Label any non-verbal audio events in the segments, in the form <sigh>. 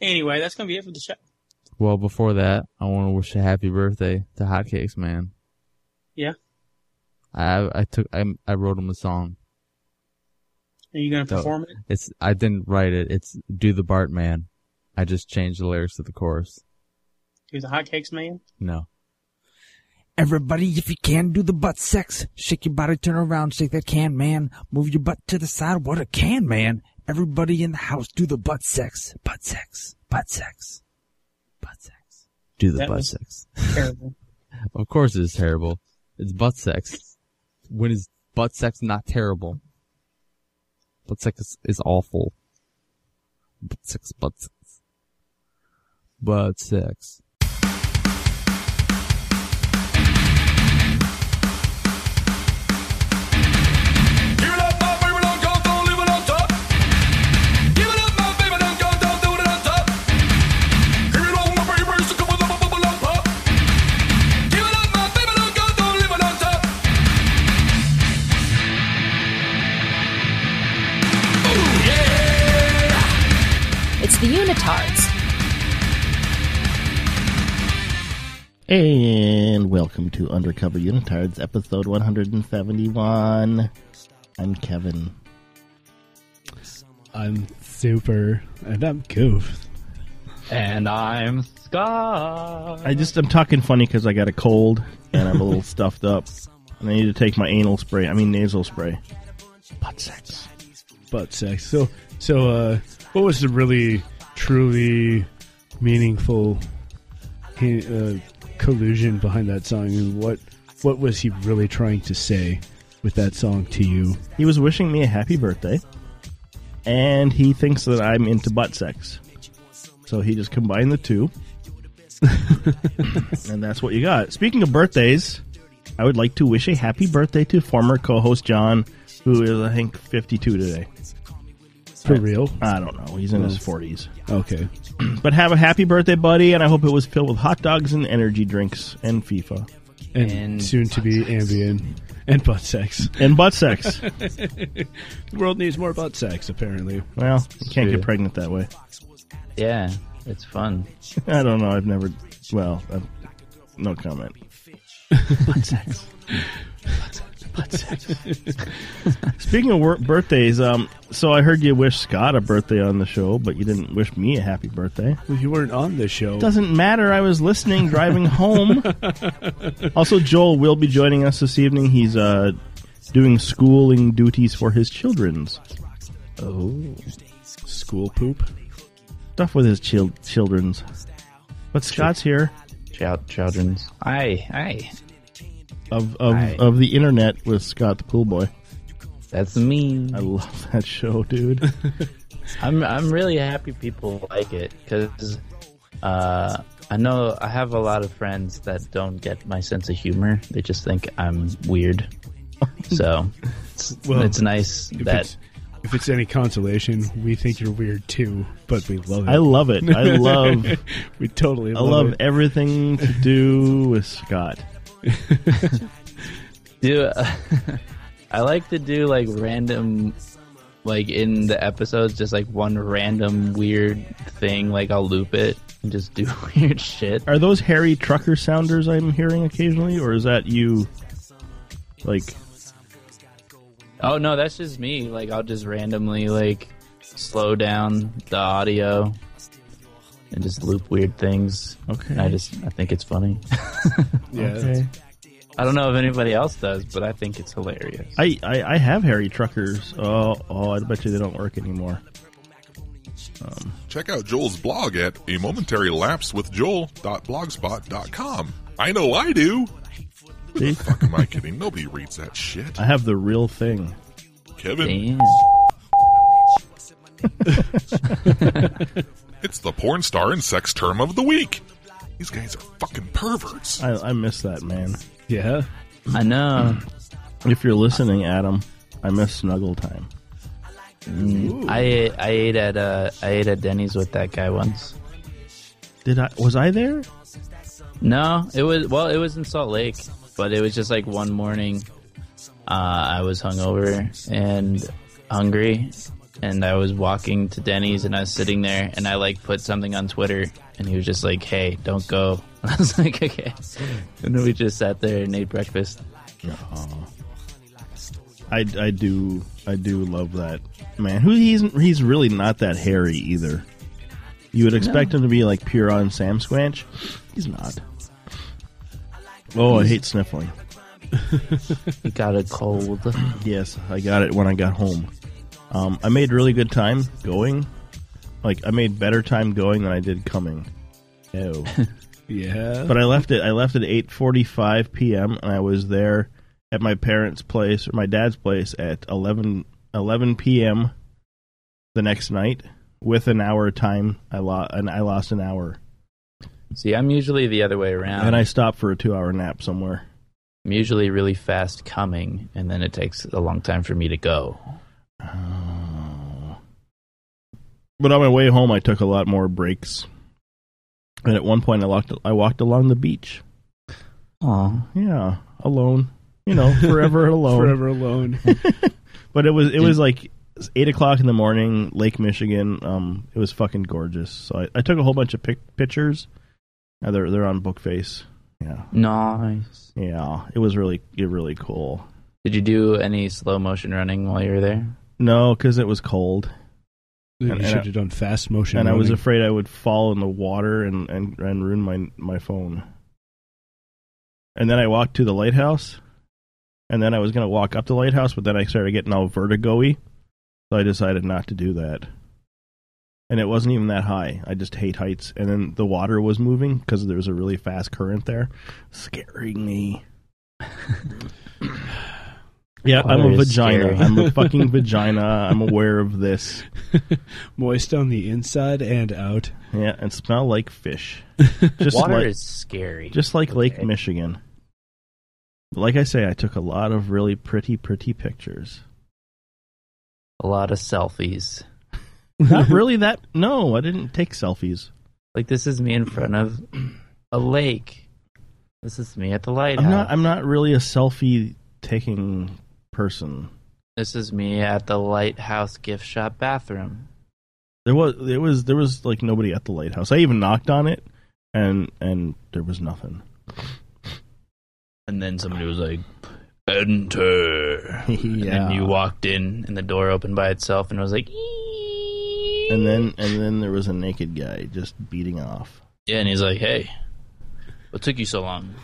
Anyway, that's going to be it for the show. Well, before that, I want to wish a happy birthday to Hotcakes, man. Yeah. I I took I I wrote him a song. Are you going to So, perform it? It's I didn't write it. It's "Do the Bart Man." I just changed the lyrics to the chorus. Do the hotcakes, man? No, Everybody, if you can, do the butt sex. Shake your body, turn around, shake that can, man. Move your butt to the side, what a can, man. Everybody in the house, do the butt sex. Butt sex. Butt sex. Butt sex. do the That butt was- sex. Terrible. Of course, it's terrible. It's butt sex. When is butt sex not terrible? Butt sex is, is awful. Butt sex, butt sex, butt sex. Give it up, my baby, don't go, don't leave it on top. Give it up, my baby, don't go, don't do it on top. Give it up, my baby, so come on, bubble, bubble, on pop. Give it up, my baby, don't go, don't leave it on top. Ooh, yeah. It's the Unitards. And welcome to Undercover Unitards, episode 171. I'm Kevin. I'm super, and I'm Goof. And I'm Scott. I just, I'm talking funny because I got a cold and I'm a little <laughs> stuffed up. And I need to take my anal spray, I mean nasal spray. Butt sex. Butt sex. So, so, uh, what was the really, truly meaningful he- uh, collusion behind that song, and what, what was he really trying to say with that song to you? He was wishing me a happy birthday. And he thinks that I'm into butt sex. So he just combined <laughs> the two. and that's what you got. Speaking of birthdays, I would like to wish a happy birthday to former co host John, who is, I think, 52 today. For real? Oh. I don't know. He's in his 40s. Okay. But have a happy birthday, buddy, and I hope it was filled with hot dogs and energy drinks and FIFA And, And soon to be Ambien and butt sex. and butt sex. <laughs> The world needs more butt sex, apparently. well, you can't Yeah. get pregnant that way. Yeah, it's fun. <laughs> I don't know. I've never. Well, i no comment. butt sex. Butt sex. <laughs> Speaking of wor- birthdays, um, so I heard you wish Scott a birthday on the show, but you didn't wish me a happy birthday. Well, you weren't on the show. Doesn't matter. I was listening driving home. also, Joel will be joining us this evening. He's uh, doing schooling duties for his children's School poop. stuff with his chil- children's. But Scott's here Child, children's. Aye, aye. of of, Aye. of the internet with Scott the pool boy. That's me. I love <laughs> that show, dude. I'm I'm really happy people like it because uh, I know I have a lot of friends that don't get my sense of humor. They just think I'm weird. So it's, Well, it's nice If that it's, if it's any consolation, we think you're weird too, but we <laughs> love it. I love it. <laughs> I love we totally I love, love it. everything to do with Scott. do. <laughs> I like to do like random. Like in the episodes, just like one random weird thing. Like I'll loop it and just do <laughs> weird shit. Are those hairy trucker sounders I'm hearing occasionally, or is that you? Like Oh no, that's just me. Like I'll just randomly like slow down the audio and <laughs> just loop weird things. okay, And I just I think it's funny. <laughs> Yeah. okay. I don't know if anybody else does, but I think it's hilarious. <laughs> I, I, I have hairy truckers. Oh, oh, I bet you they don't work anymore. Um, Check out Joel's blog at a momentary lapse with joel.blogspot.com. I know I do. See? Am I kidding? Nobody reads that shit. I have the real thing. <laughs> Kevin, Damn. It's the porn star and sex term of the week. These guys are fucking perverts. I, I miss that man. Yeah, I know. If you're listening, Adam, I miss snuggle time. Mm, I I ate at uh I ate at Denny's with that guy once. Did I? Was I there? No, it was well, it was in Salt Lake, but it was just like one morning. Uh, I was hungover and hungry, and I was walking to Denny's, and I was sitting there, and I like put something on Twitter, and he was just like, "Hey, don't go." <laughs> And I was like, "Okay," and we just sat there and ate breakfast. Uh, I, I do I do love that man. Who he's he's really not that hairy either. You would expect him to be like pure on Sam Squanch. He's not. Oh, I hate <laughs> sniffling. you got a cold. <clears throat> Yes, I got it when I got home. Um, I made really good time going. Like I made better time going than I did coming. <laughs> Oh. Yeah. But I left it. I left at eight forty-five p.m. and I was there at my parents' place or my dad's place at 11, 11 p.m. the next night with an hour time. I lost and I lost an hour, See, I'm usually the other way around. and I stopped for a two-hour nap somewhere. I'm usually really fast coming, and then it takes a long time for me to go. But on my way home, I took a lot more breaks. And at one point, I walked. I walked along the beach. Oh yeah, alone. You know, <laughs> forever alone. Forever alone. But it was it was like eight o'clock in the morning, Lake Michigan. Um, it was fucking gorgeous. So I, I took a whole bunch of pic- pictures. Uh, they're they're on Bookface. Yeah, nice. Yeah, it was really it really cool. Did you do any slow motion running while you were there? No, because it was cold. You And- and should I- have done fast motion. and I was running. afraid I would fall in the water and, and, and ruin my my phone. And then I walked to the lighthouse, and then I was going to walk up the lighthouse, but then I started getting all vertigo-y, so I decided not to do that. And it wasn't even that high. I just hate heights. And then the water was moving because there was a really fast current there, scaring me. <laughs> yeah, I'm Water a is vagina. scary. <laughs> I'm a fucking vagina. I'm aware of this. moist on the inside and out. Yeah, and smell like <laughs> fish. Water is scary. Just like Lake Michigan. Like I say, I took a lot of really pretty, pretty pictures. A lot of selfies. <laughs> Not really that. No, I didn't take selfies. Like this is me in front of a lake. This is me at the lighthouse. I'm not. I'm not really a selfie taking person. This is me at the lighthouse gift shop bathroom. There was. There was. There was like nobody at the lighthouse. I even knocked on it, and and there was nothing. And then somebody was like, <laughs> "Enter." And Yeah. then you walked in, and the door opened by itself, and it was like, And then and then there was a naked guy just beating off. "Yeah." And he's like, "Hey, what took you so long?"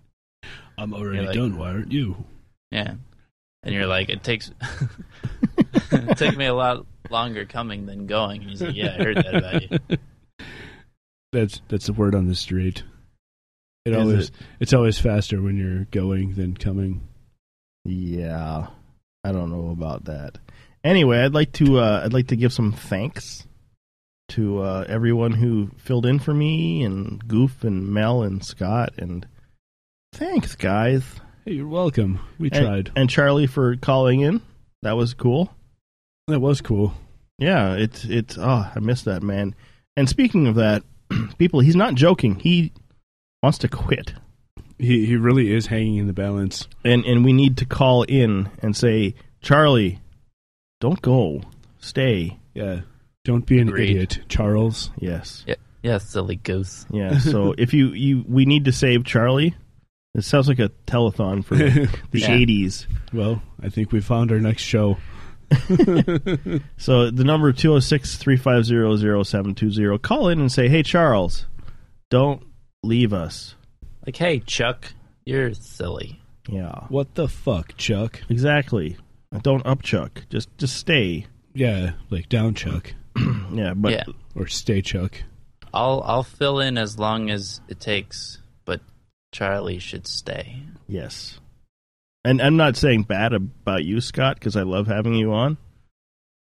<laughs> I'm already You're like- done. Why aren't you? Yeah. And you're like, it takes <laughs> it took me a lot longer coming than going. And he's like, Yeah, I heard that about you. <laughs> That's that's the word on the street. It Is always it? it's always faster when you're going than coming. Yeah, I don't know about that. Anyway, I'd like to uh, I'd like to give some thanks to uh, everyone who filled in for me and Goof and Mel and Scott and thanks guys. Hey, you're welcome. We And- tried. And Charlie for calling in. That was cool. That was cool. Yeah, it's it's oh, I missed that man. And speaking of that, <clears throat> people, he's not joking. He wants to quit. He he really is hanging in the balance. and and we need to call in and say, Charlie, don't go, stay. Yeah, don't be an idiot, Charles. Yes. Yeah, yeah, silly goose. <laughs> Yeah. So if you you we need to save Charlie. It sounds like a <laughs> telethon for the Yeah. eighties. Well, I think we found our next show. <laughs> <laughs> So the number 206-350-0720. Call in and say, "Hey Charles, don't leave us." <laughs> Like, hey, Chuck, you're silly. Yeah. What the fuck, Chuck? Exactly. Don't up Chuck. Just just stay. Yeah, like down Chuck <clears throat> Yeah, but yeah. or stay Chuck. I'll I'll fill in as long as it takes, but Charlie should stay. yes. And I'm not saying bad about you, Scott, because I love having you on.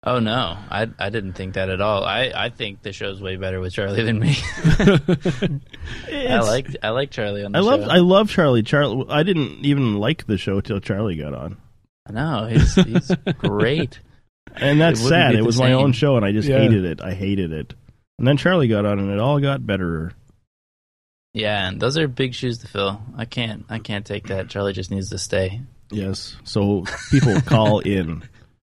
Oh no, I I didn't think that at all. I, I think the show's way better with Charlie <laughs> than me. I It's- like I like Charlie on the I love show. I love Charlie. Charlie. I didn't even like the show till Charlie got on. No, <laughs> he's he's great. And that's wouldn't sad. be It the was my own same. show, and I just Yeah. hated it. I hated it. And then Charlie got on, and it all got better. Yeah, and those are big shoes to fill. I can't I can't take that. Charlie just needs to stay. Yes. So people call in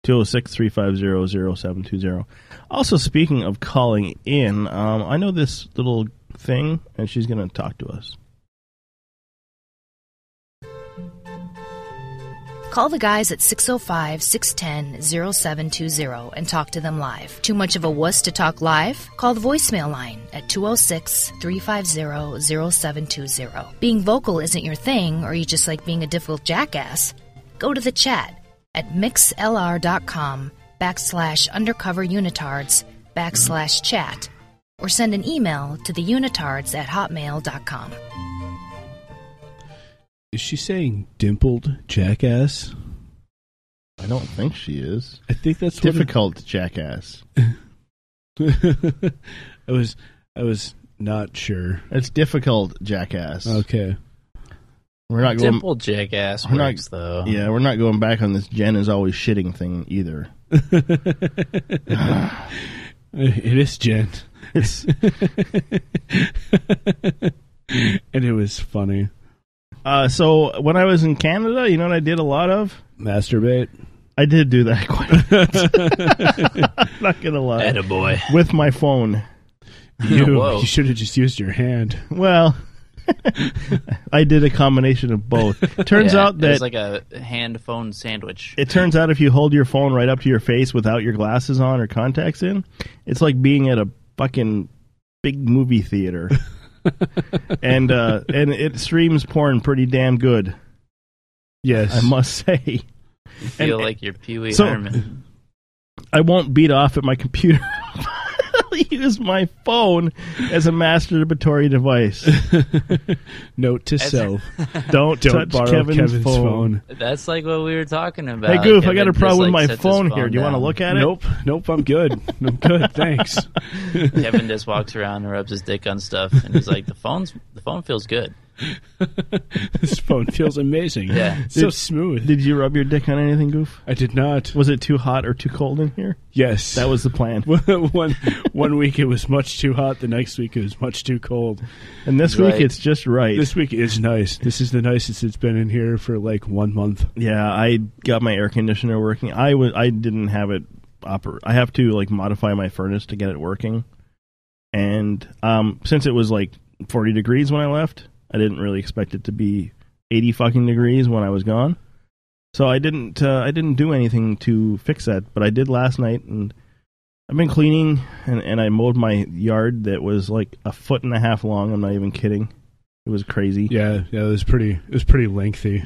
206 350 0720. Also, speaking of calling in, um, I know this little thing, and she's going to talk to us. Call the guys at 605 610 0720 and talk to them live. Too much of a wuss to talk live? Call the voicemail line at 206 350 0720. Being vocal isn't your thing, or you just like being a difficult jackass? Go to the chat at mixlr.com backslash undercover unitards backslash chat or send an email to the unitards at hotmail.com. Is she saying dimpled jackass? I don't think she is. I think that's what it- difficult, jackass. <laughs> I was I was not sure. It's difficult, jackass. Okay. We're not going. Dimple jackass we're not- works though. Yeah, we're not going back on this. Jen is always shitting thing either. <laughs> It is Jen. It's <laughs> and it was funny. Uh, so when I was in Canada, you know what I did a lot of? Masturbate. I did do that quite a bit. Not gonna lie. Attaboy. With my phone. You, Whoa. you should have just used your hand. <laughs> Well, I did a combination of both. Turns Yeah, out that it's like a hand phone sandwich. it turns out if you hold your phone right up to your face without your glasses on or contacts in, it's like being at a fucking big <laughs> movie theater. and uh, and it streams porn pretty damn good. Yes, I must say. You feel and- like you're Pee Wee so- Herman. I won't beat off at my computer. <laughs> I'll use my phone as a masturbatory device. <laughs> Note to That's- <laughs> self: Don't, Don't touch borrow Kevin's, Kevin's phone. phone. That's like what we were talking about. Hey Goof, I Kevin got a just, problem like, with my sets his phone here. Do you want to down. look at it? Nope, nope. I'm good. I'm <laughs> good. Thanks. <laughs> Kevin just walks around and rubs his dick on stuff, and he's like, "The phone's the phone feels good." <laughs> This phone feels amazing. <laughs> Yeah. so smooth. Did you rub your dick on anything, Goof? I did not. Was it too hot or too cold in here? Yes, That was the plan. <laughs> one one week it was much too hot. The next week it was much too cold. And this week it's just right. This week is nice. This is the nicest it's been in here for like one month. yeah, I got my air conditioner working. I was I didn't have it oper- I have to like modify my furnace to get it working. And um since it was like 40 degrees when I left, I didn't really expect it to be 80 fucking degrees when I was gone. So I didn't uh, I didn't do anything to fix that, but I did last night and I've been cleaning and, and I mowed my yard that was like a foot and a half long. I'm not even kidding. It was crazy. Yeah, yeah, it was pretty. It was pretty lengthy.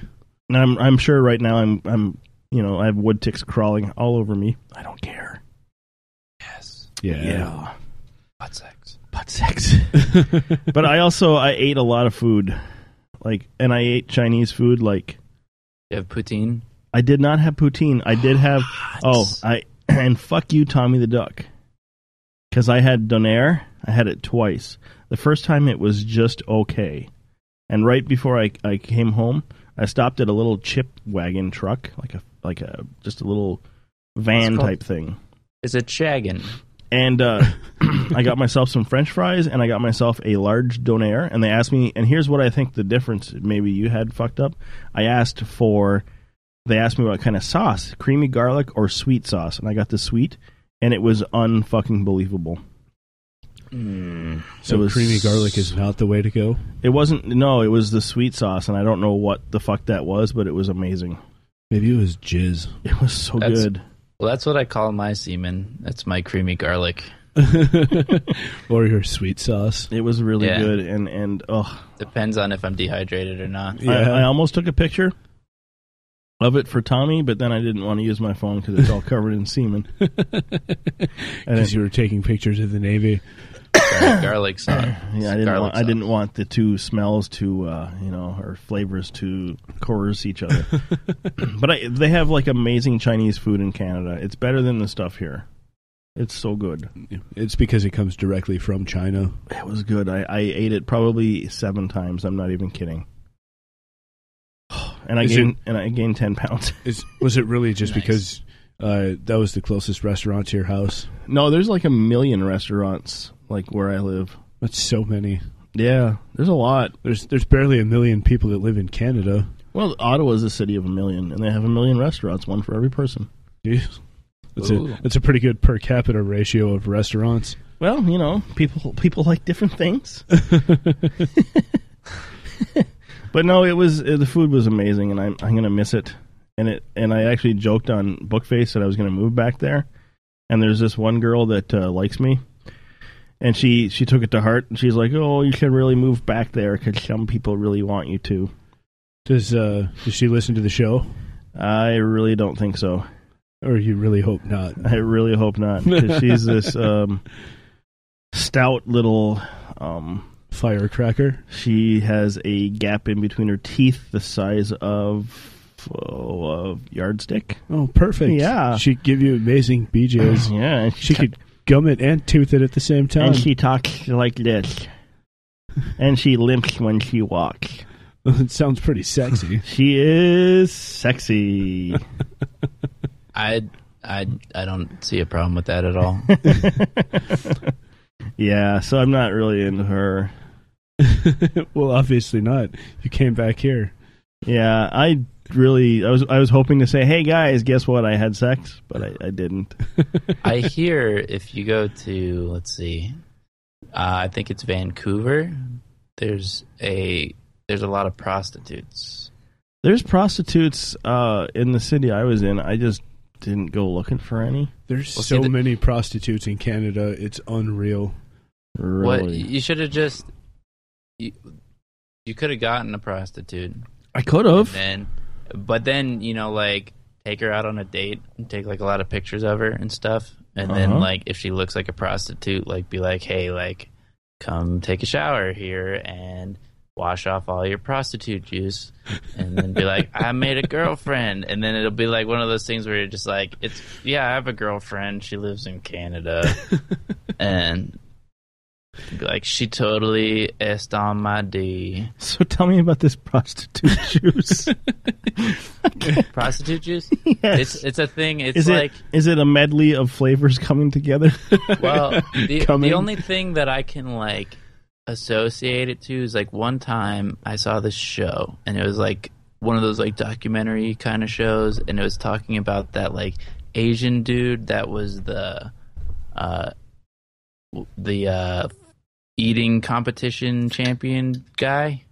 And I'm I'm sure right now I'm I'm you know, I have wood ticks crawling all over me. I don't care. Yes, Yeah, butt sex. Butt <laughs> sex. but I also I ate a lot of food. Like and I ate Chinese food like You have poutine. I did not have poutine. I did <gasps> have oh, I <clears throat> and fuck you Tommy the Duck. Cuz I had donair. I had it twice. The first time it was just okay. And right before I I came home, I stopped at a little chip wagon truck, like a like a just a little van called? type thing. Is it shaggin? and <coughs> uh, I got myself some French fries and I got myself a large donair. And they asked me, and here's what I think the difference. Maybe you had fucked up. I asked for. They asked me what kind of sauce, creamy garlic or sweet sauce, and I got the sweet, and it was unfucking believable. So It was- Mm. creamy garlic is not the way to go. It wasn't. No, it was the sweet sauce, and I don't know what the fuck that was, but it was amazing. Maybe it was jizz. It was so That's- Oh, good. Well, that's what I call my semen. That's my creamy garlic. or your sweet sauce. It was really Yeah. good, and and oh, Depends on if I'm dehydrated or not. I, I almost took a picture of it for Tommy, but then I didn't want to use my <laughs> phone because it's all covered in semen. <laughs> Because you were taking pictures of the Navy. sorry, garlic sauce. Yeah, I didn't. Garlic Want, I didn't want the two smells to, uh, you know, or flavors to coerce each other. but I, they have like amazing Chinese food in Canada. It's better than the stuff here. It's so good. It's because it comes directly from China. It was good. I, I ate it probably seven times. I'm not even kidding. <sighs> And I Is gained it- and I gained ten pounds. <laughs> Is, was it really just because uh, that was the closest restaurant to your house? No, there's like a million restaurants like where I live. That's so many. Yeah, there's a lot. There's there's barely a million people that live in Canada. Well, Ottawa is a city of a million, and they have a million restaurants, one for every person. Jeez. That's Ooh. a that's a pretty good per capita ratio of restaurants. Well, you know, people people like <laughs> different things. <laughs> but no, it was uh, the food was amazing, and I'm I'm gonna miss it. And it and I actually joked on Bookface that I was gonna move back there. And there's this one girl that uh, likes me, and she she took it to heart. And she's like, "Oh, you should really move back there because some people really want you to." Does uh does she listen to the show? I really don't think so. Or you really hope not. I really hope not. <laughs> 'cause <laughs> she's this um, stout little um, firecracker. She has a gap in between her teeth the size of oh, a yardstick. Oh, perfect. Yeah. She'd give you amazing <sighs> BJs. yeah. and She could gum it and tooth it at the same time. And she talks like this. and she limps when <laughs> she walks. it sounds pretty sexy. she is sexy. I I I don't see a problem with that <laughs> at all. yeah, so I'm not really into her. <laughs> well, obviously not. You came back here. Yeah, I really I was I was hoping to say, "Hey guys, guess what? I had sex," but I, I <laughs> didn't. I hear if you go to let's see, uh, I think it's Vancouver. There's a there's a lot of prostitutes. There's prostitutes uh, in the city I was in. I just didn't go looking for any. There's Well, see, so the- many prostitutes in Canada. It's unreal. What you should have just you, you could have gotten a prostitute. I could have. And then, but then you know, like take her out on a date and take like a lot of pictures of her and stuff. And Uh-huh. then like if she looks like a prostitute, like be like, hey, like come take a shower here and wash off all your prostitute juice and then be like i made a girlfriend and then it'll be like one of those things where you're just like it's yeah i have a girlfriend she lives in canada and be like she totally est on my d <laughs> So tell me about <laughs> this prostitute juice. <laughs> prostitute juice it's it's a thing it's is like it is it a medley of flavors coming together? <laughs> well, the, Coming. the only thing that I can like associate it to is like one time I saw this show and it was like one of those like documentary kind of shows and it was talking about that like Asian dude that was the uh w- the uh eating competition champion guy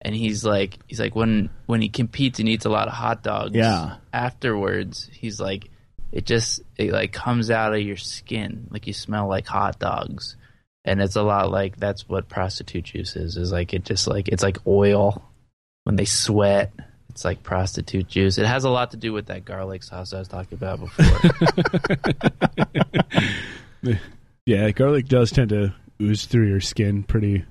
and he's like he's like when when he competes and eats a lot of hot dogs Yeah. afterwards he's like it just it like comes out of your skin like you smell like hot dogs and it's a lot like that's what prostitute juice is is like it just like it's like oil when they sweat it's like prostitute juice it has a lot to do with that garlic sauce i was talking about <laughs> before Yeah, garlic does tend to ooze through your skin pretty,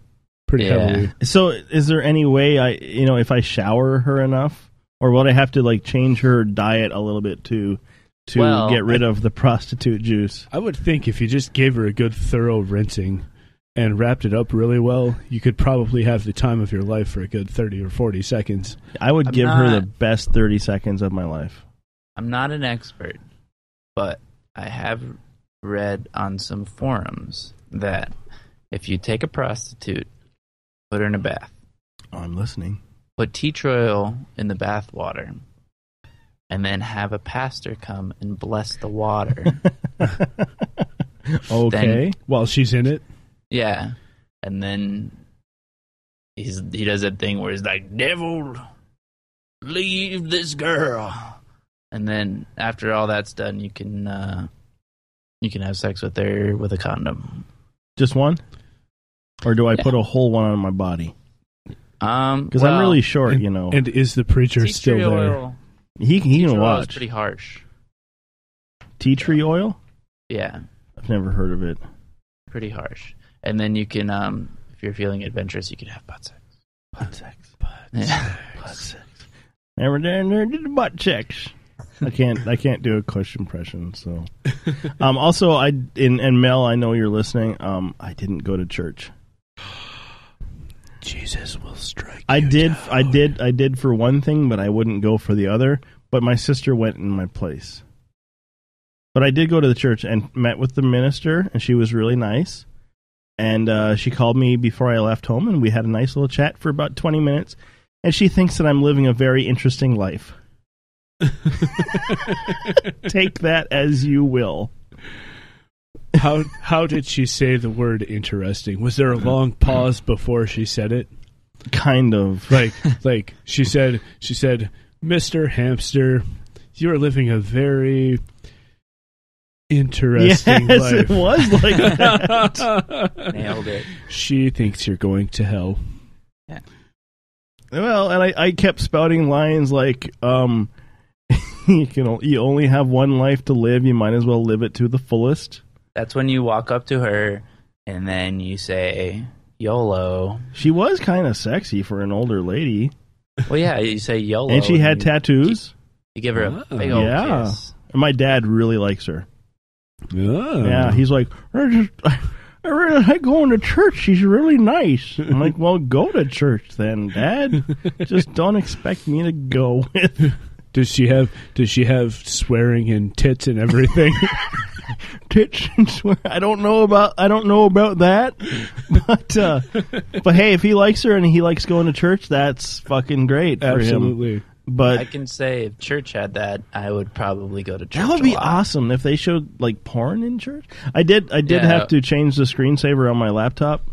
pretty heavily. So is there any way I you know if I shower her enough, or would I have to like change her diet a little bit to to Well, get rid of the prostitute juice? I would think if you just gave her a good thorough rinsing and wrapped it up really well, you could probably have the time of your life for a good 30 or 40 seconds. I would I'm give her the not- best thirty seconds of my life. I'm not an expert, but I have read on some forums that if you take a prostitute, put her in a bath, I'm listening. put tea tree oil in the bath water, and then have a pastor come and bless the <laughs> water. Okay. While she's in it, yeah, and then he's he does that thing where he's like, <laughs> "Devil, leave this <laughs> girl," and then after all that's done, you can uh, you can have sex with her with a condom. Just one, or do I put a whole one on my body? Um, Because I'm well, really short, you know. and is the preacher tea still tree there? oil- he he tea can tree oil is watch pretty harsh. tea tree oil. Yeah, I've never heard of it. pretty harsh. and then you can, um, if you're feeling adventurous, you can have butt sex. Butt sex. Yeah. Butt sex. Never done there did the butt checks. I can't. I can't do a Kush impression. So, um, also, I in and Mel, I know you're listening. Um, I didn't go to church. Jesus will strike. I did. I did. I did for one thing, but I wouldn't go for the other. But my sister went in my place. But I did go to the church and met with the minister, and she was really nice. And uh, she called me before I left home, and we had a nice little chat for about twenty minutes. And she thinks that I'm living a very interesting life. <laughs> Take that as you will. How how did she say the word interesting? Was there a long pause before she said it? Kind of. Like like she said she said, Mr. Hamster, you are living a very interesting Yes, life. it was like <laughs> that. <laughs> Nailed it. She thinks you're going to hell. Well, and I, I kept spouting lines like, um, <laughs> you can o- you only have one life to live. You might as well live it to the fullest. That's when you walk up to her and then you say YOLO. She was kind of sexy for an older lady, Well, yeah, you say YOLO. and she had you- tattoos. You give her a big old Yeah, kiss. and my dad really likes her. Oh. Yeah, he's like, I just, I really like going to church. She's really nice. I'm like, well, go to church then, Dad. <laughs> just don't expect me to go with. Does she have does she have swearing and tits and everything? <laughs> tits and swear. I don't know about I don't know about that, <laughs> but uh, but hey, if he likes her and he likes going to church, that's fucking great. For Absolutely. Him. But I can say if church had that, I would probably go to church. that would be awesome if they showed like porn in church. I did I did Yeah. have to change the screensaver on my laptop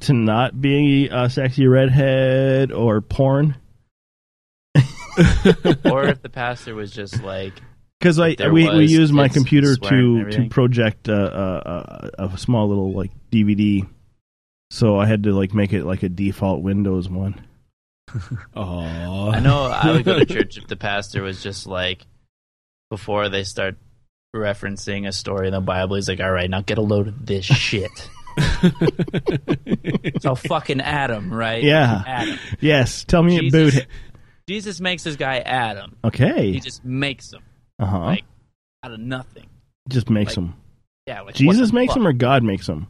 to not be a sexy redhead or porn <laughs> or if the pastor was just like, because I there we, we was use my kids computer swearing and to to everything. project a, a, a, a small little like DVD. So I had to like make it like a default Windows one. Oh, I know I would go to <laughs> church if the pastor was just like, before they start referencing a story in the Bible, he's like, all right, now get a load of this shit. <laughs> so fucking Adam, right? <laughs> Yeah. Adam. Yes. Tell me it Jesus. boot. Jesus makes this guy Adam. Okay. He just makes him Uh huh. like out of nothing. Just makes like, them. yeah, like, what Jesus the makes fuck? them or God makes them.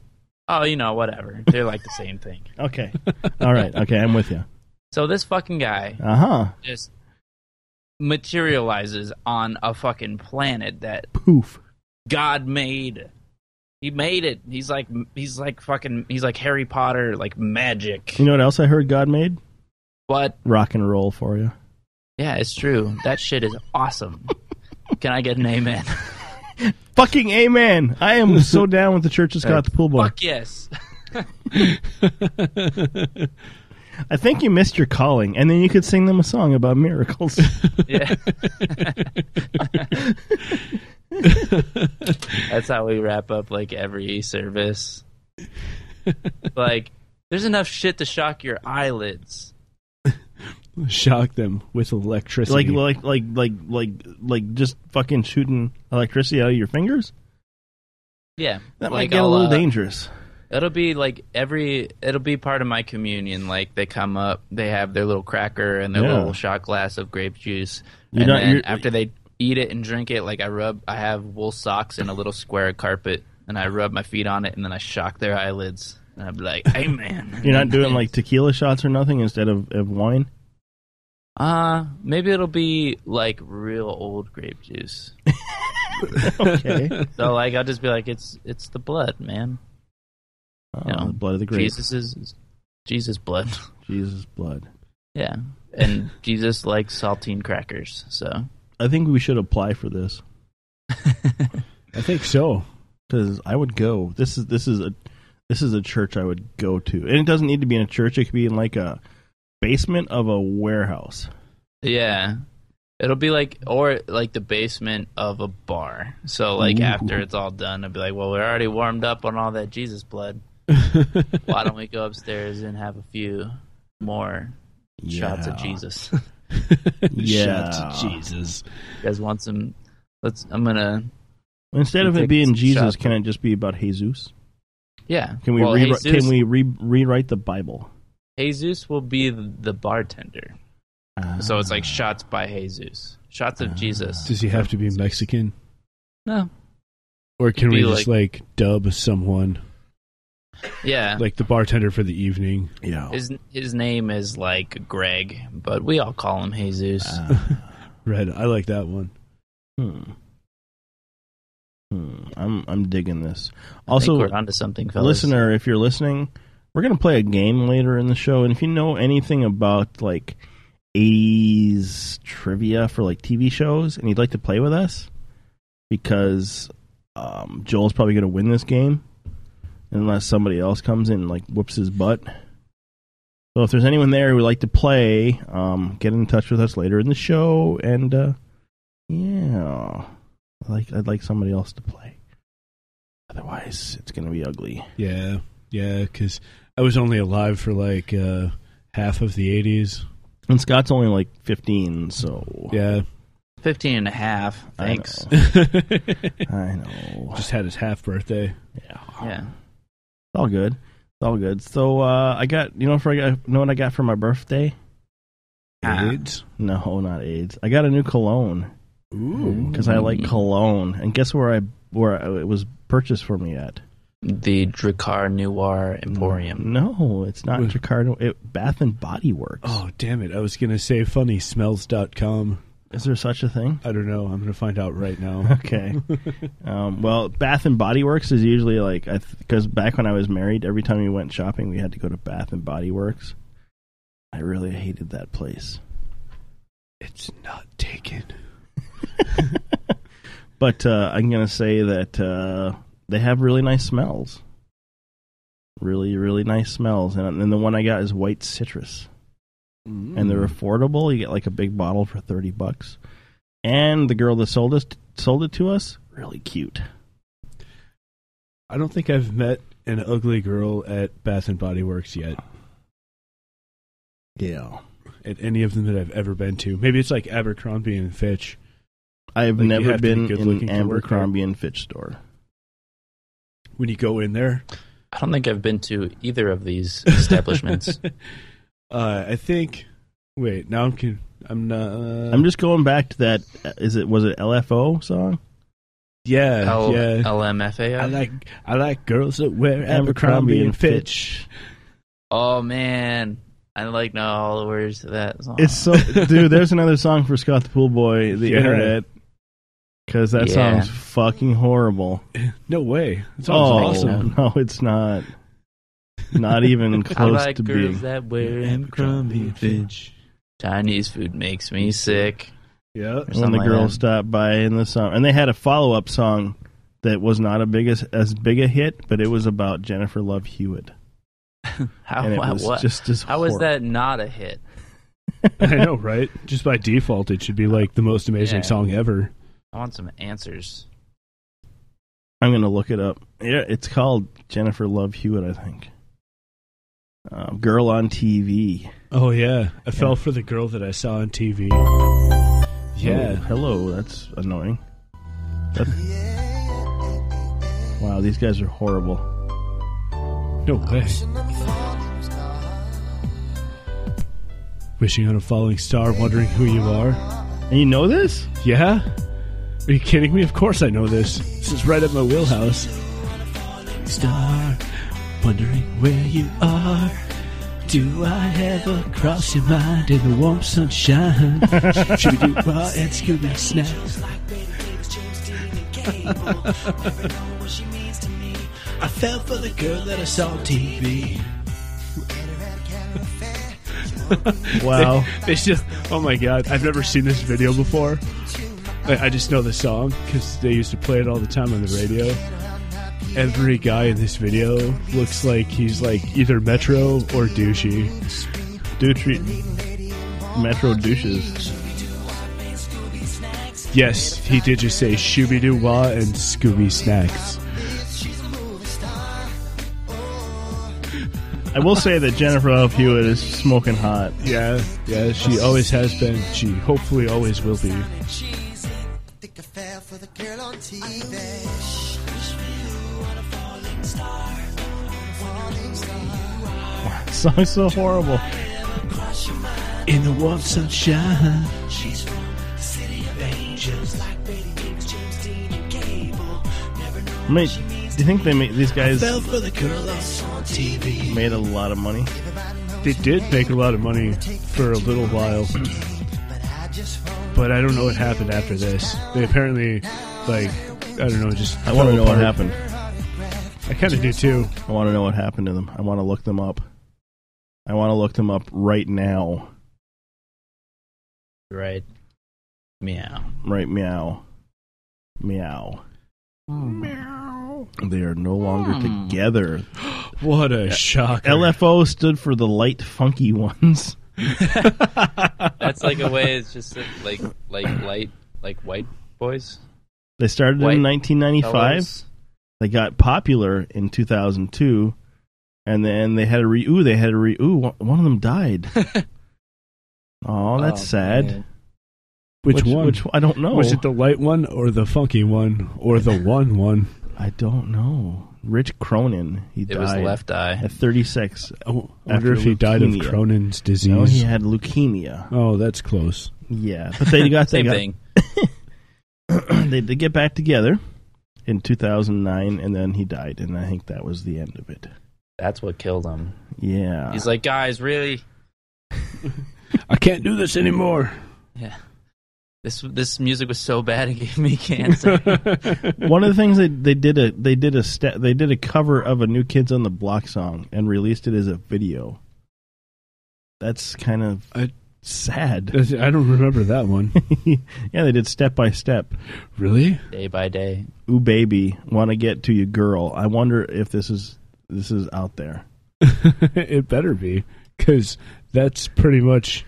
Oh, you know, whatever. They're like the same thing. <laughs> Okay. All right. Okay. I'm with you. So this fucking guy Uh huh. just materializes on a fucking planet that poof God made. He made it. He's like he's like fucking he's like Harry Potter, like magic. You know what else I heard God made? What? Rock and roll for you. <laughs> Yeah, it's true. That shit is awesome. Can I get an amen? <laughs> Fucking amen. I am so down with the church that's got the pool boy. Fuck yes. I think you missed your calling, and then you could sing them a song about miracles. <laughs> Yeah. That's how we wrap up like every <laughs> service. Like, there's enough shit to shock your eyelids. Shock them with electricity. like like like like like like just fucking shooting electricity out of your fingers. Yeah. That might Like, get a I'll, little uh, dangerous. It'll be like every it'll be part of my communion. Like they come up, they have their little cracker and their Yeah. little shot glass of grape juice. You're and not- then you're- after they eat it and drink it, like I rub I have wool socks and a little square of carpet and I rub my feet on it and then I shock their eyelids. And I'd <laughs> be like, Hey man. You're not doing like tequila shots or nothing instead of, of wine. Uh maybe it'll be like real old grape juice. <laughs> Okay. <laughs> So like I'll just be like, It's it's the blood, man. Oh, You know, the blood of the grape. Jesus is Jesus blood. <laughs> Jesus' blood. Yeah. And <laughs> Jesus likes saltine crackers, so I think we should apply for this I think so. because I would go. This is this is a this is a church I would go to, and it doesn't need to be in a church. It could be in like a basement of a warehouse. Yeah. It'll be like or like the basement of a bar. So like Ooh. after it's all done, it'll be like, Well, we're already warmed up on all that Jesus <laughs> blood. Why don't we go upstairs and have a few more shots of Yeah. <laughs> Jesus? Yeah. Shots of Jesus. You guys want some let's I'm gonna Instead of Take it being some Jesus, shots. can it just be about Jesus? Yeah. Can we Well, re- Jesus- can we re- rewrite the Bible? Jesus will be the bartender. so it's like shots by Jesus, shots of Jesus. Ah. Does he have to be Mexican? No. Or can Be we just like, dub someone Yeah. like the bartender for the evening? Yeah. His his name is like Greg, but we all call him Jesus. Ah. <laughs> Red. I like that one. Hmm. Hmm. I'm I'm digging this. I Also, think we're onto something, fellas. listener. If you're listening, we're gonna play a game later in the show, and if you know anything about like 80s trivia for like TV shows, and you'd like to play with us, because um, Joel's probably gonna win this game, unless somebody else comes in and like whoops his butt. So if there's anyone there who would like to play, um, get in touch with us later in the show, and uh, yeah, I like I'd like somebody else to play. Otherwise, it's gonna be ugly. Yeah, yeah, because I was only alive for like uh, half of the 80s. And Scott's only like 15, so. Yeah. 15 and a half. I Thanks. I know. <laughs> Just had his half birthday. Yeah. <laughs> Yeah. It's all good. It's all good. So uh, I got you know for I got know what I got for my birthday? AIDS? No, not AIDS. I got a new cologne. Ooh. Because I like cologne. And guess where I where it was purchased for me at? Mm-hmm. The Dracar Noir Emporium. No, it's not Jacardo. It, Bath and Body Works. Oh, damn it. I was going to say funnysmells.com. Is there such a thing? I don't know. I'm going to find out right now. <laughs> Okay. <laughs> um, well, Bath and Body Works is usually like because back when I was married, every time we went shopping, we had to go to Bath and Body Works. I really hated that place, It's not taken. <laughs> but uh, I'm gonna say that uh, they have really nice smells. Really, really nice smells, and then the one I got is white citrus, Mm. and they're affordable. You get like a big bottle for thirty bucks, and the girl that sold us sold it to us really cute. I don't think I've met an ugly girl at Bath and Body Works yet. Yeah. At any of them that I've ever been to. Maybe it's like Abercrombie and Fitch. I've Like, you never have to be been good-looking in to work there. Abercrombie and Fitch store. When you go in there, I don't think I've been to either of these establishments. <laughs> uh, I think. Wait, now I'm. Con- I'm not. Uh, I'm just going back to that. uh, Is it was it LFO song? Yeah, L- yeah. LMFAO? I like I like girls that wear Abercrombie Abercrombie and and Fitch. Oh, man. I like know all the words to that song. It's so dude. There's another song for Scott the Pool Boy, the Yeah. internet, because that Yeah. song's fucking horrible. No way. It's oh awesome. <laughs> <laughs> no, it's not. Not even <laughs> I close like to girls being. that wear Abercrombie and Fitch. Chinese food makes me sick. Yeah. or when something the like girl that. stopped by in the song, and they had a follow up song that was not a big as, as big a hit, but it was about Jennifer Love Hewitt. <laughs> How, and it how- was what- just as how was horrible. that not a hit? I know, right? Just by default, it should be like the most amazing Yeah. song ever. I want some answers. I'm gonna look it up. Yeah, it's called Jennifer Love Hewitt, I think. Um, Girl on TV. Oh yeah, I fell for the girl that I saw on TV. Oh, Yeah, hello. That's annoying. That- wow, these guys are horrible. <laughs> no way. Wishing on a falling star, wondering who you are. And you know this? Yeah? Are you kidding me? Of course I know this. This is right up my <laughs> wheelhouse. <laughs> Star, wondering where you are. Do I ever cross your mind in the warm <laughs> sunshine? Should we do raw and Scooby snacks? I fell for the girl that I saw on <laughs> TV. Wow. They just, oh my god, I've never seen this video before. Like, I just know the song because they used to play it all the time on the radio. Every guy in this video looks like he's like either Metro or douchey. Douche. Metro douches. Yes, he did just say Shooby Doo Wah and Scooby Snacks. I will say that Jennifer Love Hewitt is smoking hot. Yeah, yeah, she always has been. She hopefully always will be. song's so horrible. In the warm sunshine. She's from the city of angels, like Betty Davis, James Dean, and Gable. Never know. I mean, do you think they made these guys Fell for the girl I saw on TV. made a lot of money? They did make a lot of money for a little while, but I don't know what happened after this. They apparently, like, I don't know, just I want to fell know what apart. happened. I kind of do too. I want to know what happened to them. I want to look them up. I want to look them up right now. Right. Meow. Right, meow, meow. Hmm. They are no longer Hmm. together. <gasps> What a shock! LFO stood for the light, <laughs> funky ones. That's like a way. <laughs> It's just like like light like white boys. They started in 1995. fellas. They got popular in 2002, and then they had a re. Ooh, they had a re. Ooh, one one of <laughs> them died. oh, that's Oh, sad. man. Which, one? Which I don't know. Was it the light one or the funky one or <laughs> the one one? I don't know. Rich Cronin. He died. It was left eye. at 36. Oh, I wonder if he died of Cronin's disease. No, he had leukemia. Oh, that's close. Yeah, but they got <laughs> they Same got, <coughs> thing. they did get back together in 2009, and then he died, and I think that was the end of it. That's what killed him. Yeah, He's like, guys, really, I can't do this anymore. <laughs> this this music was so bad it gave me cancer. <laughs> one of the things they they did a they did a ste- they did a cover of a New Kids on the Block song and released it as a video. That's kind of sad. That's- I don't remember that one. <laughs> yeah, they did step by step. Really? day by day. Ooh baby, wanna get to you girl. I wonder if this is this is out there. <laughs> it better be because that's pretty <laughs> much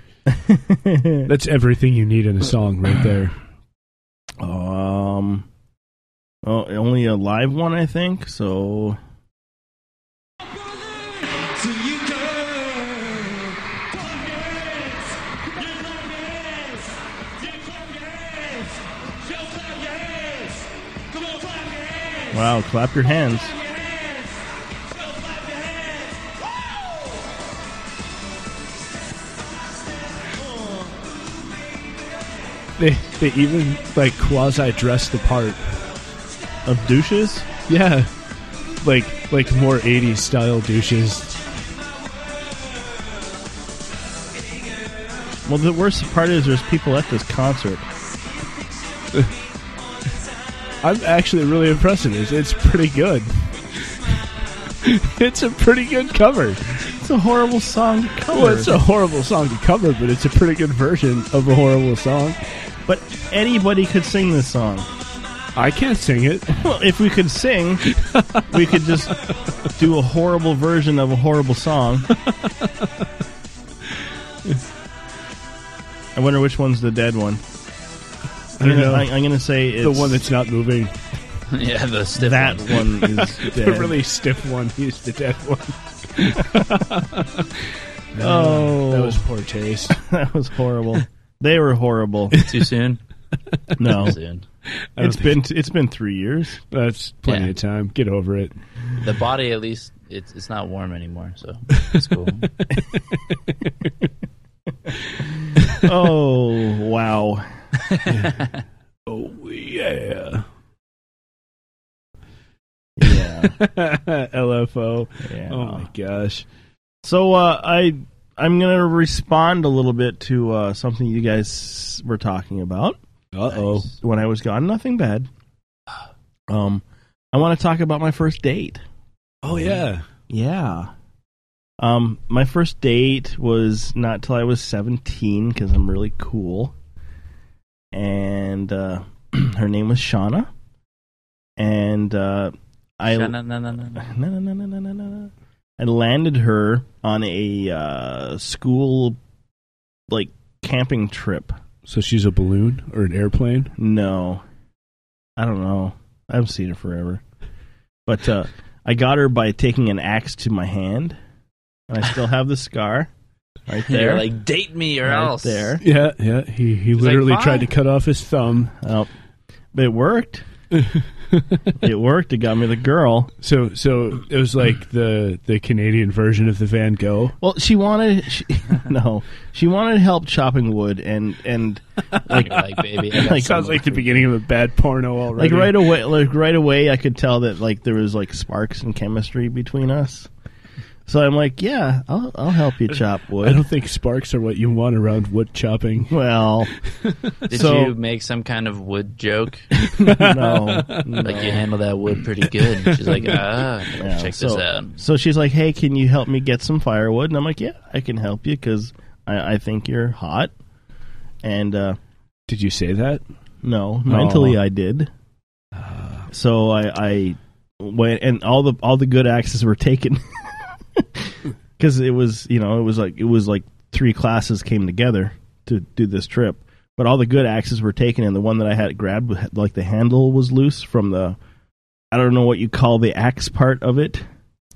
that's everything you need in a song right there. Um Oh, only a live one I think. So So you go. wow, clap your hands. They they even like quasi dress the part of douches. Yeah, like like more '80s style douches. Well, the worst part is there's people at this concert. <laughs> I'm actually really impressed with this. It's pretty good. <laughs> it's a pretty good cover. It's a horrible song to cover. Well, it's a horrible song to cover, but it's a pretty good version of a horrible song. But anybody could sing this song. I can't sing it. <laughs> Well, if we could sing, we could just do a horrible version of a horrible song. I wonder which one's the dead one. I don't know. I, am gonna say it's the one that's not moving. yeah, the stiff that one. one is the dead. really stiff one. He's the dead <laughs> one. Oh. <laughs> that was poor taste. that was horrible. They were <laughs> horrible. Too soon. <laughs> No, Too soon. I don't it's been it's been three years. That's plenty Yeah. of time. Get over it. The body, at least, it's it's not warm anymore, so <laughs> it's cool. Oh <laughs> wow! <laughs> Oh yeah. Yeah. <laughs> LFO. Yeah. Oh my gosh. So uh, I I'm gonna respond a little bit to uh, something you guys were talking about Uh oh. when I was gone. Nothing bad. Um, I want to talk about my first date. Oh yeah. Yeah. Um, my first date was not till I was 17 because I'm really cool. And uh, <clears throat> her name was Shauna. And uh, I Sha-na-na-na-na. <laughs> na, na, na, na, na, na, na, na. I landed her on a uh, school like camping trip. So she's a balloon or an airplane? No, I don't know. I haven't seen her forever, but uh, I got her by taking an axe to my hand, and I still have the scar right They're there. like, date me or right else. there. Yeah, yeah. He he He's like, literally "Fine." tried to cut off his thumb. <laughs> Oh, but it Oh. worked. it worked. It got me the girl. So so it was like the the Canadian version of the Van Gogh. Well, she wanted she, <laughs> no, she wanted help chopping wood, and and like, like, <laughs> baby, I got someone for you. beginning of a bad porno already. <laughs> Like right away, like right away, I could tell that like there was like sparks and chemistry between us. So I'm like, yeah, I'll I'll help you chop wood. I don't think sparks are what you want around wood chopping. <laughs> Well, Did so you make some kind of wood joke? <laughs> No, like no. you handle that wood pretty good. <laughs> She's like, ah, Yeah, check so, this out. So she's like, "Hey, can you help me get some firewood?" And I'm like, "Yeah, I can help you because I, I think you're hot." And uh, did you say that? No, mentally Oh. I did. So I, I went, and all the all the good axes were taken <laughs> because it was you know it was like it was like three classes came together to do this trip, but all the good axes were taken, and the one that I had grabbed had- like the handle was loose from the I don't know what you call the axe part of it.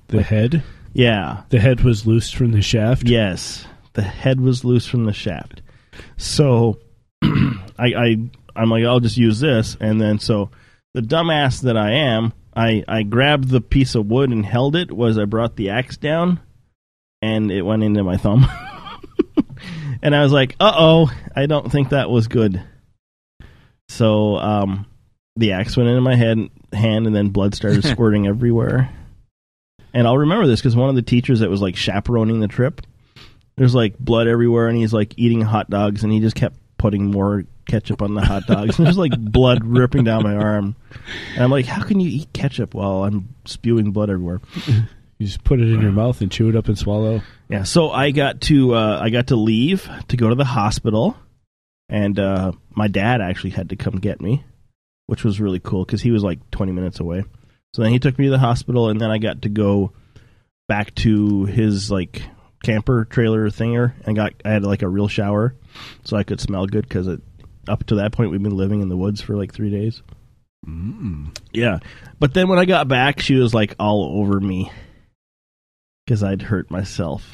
The head? Yeah. The head was loose from the shaft? Yes. The head was loose from the shaft. So <clears throat> I, I I'm like, I'll just use this and then so the dumbass that I am, I, I grabbed the piece of wood and held it was I brought the axe down and it went into my thumb. <laughs> and I was like, uh oh, I don't think that was good. So um the axe went into my head hand and then blood started squirting everywhere. And I'll remember this because one of the teachers that was like chaperoning the trip, there's like blood everywhere, and he's like eating hot dogs, and he just kept putting more ketchup on the hot dogs. <laughs> and there's like blood ripping down my arm, and I'm like, how can you eat ketchup while I'm spewing blood everywhere? You just put it in your mouth and chew it up and swallow. Yeah, so I got to uh, I got to leave to go to the hospital, and uh, my dad actually had to come get me, which was really cool because he was like 20 minutes away. So then he took me to the hospital, and then I got to go back to his like camper trailer thinger, and got I had like a real shower, so I could smell good because up to that point we've been living in the woods for like three days. Mm. Yeah, but then when I got back, she was like all over me because I'd hurt myself.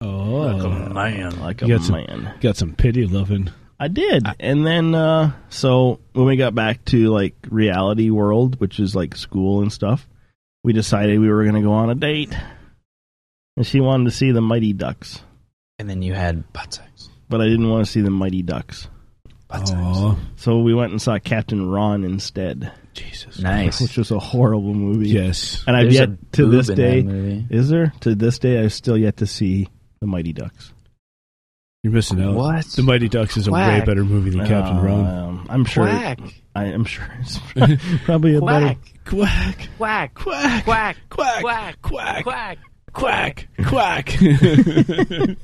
Oh, Like a man. Like a You got some- man. got some pity loving. I did. and then, uh, so when we got back to like reality world, which is like school and stuff, we decided we were going to go on a date. And she wanted to see the Mighty Ducks, And then you had butt sex. but I didn't want to see the Mighty Ducks. So we went and saw Captain Ron instead. Jesus. Nice. Which was a horrible movie. Yes. And I've There's yet a to boob this in that day movie. is there? To this day I've still yet to see the Mighty Ducks. You're missing out. What? The Mighty Ducks is a way Quack. better movie than Captain Ron. Um, I'm sure. Quack. I am sure <laughs> it's probably a better. Quack. Quack. Quack. Quack. Quack. Quack. Quack. Quack. Quack. Quack. <laughs>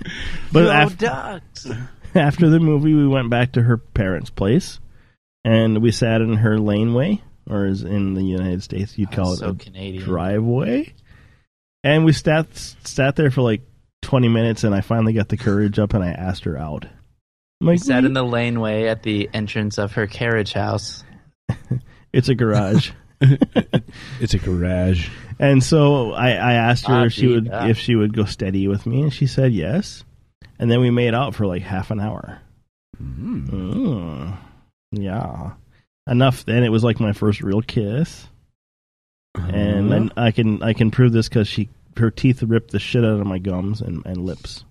But Yo, af- ducks. <laughs> after the movie, we went back to her parents' place, and we sat in her laneway, or as in the United States, you'd call it so a Canadian. driveway. And we sat sat there for like twenty minutes, and I finally got the courage up, and I asked her out. We sat in the laneway at the entrance of her carriage house. It's a <laughs> garage. it's a garage. And so I, I asked her if she would Ah, yeah. if she would go steady with me, and she said yes. And then we made out for like half an hour. Hmm. Mm. Yeah, enough. Then it was like my first real kiss, and then Uh-huh. I can I can prove this because she her teeth ripped the shit out of my gums and, and lips.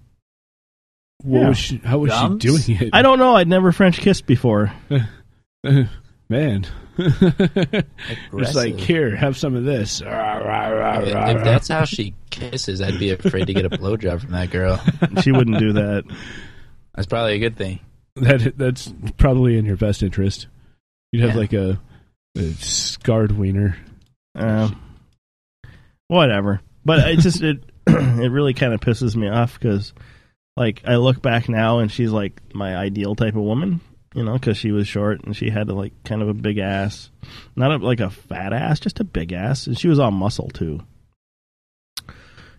What Yeah. was she, how was she doing it? I don't know. I'd never French kissed before. don't. <laughs> Man. it's like, Aggressive. here, have some of this. If that's how she kisses, I'd be afraid to get a blowjob from that girl. she wouldn't do that. That's probably a good thing. That that's probably in your best interest. You'd have Yeah. like a, a scarred wiener. Um, whatever. But it just it <clears throat> it really kind of pisses me off because like I look back now and she's like my ideal type of woman, you know, because she was short and she had like kind of a big ass, not a, like a fat ass, just a big ass, and she was all muscle too.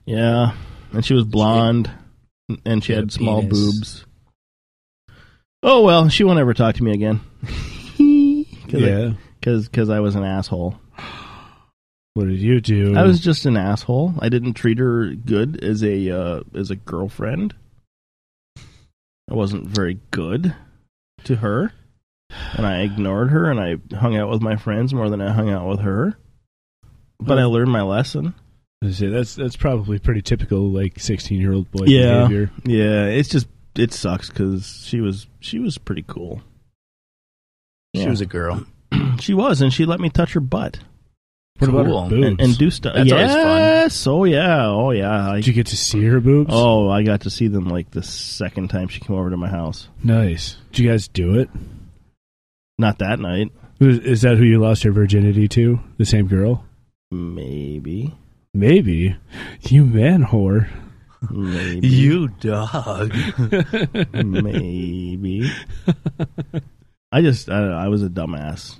Yeah, and she was blonde, and she She had had a small penis. boobs. Oh well, she won't ever talk to me again. <laughs> Yeah. because I was an asshole. What did you do? I was just an asshole. I didn't treat her good as a uh, as a girlfriend. I wasn't very good to her. and I ignored her and I hung out with my friends more than I hung out with her. But I learned my lesson. I say, that's that's probably pretty typical, like sixteen year old boy yeah, behavior. yeah. It's just it sucks because she was she was pretty cool. She was a girl. <clears throat> she was, and she let me touch her butt. What about her boobs? And, and do stuff. That's always fun. Yes. Oh yeah. Oh yeah. Did you get to see her boobs? Oh, I got to see them like the second time she came over to my house. Nice. Did you guys do it? Not that night. Is, is that who you lost your virginity to? The same girl? Maybe. Maybe. You man whore. Maybe. You <laughs> dog. Maybe. I just I, don't know, I was a dumbass.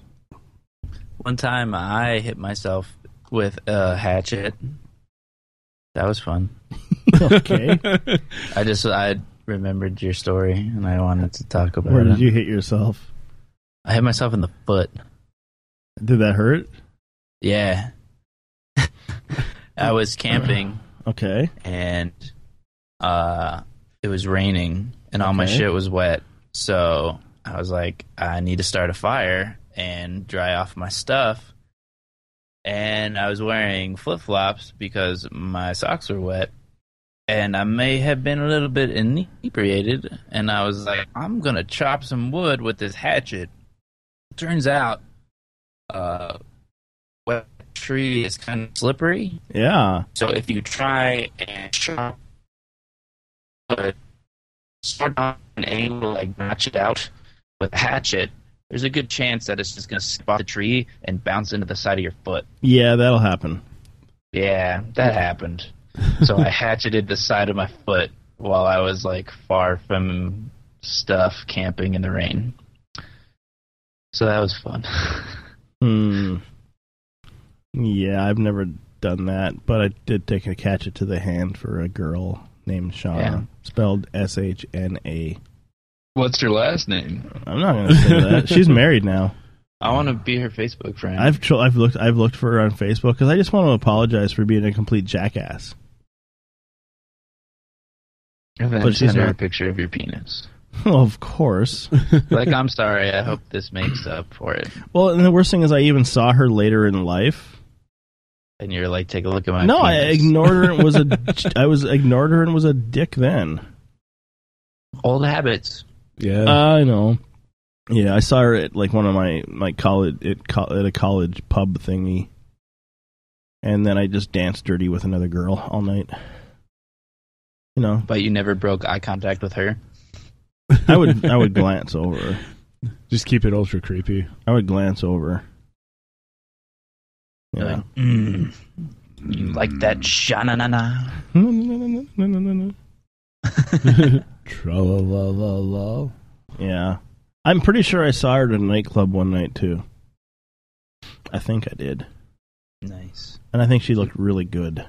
One time I hit myself with a hatchet. That was fun. <laughs> Okay. I just I remembered your story and I wanted to talk about Where it. did you hit yourself? I hit myself in the foot. Did that hurt? Yeah. <laughs> <laughs> I was camping Okay. and uh it was raining and all my Okay. shit was wet. So I was like, I need to start a fire and dry off my stuff. And I was wearing flip flops because my socks were wet. And I may have been a little bit inebriated. And I was like, I'm going to chop some wood with this hatchet. Turns out, uh, wet tree is kind of slippery. Yeah. So if you try and chop wood, start on an angle, like notch it out with a hatchet, there's a good chance that it's just going to spot the tree and bounce into the side of your foot. Yeah, that'll happen. Yeah, that happened. <laughs> So I hatcheted the side of my foot while I was like far from stuff camping in the rain. So that was fun. Hmm. Yeah, I've never done that, but I did take a catch it to the hand for a girl named Shauna, Yeah. spelled S H N A. What's her last name? I'm not gonna say <laughs> that. She's married now. I want to be her Facebook friend. I've tr- I've looked I've looked for her on Facebook because I just want to apologize for being a complete jackass. <laughs> And then but she's send her a not. picture of <laughs> your penis. Well, of course. <laughs> like, I'm sorry. I hope this makes up for it. well, and the worst thing is, I even saw her later in life. And you're like, take a look at my. no, I penis. ignored her. <laughs> And was a I was ignored her and was a dick then. <laughs> old habits. Yeah, I know. Yeah, I saw her at like one of my my college at, co- at a college pub thingy, and then I just danced dirty with another girl all night. You know, But you never broke eye contact with her. I would <laughs> I would glance over. Just keep it ultra creepy. I would glance over. <laughs> You're Yeah. Like, mm, you like that shananana? No, no, no, no, no, no, no, no. Tra-la-la-la-la. Yeah. I'm pretty sure I saw her at a nightclub one night too. I think I did. Nice. And I think she looked really good.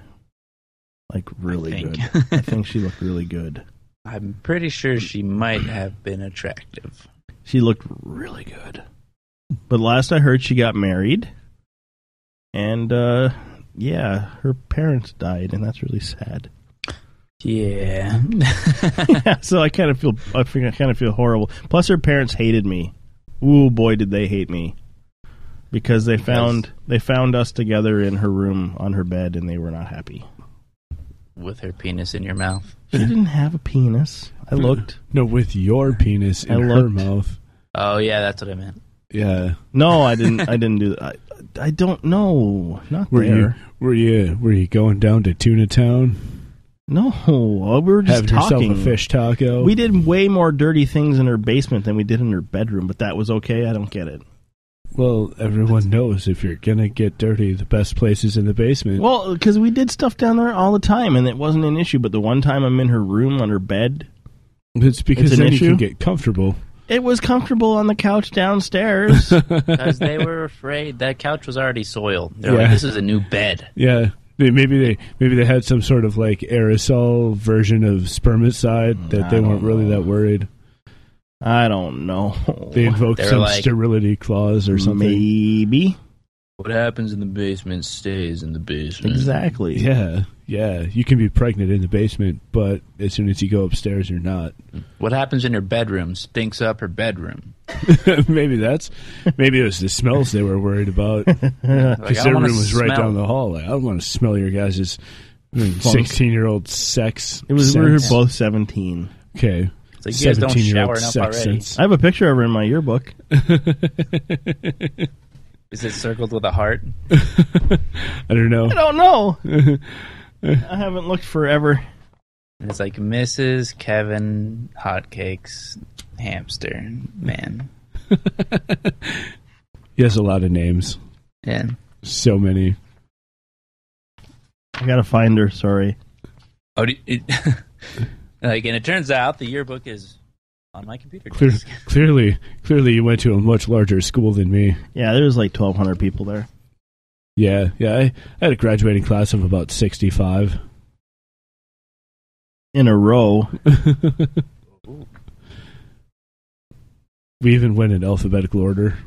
Like really think. good. I think she looked really good. <laughs> I'm pretty sure she might have been attractive. She looked really good. But last I heard she got married. And uh yeah, her parents died and that's really sad. Yeah. <laughs> yeah, so I kind of feel I think I kind of feel horrible. Plus her parents hated me. Ooh boy did they hate me. Because they found they found us together in her room on her bed and they were not happy. With her penis in your mouth. She didn't have a penis. I looked. Hmm. No, with your penis in I her looked. mouth. Oh yeah, that's what I meant. Yeah. No, I didn't I didn't do that. <laughs> I, I don't know. Not Were there. you were you were you going down to Tuna Town? No, we were just Have yourself talking. a fish taco. We did way more dirty things in her basement than we did in her bedroom, but that was okay. I don't get it. Well, everyone knows if you're gonna get dirty, the best place is in the basement. Well, because we did stuff down there all the time, and it wasn't an issue. But the one time I'm in her room on her bed, it's because it's an then you issue? can get comfortable. it was comfortable on the <laughs> couch downstairs. Because they were afraid that couch was already soiled. They're like, Yeah. this is a new bed. Yeah. They- Maybe they maybe they had some sort of like aerosol version of spermicide Mm, that they weren't really that worried. I don't know. They invoked They were some like- sterility clause or something. Maybe What happens in the basement stays in the basement. exactly. Yeah, yeah. You can be pregnant in the basement, but as soon as you go upstairs, you're not. What happens in her bedroom stinks up her bedroom. <laughs> maybe that's maybe it was the smells they were worried about because <laughs> Like, I their room wanna was right smell. down the hall. Like, I don't want to smell your guys' Funk. sixteen-year-old sex. It was- we were sense. both seventeen. Okay, So you guys don't 17-year-old shower enough sex already. sense. I have a picture of her in <laughs> my yearbook. Is it circled with a heart? I don't know. I don't know. <laughs> <laughs> I haven't looked forever. And It's like Mrs. Kevin Hotcakes Hamster Man. He has a lot of names. Yeah. So many. I gotta find her. Sorry. Oh, do it, <laughs> like, and it turns out the yearbook is on my computer. Clear, desk. clearly, clearly, you went to a much larger school than me. Yeah, there was like twelve hundred people there. Yeah, yeah. I, I had a graduating class of about sixty-five in a row. <laughs> we even went in alphabetical order.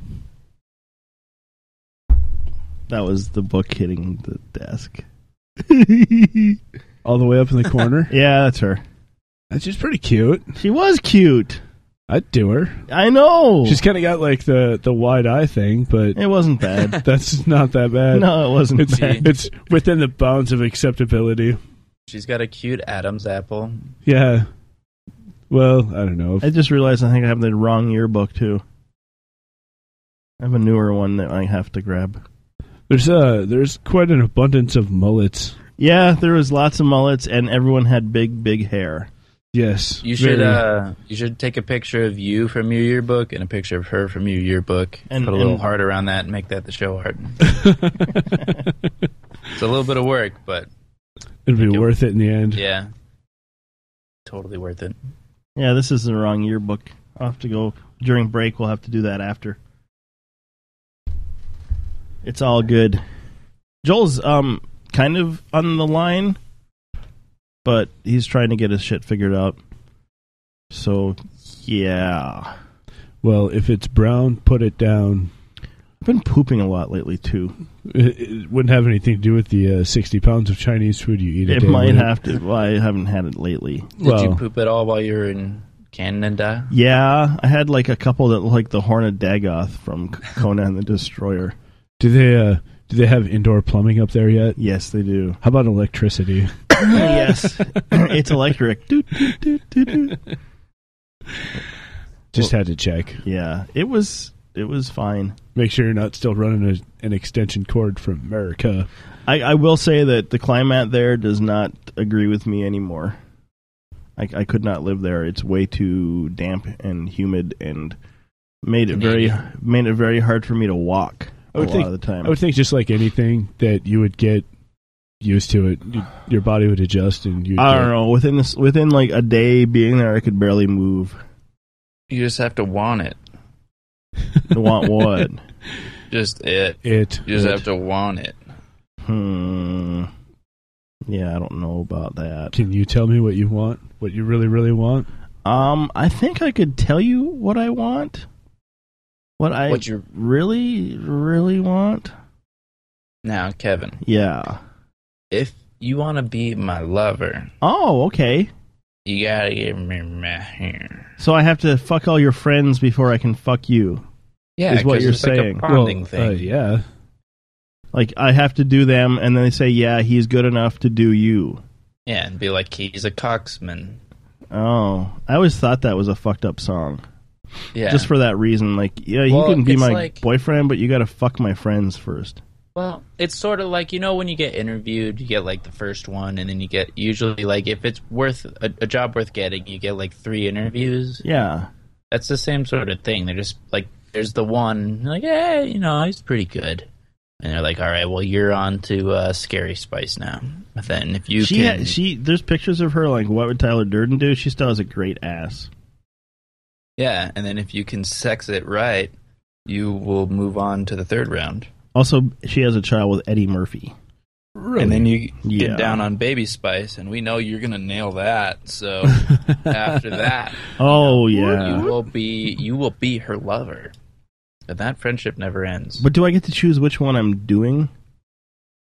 That was the book hitting the desk. <laughs> All the way up in the corner. <laughs> yeah, that's her. She's pretty cute. She was cute. I'd do her. I know. She's kind of got like the the wide eye thing, but it <laughs> wasn't bad. That's not that bad. No, it wasn't It's, bad. it's within the bounds of acceptability. She's got a cute Adam's apple. Yeah. Well, I don't know. I just realized I think I have the wrong yearbook too. I have a newer one that I have to grab. There's uh there's quite an abundance of mullets. Yeah, there was lots of mullets, and everyone had big, big hair. Yes, You should uh, you should take a picture of you from your yearbook and a picture of her from your yearbook. And- And, Put a little and- heart around that and make that the show <laughs> art. it's a little bit of work, but It'd be worth it in the end. yeah, totally worth it. Yeah, this is the wrong yearbook. I'll have to go during break. We'll have to do that after. It's all good. Joel's um kind of on the line, but he's trying to get his shit figured out. So yeah, Well, if it's brown, put it down. I've been pooping a lot lately too. It, it wouldn't have anything to do with the uh, sixty pounds of Chinese food you eat. a It day, might would have to. Well, I haven't had it lately. Did you poop at all while you were in Canada? Yeah, I had like a couple that looked like the Horned Dagoth from Conan the Destroyer. <laughs> Do they uh, do they have indoor plumbing up there yet? Yes, they do. How about <coughs> electricity? yes, <laughs> it's electric. Doot, doot, doot, doot, doot. Just Well- had to check. Yeah, it was it was fine. Make sure you're not still running a, an extension cord from America. I, I will say that the climate there does not agree with me anymore. I, I could not live there. It's way too damp and humid, and made it very made it very hard for me to walk I a would lot think, of the time. I would think just like anything that you would get used to it, you, your body would adjust and you. I don't know. Within this, within like a day being there, I could barely move. You just have to want it. <laughs> I want what? <laughs> Just it. It. You just It. have to want it. Hmm. Yeah, I don't know about that. Can you tell me what you want? What you really, really want? Um, I think I could tell you what I want. What I What you- really, really want. Now, Kevin, Yeah. if you want to be my lover, Oh, okay. you gotta give me my hair. So I have to fuck all your friends before I can fuck you. Yeah, is what 'cause you're it's like a saying. bonding Well, thing. uh, yeah. Like I have to do them, and then they say, "Yeah, he's good enough to do you." Yeah, and be like he's a coxman. Oh, I always thought that was a fucked up song. Yeah. Just for that reason, like, yeah, you Well, can be it's my like- boyfriend, but you got to fuck my friends first. Well, it's sort of like you know when you get interviewed, you get like the first one, and then you get usually like if it's worth a, a job worth getting, you get like three interviews. Yeah. That's the same sort of thing. They're just like there's the one like hey, you know he's pretty good, and they're like all right, well you're on to uh, Scary Spice now. But then if you she can, ha- she there's pictures of her like what would Tyler Durden do? She still has a great ass. yeah, and then if you can sex it right, you will move on to the third round, Also, she has a child with Eddie Murphy. Really? and then you Yeah. get down on Baby Spice, and we know you're gonna nail that. <laughs> So after that. Oh You yeah. will be you will be her lover. And that friendship never ends. But do I get to choose which one I'm doing?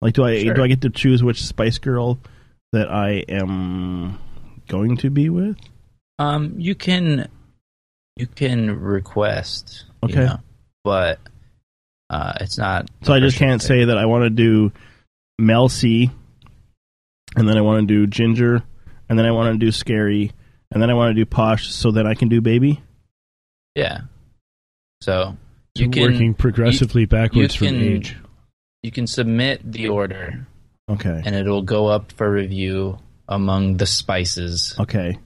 Like do I Sure. do I get to choose which Spice Girl that I am going to be with? Um you can You can request. you Okay. know, but uh, it's not. So I just can't say that I want to do Mel C, and then I want to do Ginger, and then I want to do Scary, and then I want to do Posh, so that I can do Baby. Yeah. So you It's can working progressively you- backwards you from can- age. You can submit the order. Okay. And it'll go up for review among the spices. Okay.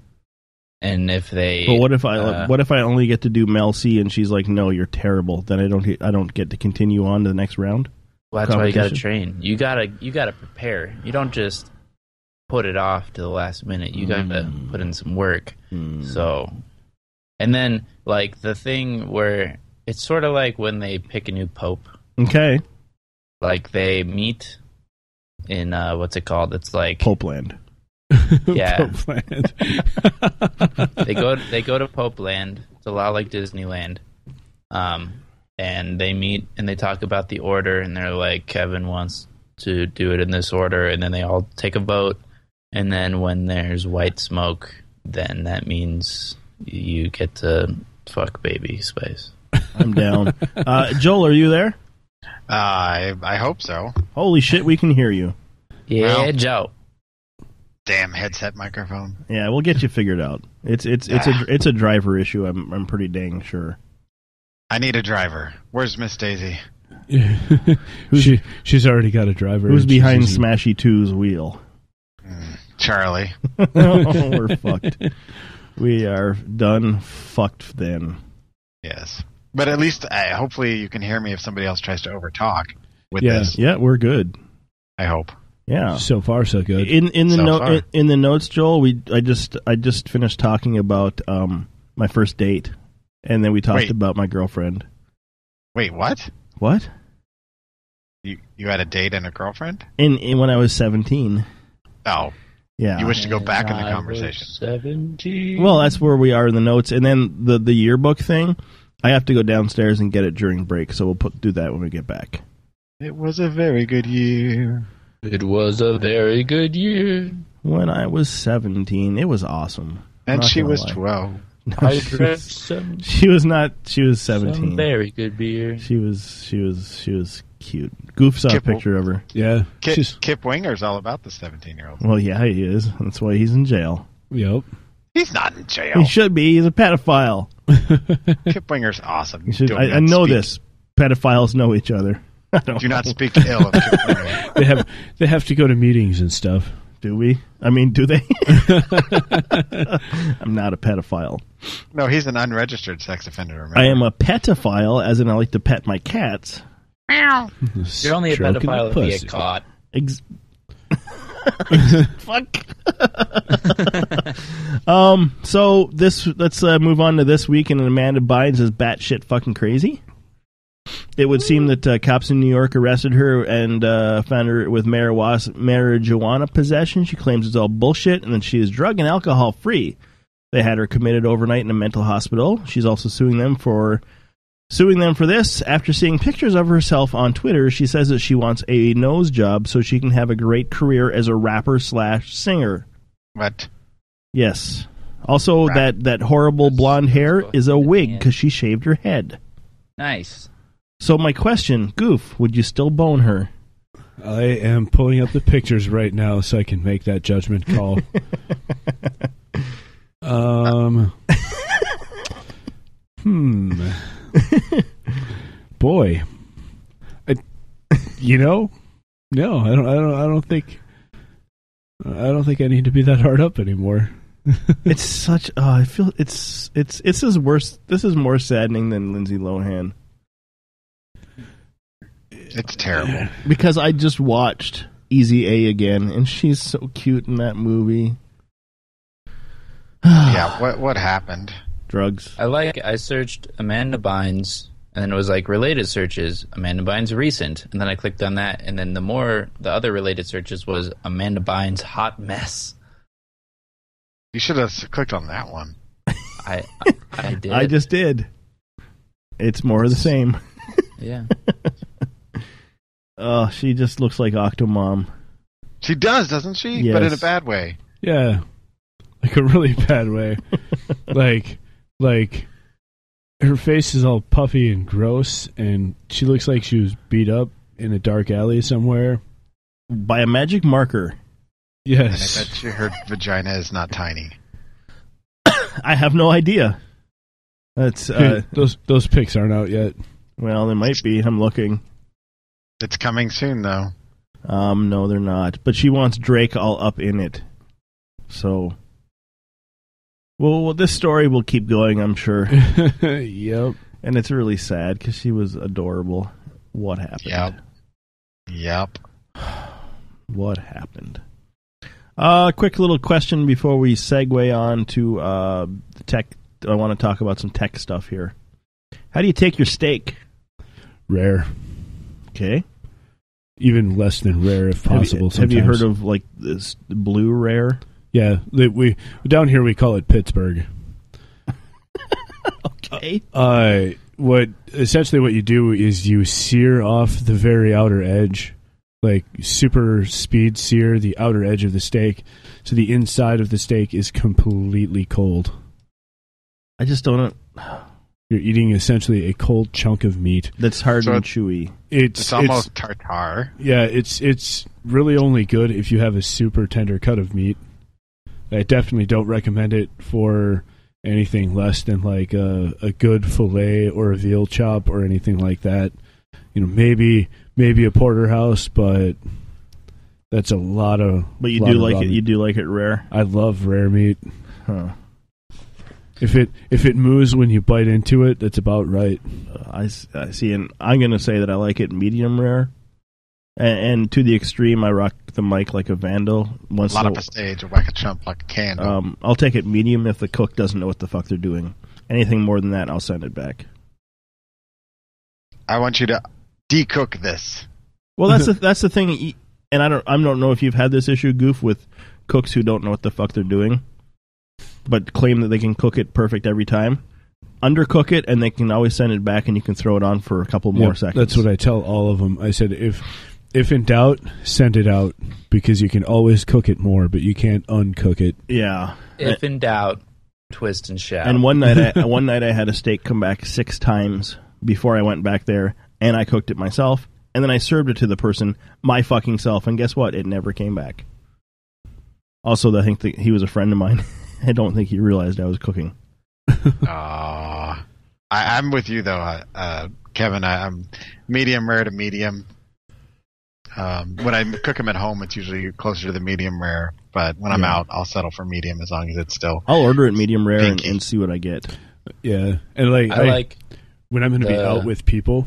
And if they, But what if I uh, what if I only get to do Mel C and she's like, "No, you're terrible." Then I don't get- I don't get to continue on to the next round. Well, that's why you gotta Competition? train. You gotta you gotta prepare. You don't just put it off to the last minute. You gotta Hmm. put in some work. So, and then like the thing where it's sort of like when they pick a new pope. Okay. Like they meet in uh, what's it called? It's like Popeland. Yeah, Popeland. <laughs> they go they go to Pope Land. It's a lot like Disneyland. Um, and they meet and they talk about the order and they're like Kevin wants to do it in this order and then they all take a vote and then when there's white smoke, then that means you get to fuck baby space. I'm <laughs> down. uh, Joel, are you there? Uh, I I hope so. Holy shit, we can hear you. Yeah, Well, Joe. Damn headset microphone. Yeah, we'll get you figured out. It's it's it's Ah. a it's a driver issue. I'm I'm pretty dang sure. I need a driver. Where's Miss Daisy? <laughs> she, she's already got a driver. Who's and she's behind using- Smashy 2's E wheel? Mm, Charlie. <laughs> oh, <laughs> we're fucked. We are done fucked then. Yes. But at least uh, hopefully you can hear me if somebody else tries to overtalk with yeah. this. Yeah, we're good. I hope. Yeah. So far, so good. In in the So note far. in, in the notes, Joel, we I just I just finished talking about um my first date and then we talked Wait. about my girlfriend. Wait, what? What? You you had a date and a girlfriend? In, in when I was 17. Oh. Yeah. You wish to go back in the I was conversation. 17. Well, that's where we are in the notes, and then the the yearbook thing. I have to go downstairs and get it during break, so we'll put, do that when we get back. It was a very good year. It was a very good year. When I was seventeen, it was awesome. And Not she gonna was lie. 12. No, I she, drank was, some she was not. She was some seventeen. very good beer. She was. She was. She was cute. Goof's saw a Kip- picture of her. Yeah. Kip, Kip Winger's all about the 17 <laughs> year old. Well, yeah, he is. That's why he's in jail. Yep. He's not in jail. He should be. He's a pedophile. Kip Winger's awesome. He should. Do I, not I know speak- this. Pedophiles know each other. <laughs> I don't Do not know. speak ill of Kip Winger. They have they have to go to meetings and stuff. <laughs> Do we? I mean, do they? <laughs> I'm not a pedophile. No, he's an unregistered sex offender. <sighs> Remember? I am a petophile, as in I like to pet my cats. You're only Stroking a the pedophile if you pussy. get caught. Ex- Fuck. <laughs> um. So this, let's uh, move on to this week, and Amanda Bynes is batshit fucking crazy. It would seem that uh, cops in New York arrested her and uh, found her with marijuana, marijuana possession. She claims it's all bullshit, and that she is drug and alcohol free. They had her committed overnight in a mental hospital. She's also suing them for Suing them for this, after seeing pictures of herself on Twitter, she says that she wants a nose job so she can have a great career as a rapper slash singer. What? Yes. Also, that that horrible blonde hair is a wig because she shaved her head. Nice. So my question, Goof, would you still bone her? I am pulling up the pictures right now so I can make that judgment <laughs> call. um. hmm. Boy, I, you know, no, I don't. I don't. I don't think. I don't think I need to be that hard up anymore. <laughs> it's such. Oh, I feel it's it's it's is worse. This is more saddening than Lindsay Lohan It's terrible. because I just watched Easy A again, and she's so cute in that movie. yeah. What What happened? Drugs. I like. I searched Amanda Bynes, and then it was like related searches. Amanda Bynes recent, and then I clicked on that, and then the more the other related searches was Amanda Bynes hot mess. You should have clicked on that one. I <laughs> I did. I just did. It's more of the same. <laughs> yeah. Oh, she just looks like Octomom. She does, doesn't she? But in a Yes. bad way. <laughs> <laughs> Yeah, like a really bad way. like, like her face is all puffy and gross, and she looks like she was beat up in a dark alley somewhere by a magic marker. Yes, And I bet you her vagina is not tiny. I have no idea. That's uh, Dude, those those pics aren't out yet. Well, they might be. I'm looking. It's coming soon, though. Um, no, they're not. But she wants Drake all up in it. So, well, well this story will keep going, I'm sure. <laughs> yep. And it's really sad because she was adorable. What happened? Yep. Yep. <sighs> What happened? Uh, quick little question before we segue on to uh, the tech. I want to talk about some tech stuff here. How do you take your steak? Rare. Okay. Even less than rare, if Have you- possible. Have you, sometimes. heard of like this blue rare? Yeah, they, we down here we call it Pittsburgh. <laughs> okay. Uh, what essentially what you do is you sear off the very outer edge, like super speed sear the outer edge of the steak, so the inside of the steak is completely cold. I just don't. You're eating essentially a cold chunk of meat that's hard So and it- chewy. It's, It's almost tartar. Yeah, it's it's really only good if you have a super tender cut of meat. I definitely don't recommend it for anything less than like a, a good fillet or a veal chop or anything like that. You know, maybe maybe a porterhouse, but that's a lot of. But you lot do of like raw it. meat. You do like it rare. I love rare meat. Huh. If it if it moves when you bite into it, that's about right. Uh, I, s- I see, and I'm going to say that I like it medium rare. And, and to the extreme, I rock the mic like a vandal. <laughs> Once lot in up a stage, whack a chump like a candle. um, I'll take it medium if the cook doesn't know what the fuck they're doing. Anything more than that, I'll send it back. I want you to decook this. Well, that's the, that's the thing, y- and I don't I don't know if you've had this issue, Goof, with cooks who don't know what the fuck they're doing, but claim that they can cook it perfect every time. Undercook it, and they can always send it back, and you can throw it on for a couple more Yeah, seconds. That's what I tell all of them. I said, if if in doubt, send it out because you can always cook it more, but you can't uncook it. Yeah. If in doubt, twist and shout. And one night, I, <laughs> one night I had a steak come back six times before I went back there, and I cooked it myself, and then I served it to the person, my fucking self, and guess what? It never came back. Also, I think that he was a friend of mine. <laughs> I don't think he realized I was cooking. Aw. I, I'm with you though, uh, uh, Kevin. I, I'm medium rare to medium. Um, when I cook them at home, it's usually closer to the medium rare. But when I'm Yeah. out, I'll settle for medium as long as it's still. I'll order it medium rare and, and see what I get. Yeah, and like I like when I'm going to be the- out with people.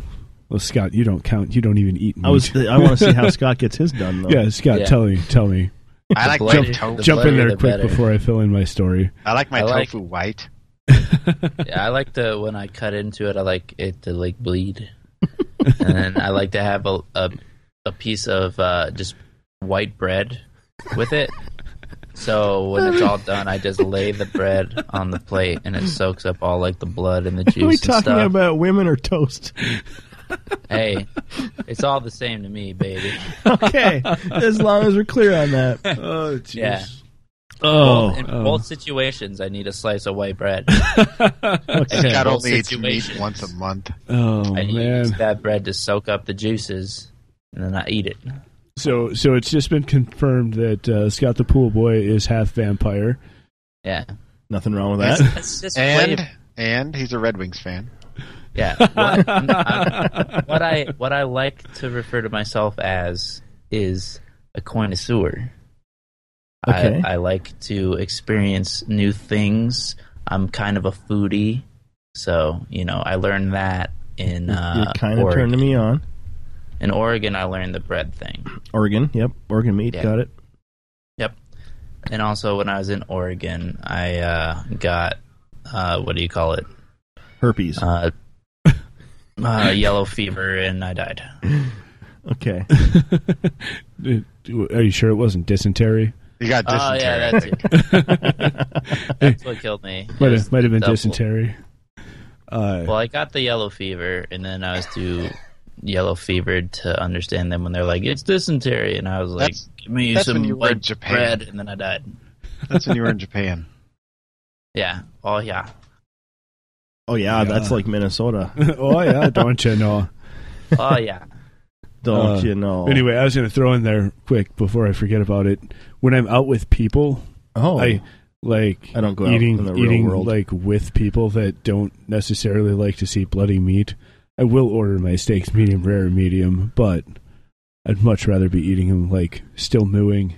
Well, Scott, you don't count. You don't even eat. Meat. I was. I want to <laughs> see how Scott gets his done though. yeah, Scott, Yeah. tell me, tell me. I like jump, the bloodier- the jump in bloodier there the quick better. before I fill in my story. I like my I like- tofu white. <laughs> yeah, I like to when I cut into it, I like it to like <laughs> bleed, and then I like to have a a, a piece of uh, just white bread with it. So when it's all done, I just lay the bread on the plate, and it soaks up all like the blood and the juice Are we and talking stuff. about women or toast? hey, it's all the same to me, baby. okay, as long as we're clear on that. Oh, Yeah. Oh, Both- in oh. both situations, I need a slice of white <laughs> bread. Okay. Scott Both only eats meat situations. once a month. Oh I man. use that bread to soak up the juices, and then I eat it. So, so it's just been confirmed that uh, Scott the pool boy is half vampire. Yeah. Nothing wrong with that. and and he's a Red Wings fan. <laughs> Yeah. What, I'm- what I what I like to refer to myself as is a connoisseur. Okay. I, I like to experience new things. I'm kind of a foodie, so you know I learned that in You're uh, kind of Oregon. turning me on. in Oregon. I learned the bread thing. Oregon, yep. Oregon meat, Yeah. got it. Yep. And also, when I was in Oregon, I uh, got uh, what do you call it? Herpes. Uh, <laughs> uh, yellow fever, and I died. Okay. <laughs> Are you sure it wasn't dysentery? You got Oh, yeah, dysentery, that's <laughs> it. that's what killed me. It Might have, was might have been double. dysentery. Uh, Well, I got the yellow fever, and then I was too yellow fevered to understand them when they're like, "It's dysentery," and I was like, That's- "Give me that's some when you were in white Japan. bread," and then I died. <laughs> That's when you were in Japan. Yeah. Oh yeah. Oh yeah, that's like <laughs> Minnesota. <laughs> oh yeah, don't you know? Oh yeah. Don't Uh, you know? Anyway, I was going to throw in there quick before I forget about it. When I'm out with people, Oh. I like I don't go out eating in the real eating world. like with people that don't necessarily like to see bloody meat. I will order my steaks medium rare, medium, but I'd much rather be eating them like still mooing.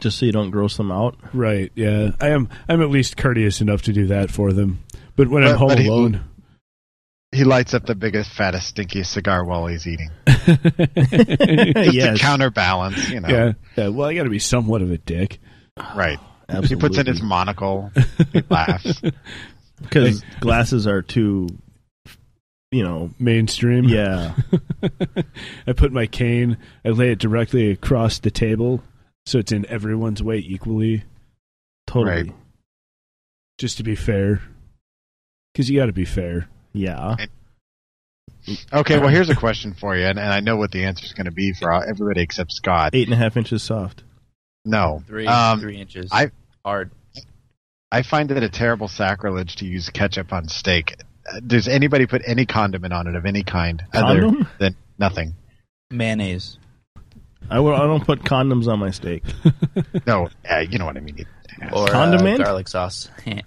Just so you don't gross them out. Right? Yeah, I am. I'm at least courteous enough to do that for them. But when I'm But- home but he- alone, He lights up the biggest, fattest, stinkiest cigar while he's <laughs> eating. Just Yes. to counterbalance, you know. yeah, yeah. Well, I got to be somewhat of a dick. <sighs> Right. He puts in Absolutely. his monocle. <laughs> He laughs. because glasses are too, you know, mainstream. Yeah, <laughs> I put my cane, I lay it directly across the table so it's in everyone's way equally. Totally. Just to be fair. Because you got to be fair. Yeah. Okay, well, here's a question for you, and, and I know what the answer is going to be for all- everybody except Scott. eight and a half inches soft. No, Um, Three- three inches. I hard. I find it a terrible sacrilege to use ketchup on steak. Uh, Does anybody put any condiment on it of any kind Condom? other than nothing? Mayonnaise. I will, I don't put condoms on my <laughs> steak. no, uh, you know what I mean. Or uh, Condiment? garlic sauce. <laughs> Any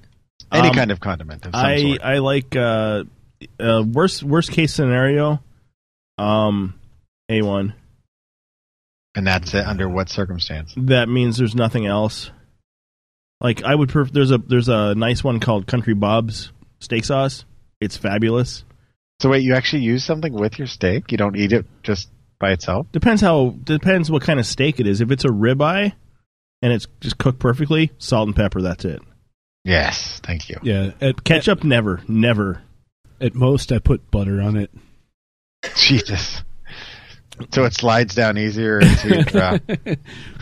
Um, kind of condiment. Of some I sort. I like uh, uh, worst worst case scenario, um, a one. And that's it. Under what circumstance? That means there's nothing else. Like I would pref- there's a there's a nice one called Country Bob's steak sauce. It's fabulous. So wait, you actually use something with your steak? You don't eat it just by itself? Depends how depends what kind of steak it is. If it's a ribeye and it's just cooked perfectly, salt and pepper, that's it. Yes, thank you. Yeah. At, Ketchup never, never. At most, I put butter on it. Jesus. So it slides down easier into <laughs> your drop.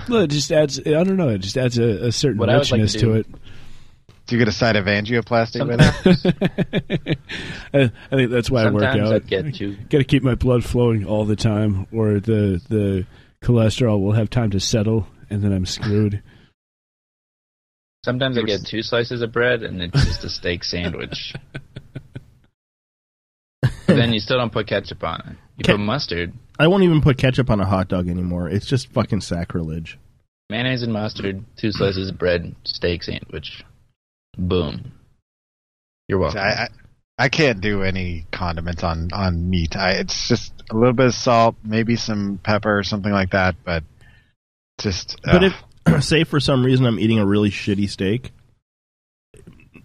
No, it just adds, I don't know, it just adds a, a certain What I would like richness to to do- it. Do you get a side of angioplasty with it? I, I think that's why I Sometimes work I out. get too- Got to keep my blood flowing all the time, or the the cholesterol will have time to settle, and then I'm screwed. Sometimes I get two slices of bread and it's just a <laughs> steak sandwich. but then you still don't put ketchup on it. You put mustard, I won't even put ketchup on a hot dog anymore. It's just fucking sacrilege. mayonnaise and mustard, two slices of bread, steak sandwich. Boom. You're welcome. I, I, I can't do any condiments on, on meat. I, it's just a little bit of salt, maybe some pepper or something like that, but <laughs> just. But uh, if <clears throat> say for some reason I'm eating a really shitty steak,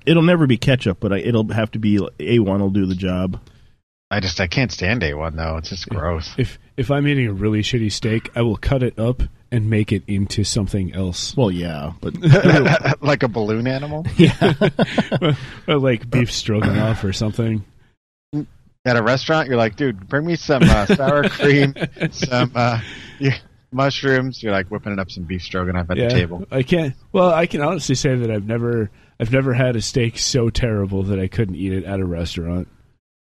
it'll never be ketchup, but I, it'll have to be a one will do the job. I just I can't stand a one though. It's just gross. If if I'm eating a really shitty steak, I will cut it up and make it into something else. Well, yeah, but like a balloon animal? <laughs> yeah, <laughs> or like beef stroganoff or something. At a restaurant, you're like, dude, bring me some uh, sour <laughs> cream, some uh, y- mushrooms. You're like whipping it up some beef stroganoff at yeah, the table. I can't. Well, I can honestly say that I've never I've never had a steak so terrible that I couldn't eat it at a restaurant.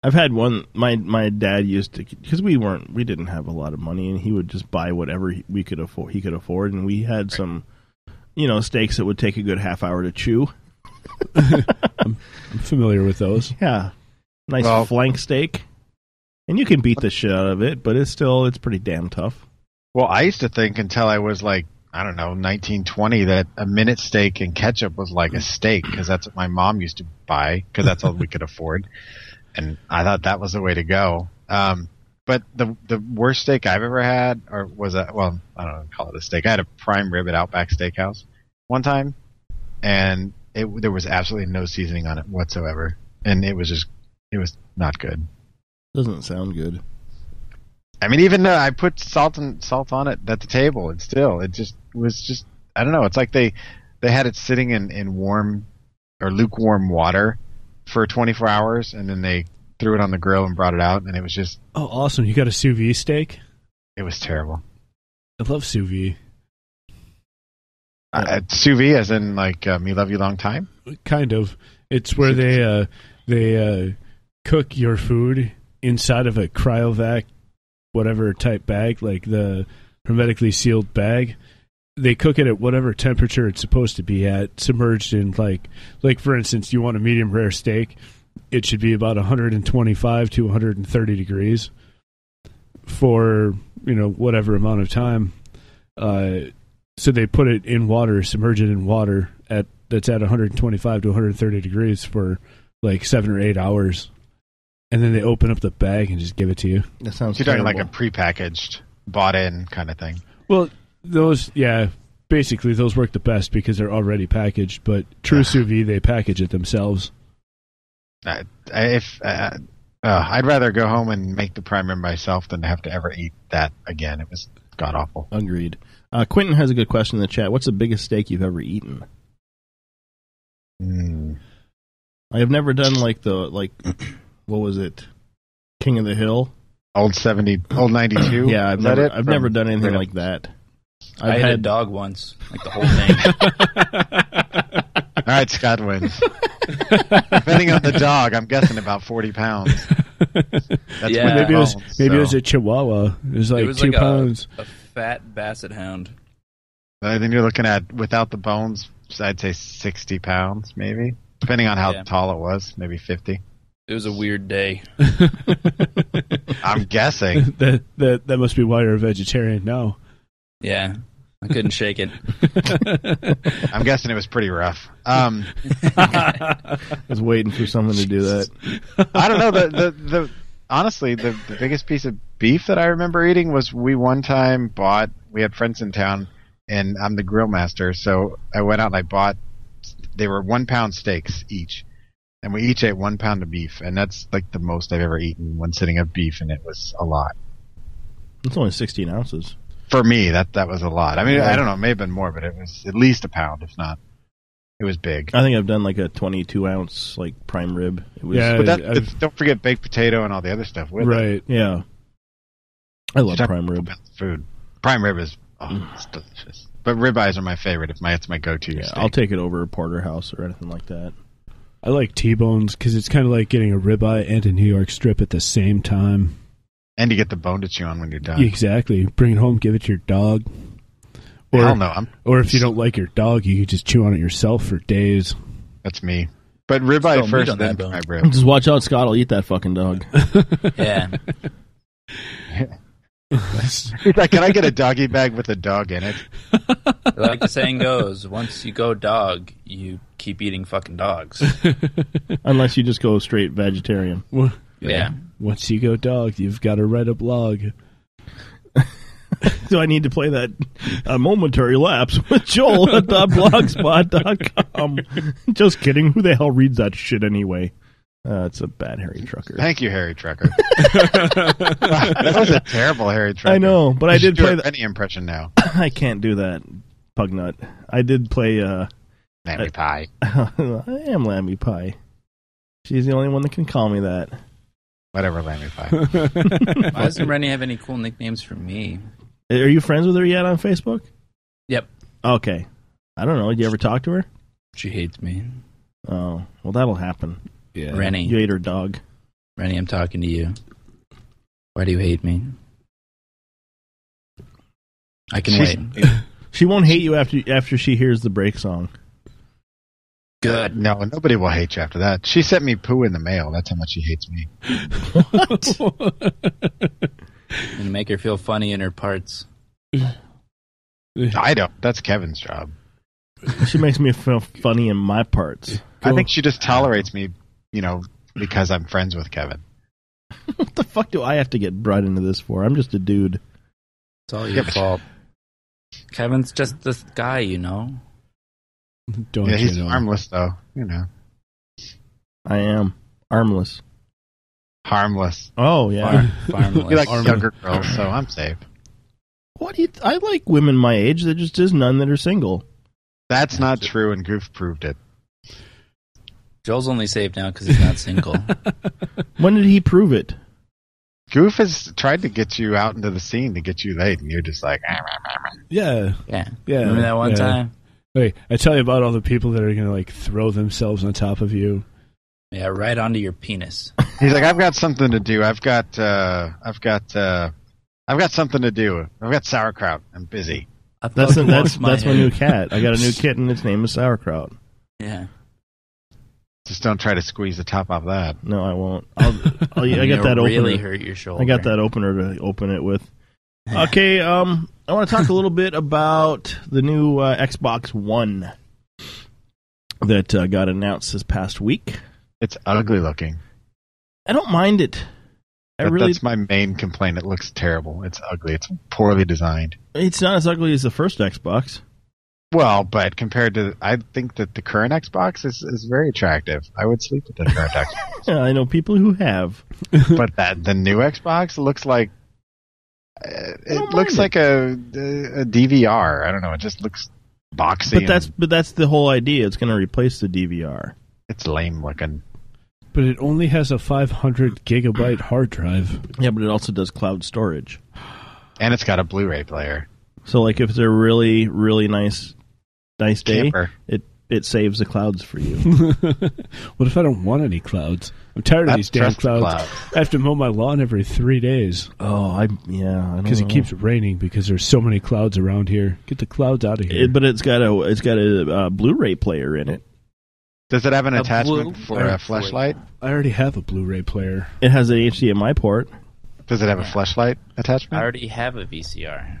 I've had one. My my dad used to because we weren't we didn't have a lot of money, and he would just buy whatever he- we could afford. He could afford, and we had some, you know, steaks that would take a good half hour to chew. I'm familiar with those. Yeah, nice Well- flank steak, and you can beat the shit out of it, but it's still it's pretty damn tough. Well, I used to think until I was like, I don't know, 1920, that a minute steak and ketchup was like a steak because that's what my mom used to buy because that's all we could afford. And I thought that was the way to go. Um, but the the worst steak I've ever had, or was a well, I don't know, call it a steak. I had a prime rib at Outback Steakhouse one time, and it there was absolutely no seasoning on it whatsoever, and it was just it was not good. Doesn't sound good. I mean, even though I put salt and salt on it at the table, and still, it just was just I don't know. It's like they they had it sitting in in warm or lukewarm water for 24 hours, and then they threw it on the grill and brought it out, and it was just Oh, awesome! You got a sous vide steak? it was terrible. I love sous vide. Uh, sous vide, as in like um, you love you long time. Kind of. It's where they uh, they uh, cook your food inside of a cryovac, whatever type bag, like the hermetically sealed bag. They cook it at whatever temperature it's supposed to be at, submerged in like like for instance, you want a medium rare steak. it should be about 125 to 130 degrees for you know whatever amount of time. Uh, so they put it in water, submerge it in water at that's at 125 to 130 degrees for like seven or eight hours, and then they open up the bag and just give it to you. That sounds. You're talking like a prepackaged, bought in kind of thing. Well, those yeah, basically those work the best because they're already packaged. But true sous vide, they package it themselves. I, I- if uh, uh, I'd rather go home and make the primer myself than to have to ever eat that again. It was god awful. Agreed. Uh, Quentin has a good question in the chat. What's the biggest steak you've ever eaten? Hmm. I have never done like the like, <clears throat> what was it, King of the Hill, old seventy, old ninety two. <clears throat> yeah, I've Is that never, it? I've From- never done right anything up- like that. i had, a dog once, like the whole thing. <laughs> All right, Scott wins. Depending on the dog, I'm guessing about forty <laughs> pounds. That's Yeah. what maybe it was bones, maybe it was so- a Chihuahua. It was like it was two like pounds. A, a fat basset hound. I think you're looking at without the bones. I'd say sixty pounds, maybe, depending on how Yeah. tall it was, maybe fifty. It was a <laughs> weird day. I'm guessing. that that that must be why you're a vegetarian now. Yeah, I couldn't shake it. I'm guessing it was pretty rough. Um, <laughs> I was waiting for someone to do that. I don't know. The, the, the honestly, the, the biggest piece of beef that I remember eating was we one time bought. We had friends in town, and I'm the grill master, so I went out and I bought. They were one pound steaks each, and we each ate one pound of beef, and that's like the most I've ever eaten one sitting of beef, and it was a lot It's only sixteen ounces. for me. That that was a lot. I mean, Yeah. I don't know, it may have been more, but it was at least a pound, if not. It was big. I think I've done like a twenty-two ounce like prime rib. It was, but that, don't forget baked potato and all the other stuff with it. right? Yeah, I love prime rib. food. Prime rib is Mm. oh, it's delicious. But ribeyes are my favorite. If my it's my go-to. Yeah, I'll take it over a porterhouse or anything like that. I like T-bones because it's kind of like getting a ribeye and a New York strip at the same time. And you get the bone to chew on when you're done. Exactly. Bring it home, give it to your dog. Hell no, I'm- or if you don't like your dog, you can just chew on it yourself for days. That's me. But ribeye Still meat first, on then that prime bone. rib. <laughs> Just watch out, Scott. will eat that fucking dog. <laughs> <laughs> Yeah. <laughs> He's like, <laughs> can I get a doggy bag with a dog in it? Like the saying goes, once you go dog, you keep eating fucking <laughs> dogs. Unless you just go straight vegetarian. Well, Yeah. Once you go dog, you've got to write a blog. Do I need to play that uh, momentary lapse <laughs> with Joel at the blogspot.com? <laughs> Just kidding. Who the hell reads that shit anyway? Uh, it's a bad Harry Trucker. Thank you, Harry <laughs> Trucker. <laughs> that was a terrible Harry Trucker. I know, but I You should did do play a that- Any impression now? <laughs> I can't do that, Pugnut. I did play. Uh, Lammy Pie. <laughs> I am Lammy Pie. She's the only one that can call me that. Whatever, Lammy Pie. <laughs> Why <laughs> doesn't Rennie have any cool nicknames for me? Are you friends with her yet on Facebook? Yep. Okay. I don't know. Did you ever talk to her? She hates me. Oh, well, that'll happen. Yeah. Rennie. You ate her dog. Rennie, I'm talking to you. Why do you hate me? I can She's- wait. <laughs> She won't hate you after after she hears the break song. Good. No, nobody will hate you after that. She sent me poo in the mail. That's how much she hates me. <laughs> And make her feel funny in her parts. I don't. That's Kevin's job. She makes me feel funny in my parts. I think she just tolerates me, you know, because I'm friends with Kevin. what the fuck do I have to get brought into this for? I'm just a dude. It's all your fault. Kevin's just this guy, you know. Don't yeah, he's you know? harmless though, you know. I am armless. Harmless. Oh yeah. Farm- You like younger girls, so I'm safe. What do you? I like women my age. There just is none that are single. That's not true, and Goof proved it. Joel's only saved now because he's not single. <laughs> When did he prove it? Goof has tried to get you out into the scene to get you laid, and you're just like, "Ah, rah, rah, rah." Yeah. Yeah. Yeah. Remember that one yeah. time? Hey, I tell you about all the people that are going to like throw themselves on top of you. Yeah, right onto your penis. he's like, I've got something to do. I've got, uh, I've got, uh, I've got something to do. I've got sauerkraut. I'm busy. I That's fucking that's lost <laughs> my <laughs> that's my head. new cat. I got a new kitten. Its name is Sauerkraut. Yeah. Just don't try to squeeze the top off that. No, I won't. I'll, I'll, I got that opener. Really hurt your shoulder. I got that opener to open <laughs> it with. Okay, um, I want to talk a little bit about the new uh, Xbox One that uh, got announced this past week. It's ugly looking. I don't mind it. I That- really, That's my main complaint. It looks terrible. It's ugly. It's poorly designed. it's not as ugly as the first Xbox. Well, but compared to, I think that the current Xbox is, is very attractive. I would sleep with the <laughs> current Xbox. Yeah, I know people who have. <laughs> but that the new Xbox looks like uh, it looks like a, a DVR. I don't know. It just looks boxy. But that's but that's the whole idea. It's going to replace the DVR. It's lame looking. But it only has a 500 gigabyte hard drive. <laughs> Yeah, but it also does cloud storage. And it's got a Blu-ray player. So like if it's a really really nice nice day, Camper. it it saves the clouds for you. <laughs> What if I don't want any clouds? I'm tired of Not these damn just clouds. clouds. I have to mow my lawn every three days. Oh, I yeah, because it know. keeps raining because there's so many clouds around here. Get the clouds out of here. It- but it's got a it's got a uh, Blu-ray player in it. Does it have an A attachment blue- for I- a flashlight? I already have a Blu-ray player. It has an HDMI port. Does it have a flashlight I attachment? already have <laughs> a VCR.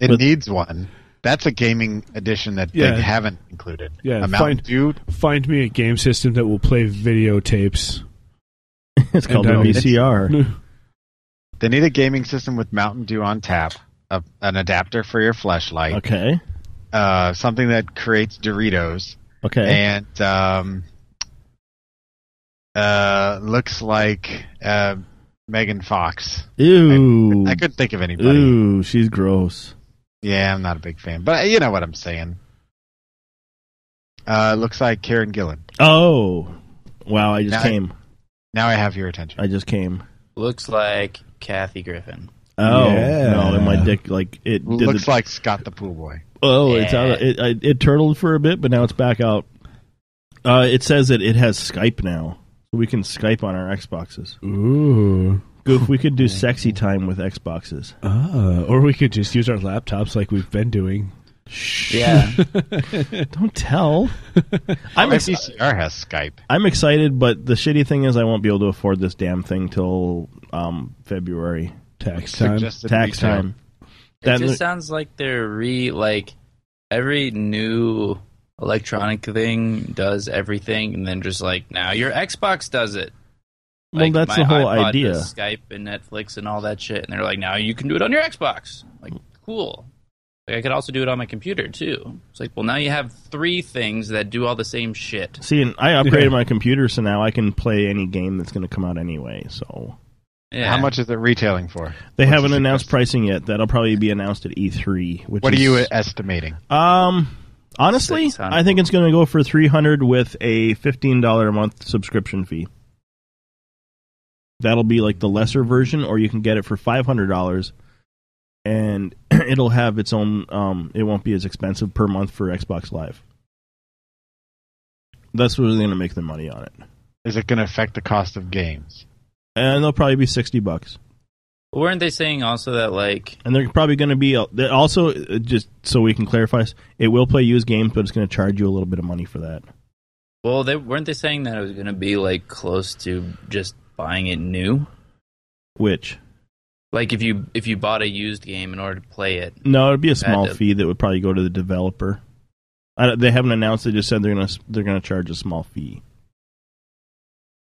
It needs one. That's a gaming edition that Yeah. they haven't included. Yeah, a Mountain find find me a game system that will play videotapes. <laughs> it's called a VCR. They need a gaming system with Mountain Dew on tap, a, an adapter for your flashlight. Okay. Uh, something that creates Doritos. Okay. And um, uh, looks like uh, Megan Fox. Ew. I couldn't think of anybody. Ooh, she's gross. Yeah, I'm not a big fan, but you know what I'm saying. Uh, looks like Karen Gillan. Oh, wow! I just Now I- came. now I have your attention. I just came. Looks like Kathy Griffin. Oh Yeah. no! And my dick like it did looks the- like Scott the Pool Boy. Oh, it's out. Of, it, it it turtled for a bit, but now it's back out. Uh, it says that it has Skype now, so we can Skype on our Xboxes. Ooh. Goof, we could do sexy time with Xboxes. Ah, or we could just use our laptops like we've been doing. Yeah. Don't <laughs> tell. I'm My ex- VCR E has Skype. I'm excited, but the shitty thing is I won't be able to afford this damn thing till um, February tax time. Suggested Tax retail. time. it That just lo- sounds like they're re like every new electronic thing does everything, and then just like now your Xbox does it. Well, Like, that's my the whole iPod idea. does Skype and Netflix and all that shit, and they're like now you can do it on your Xbox. Like cool. Like I could also do it on my computer too. It's like well now you have three things that do all the same shit. See, and I upgraded Yeah. my computer, so now I can play any game that's going to come out anyway. So How much is it retailing for? they haven't announced pricing yet. That'll probably be announced at E3. Which What are is- you estimating? Um, honestly, I think it's going to go for three hundred with a fifteen dollar a month subscription fee. That'll be like the lesser version, or you can get it for five hundred dollars, and <clears throat> it'll have its own. Um, it won't be as expensive per month for Xbox Live. That's where they're going to make their money on it, Is it going to affect the cost of games? and they'll probably be sixty bucks. Weren't they saying also that like And they're probably going to be they're also uh, just so we can clarify. It will play used games, but it's going to charge you a little bit of money for that. well they weren't they saying that it was going to be like close to just buying it new? Which Like if you if you bought a used game in order to play it. No, it'd be a you had small to- fee that would probably go to the developer. I, don't- they haven't announced. They just said they're gonna they're gonna charge a small fee.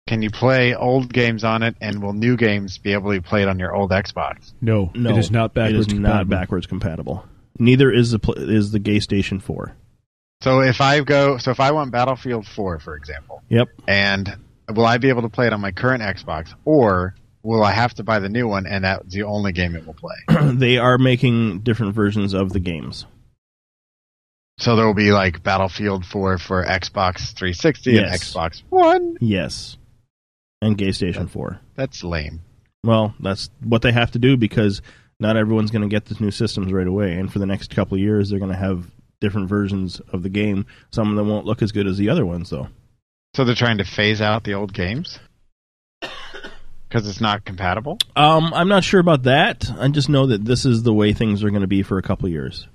Can you play old games on it, and will new games be able to be played on your old Xbox? No, No, it is not it backwards. is not compatible. backwards compatible. Neither is the pl- is the Gay Station Four. So if I go, so if I want Battlefield 4, for example, Yep. <clears throat> and will I be able to play it on my current Xbox, or will I have to buy the new one, and that's the only game it will play? they are making different versions of the games. So there will be like Battlefield 4 for Xbox 360 and Yes. Xbox One. Yes, and Gay Station Four. That's lame. Well, that's what they have to do because not everyone's going to get the new systems right away. And for the next couple of years, they're going to have different versions of the game. Some of them won't look as good as the other ones, though. So they're trying to phase out the old games because it's not compatible. Um, I'm not sure about that. I just know that this is the way things are going to be for a couple of years.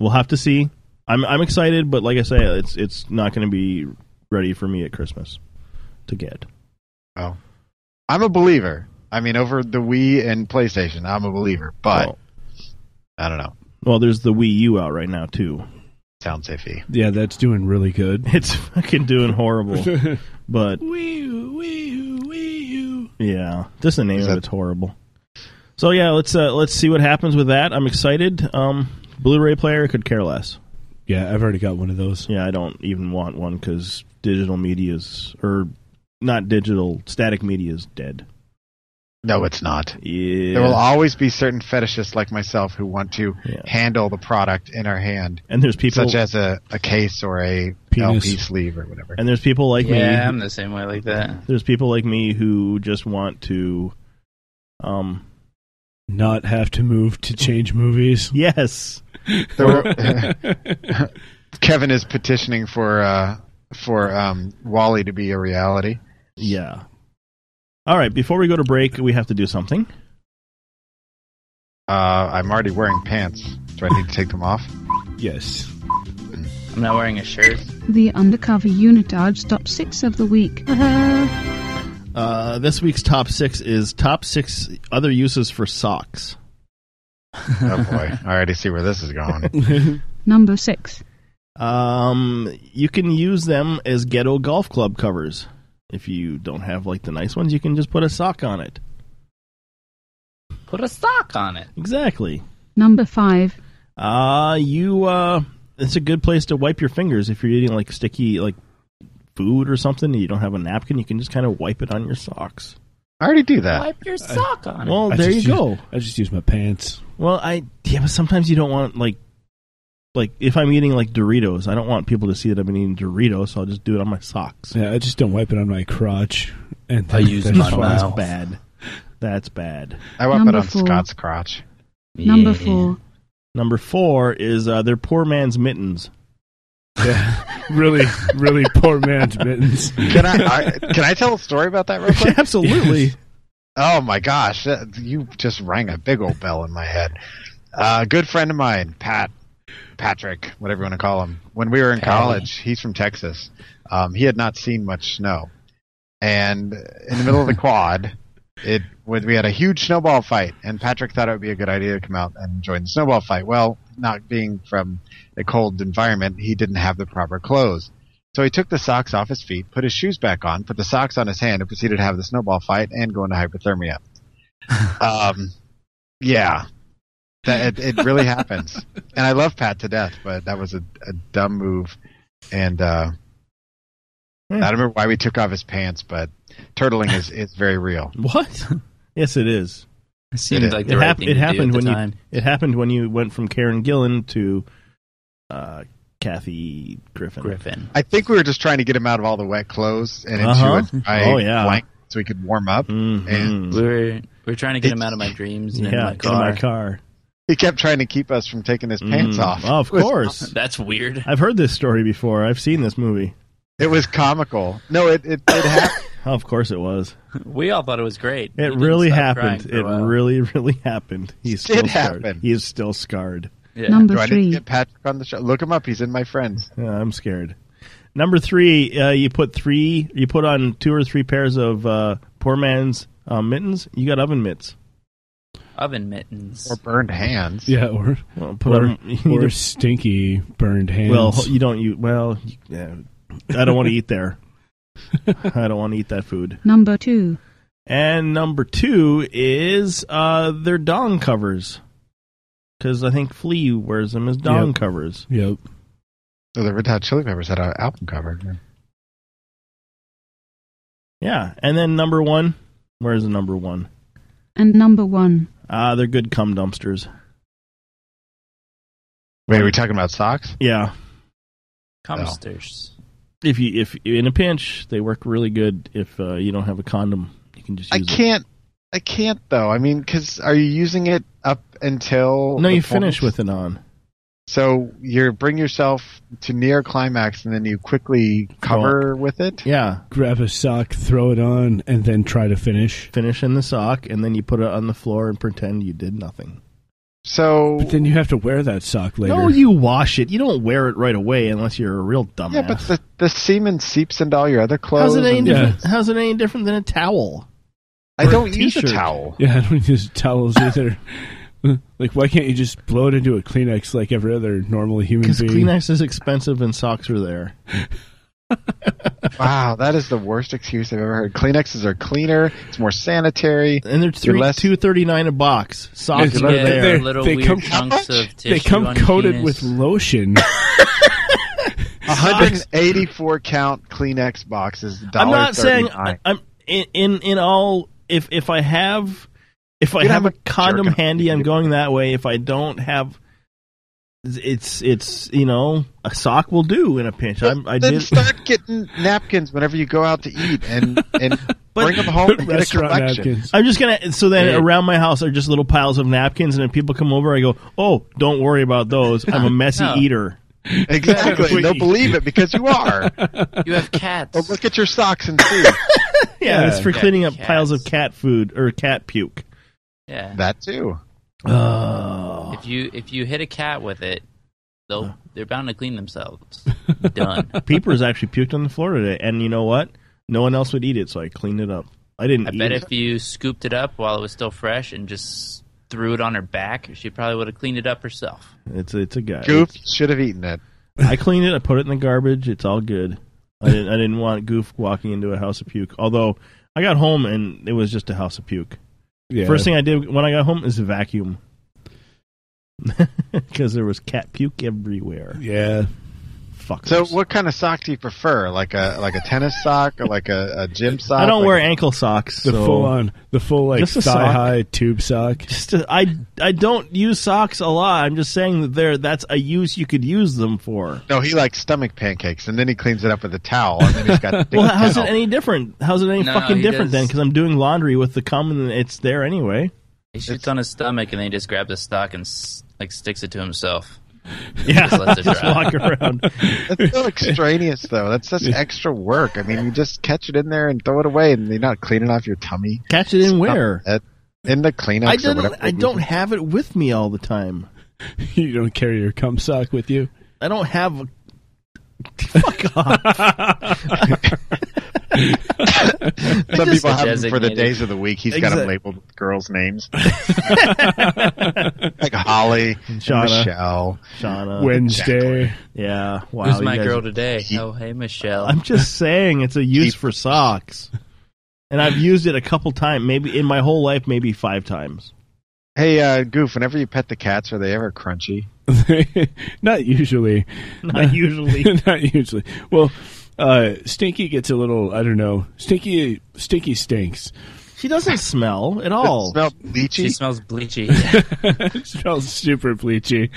We'll have to see. I'm I'm excited, but like I say, it's it's not going to be ready for me at Christmas to get. Oh, I'm a believer. I mean, over the Wii and PlayStation, I'm a believer. But I don't know. Well, there's the Wii U out right <laughs> now too. Sounds iffy. <laughs> Yeah, that's doing really good. <laughs> It's fucking <laughs> doing horrible. but yeah, just the name of it's horrible. So yeah, let's uh, let's see what happens with that. I'm excited. Um, Blu-ray player could care less. Yeah, I've already got one of those. Yeah, I don't even want one because digital media's or not digital static media is dead. No, it's not. Yeah, There will always be certain fetishists like myself who want to handle the product in our hand, And there's people- <laughs> such as a, a case or a LP sleeve or whatever. And there's people like me. yeah, who- I'm the same way like that. There's people like me who just want to, um, Not have to move to change movies. Yes. <laughs> Kevin is petitioning for uh, for um, Wally to be a reality. Yeah. All right. Before we go to break, we have to do something. Uh, I'm already wearing pants. Do I need to take them off? Yes. I'm not wearing a shirt. The undercover unitage top six of the week. Uh-huh. Uh, this week's top six is top six other uses for socks. Oh boy, I already see where this is going. <laughs> Number six. <laughs> Um, you can use them as ghetto golf club covers. If you don't have like the nice ones, you can just put a sock on it. Put a sock on it. Exactly. Number five. Uh you uh it's a good place to wipe your fingers if you're eating like sticky like food or something and you don't have a napkin, you can just kind of wipe it on your socks. I already do that. Wipe your sock on Well, I there you just use- go. I just use my pants. Well, I yeah, but sometimes you don't want like like if I'm eating like Doritos, I don't want people to see that I've been eating Doritos, so I'll just do it on my socks. <laughs> Yeah, I just don't wipe it on my crotch. And I use that's my fine. mouth. That's bad. That's bad. I wipe it on Scott's crotch. Number four. Number four is uh, they're poor man's <laughs> mittens. really, really poor man's mittens. <laughs> Can I, I can I tell a story about that real quick? Absolutely. Oh my gosh, that- you just rang a big old bell in my head. Uh, a good friend of mine, Pat, Patrick, whatever you want to call him. When we were in college, he's from Texas. Um, he had not seen much snow, and in the middle of the quad, it when we had a huge snowball fight, and Patrick thought it would be a good idea to come out and join the snowball fight. Well, not being from a cold environment, he didn't have the proper clothes. So he took the socks off his feet, put his shoes back on, put the socks on his hand, and proceeded to have the snowball fight and go into hypothermia. um, yeah, that, it, it really <laughs> happens. And I love Pat to death, but that was a, a dumb move. And uh, I don't remember why we took off his pants, but turtling is, is very real. <laughs> What? yes, it is. It seemed like the it right hap- thing it to do happened at the when time. you it happened when you went from Karen Gillan to uh, Kathy Griffin. Griffin. I think we were just trying to get him out of all the wet clothes and into Uh-huh. a dry Oh, yeah. Mm-hmm. blanket so he could warm up. And We were we are trying to get him out of my dreams and in my car. car. He kept trying to keep us from taking his pants Mm. off. Oh, of It was- course. That's weird. I've heard this story before. I've seen this movie. It was comical. No, it it, it happened. <laughs> Of course, it was. We all thought it was great. He It didn't really stop happened. It crying for a while. really, really happened. He's still did scarred. happen. He is still scarred. Yeah. Number Do I need to three. get Patrick on the show? Look him up. He's in my friends. Uh, I'm scared. Number three, uh, you put three, you put on two or three pairs of uh, poor man's uh, mittens. You got oven mitts. Oven mittens. Or burned hands. Yeah, or put or, on- <laughs> you need or to- stinky burned hands. Well, you don't. You well, you, yeah, I don't want to eat there. I don't want to eat that food. Number two. And number two is uh, their dong covers, because I think Flea wears them as dong Yep. covers. Yep. So the Red Hot Chili Peppers had an album cover. Yeah, and then number one, where's the number one? And number one. Ah, they're good cum dumpsters. Wait, are we talking about socks? Yeah, Comsters. if you if in a pinch, they work really good. If uh, you don't have a condom, you can just I use it. can't. I can't though. I mean, because are you using it up until? No, the you point- finish with it on. So you bring yourself to near climax, and then you quickly cover with it. Yeah. Grab a sock, throw it on, and then try to finish. Finish in the sock, and then you put it on the floor and pretend you did nothing. So But then you have to wear that sock later. No, you wash it. You don't wear it right away unless you're a real dumbass. Yeah, but the, the semen seeps into all your other clothes. how's it any and- different? How's it any different than a towel? I Or don't use a t-shirt? towel. <laughs> Yeah, I don't use towels either. <laughs> like, why can't you just blow it into a Kleenex like every other normal human Because being? Kleenex is expensive and socks are there. Wow, that is the worst excuse I've ever heard. Kleenexes are cleaner. It's more sanitary. And they're three, less, two thirty nine a box. Socks Yeah, are they're there. little They weird come- chunks of they tissue come on your coated penis. <laughs> with lotion. 184 count Kleenex boxes. I'm not saying $1.39. I, am in, in in all. If if I have if I You don't have a have to jerk condom it off. handy, I'm going that way. If I don't have, it's it's you know a sock will do in a pinch. I'm, I then did. <laughs> start getting napkins whenever you go out to eat and, <laughs> and bring them home and get a collection. I'm just gonna. So then, Yeah. around my house are just little piles of napkins, and if people come over, I go, "Oh, don't worry about those. <laughs> I'm a messy No. eater." <laughs> Exactly. They'll believe it because you are. You have cats. Well, look at your socks and see. <laughs> Yeah, it's for Yeah. cleaning up piles of cat food or cat puke. Yeah. That too. Oh. If you if you hit a cat with it, they'll they're bound to clean themselves. <laughs> Done. Peepers actually puked on the floor today, and you know what? No one else would eat it, so I cleaned it up. I didn't. I eat bet it. if you scooped it up while it was still fresh and just threw it on her back, she probably would have cleaned it up herself. It's it's a guy. Goof should have eaten it. I cleaned it. I put it in the garbage. It's all good. I didn't. I didn't want Goof walking into a house of puke. Although I got home and it was just a house of puke. Yeah. First thing I did when I got home is vacuum <laughs> because there was cat puke everywhere. Yeah. Fuck. So, what kind of sock do you prefer? Like a like a tennis sock or like a, a gym sock? I don't Like wear a- ankle socks. The so- full on, the full like Just thigh a sock. high tube sock. Just a, I I don't use socks a lot. I'm just saying that there that's a use you could use them for. No, he likes stomach pancakes, and then he cleans it up with a towel, and then he's <laughs> got. the Well, how's towel. it any different? How's it any No, fucking he different does- then? Because I'm doing laundry with the cum and it's there anyway. He shoots on his stomach and then he just grabs a stock and s- like sticks it to himself. <laughs> Yeah, Just lets <laughs> it just dry. walk around. <laughs> That's <laughs> so extraneous, though. That's just extra work. I mean, you just catch it in there and throw it away, and you're not cleaning off your tummy. Catch it in Stuff where? it in the Kleenex I or don't whatever. I don't have it with me all the time. <laughs> you don't carry your cum sock with you. <laughs> I don't have. A, <laughs> <laughs> fuck off. Some people have them for the days of the week. He's got Exa- them labeled with girls' <laughs> names, like Holly, and Shauna. Michelle, Shauna. Wednesday. Yeah. Wow. Who's you my guys- girl today? oh, hey, Michelle. I'm just saying it's a use for socks, and I've used it a couple times, maybe in my whole life, maybe five times. Hey, uh, Goof, whenever you pet the cats, are they ever crunchy? Not usually. Uh, Not usually. <laughs> Not usually. Well, uh, Stinky gets a little. I don't know. Stinky. Stinky stinks. She doesn't smell at all. Smell bleachy. She smells bleachy. <laughs> smells super bleachy.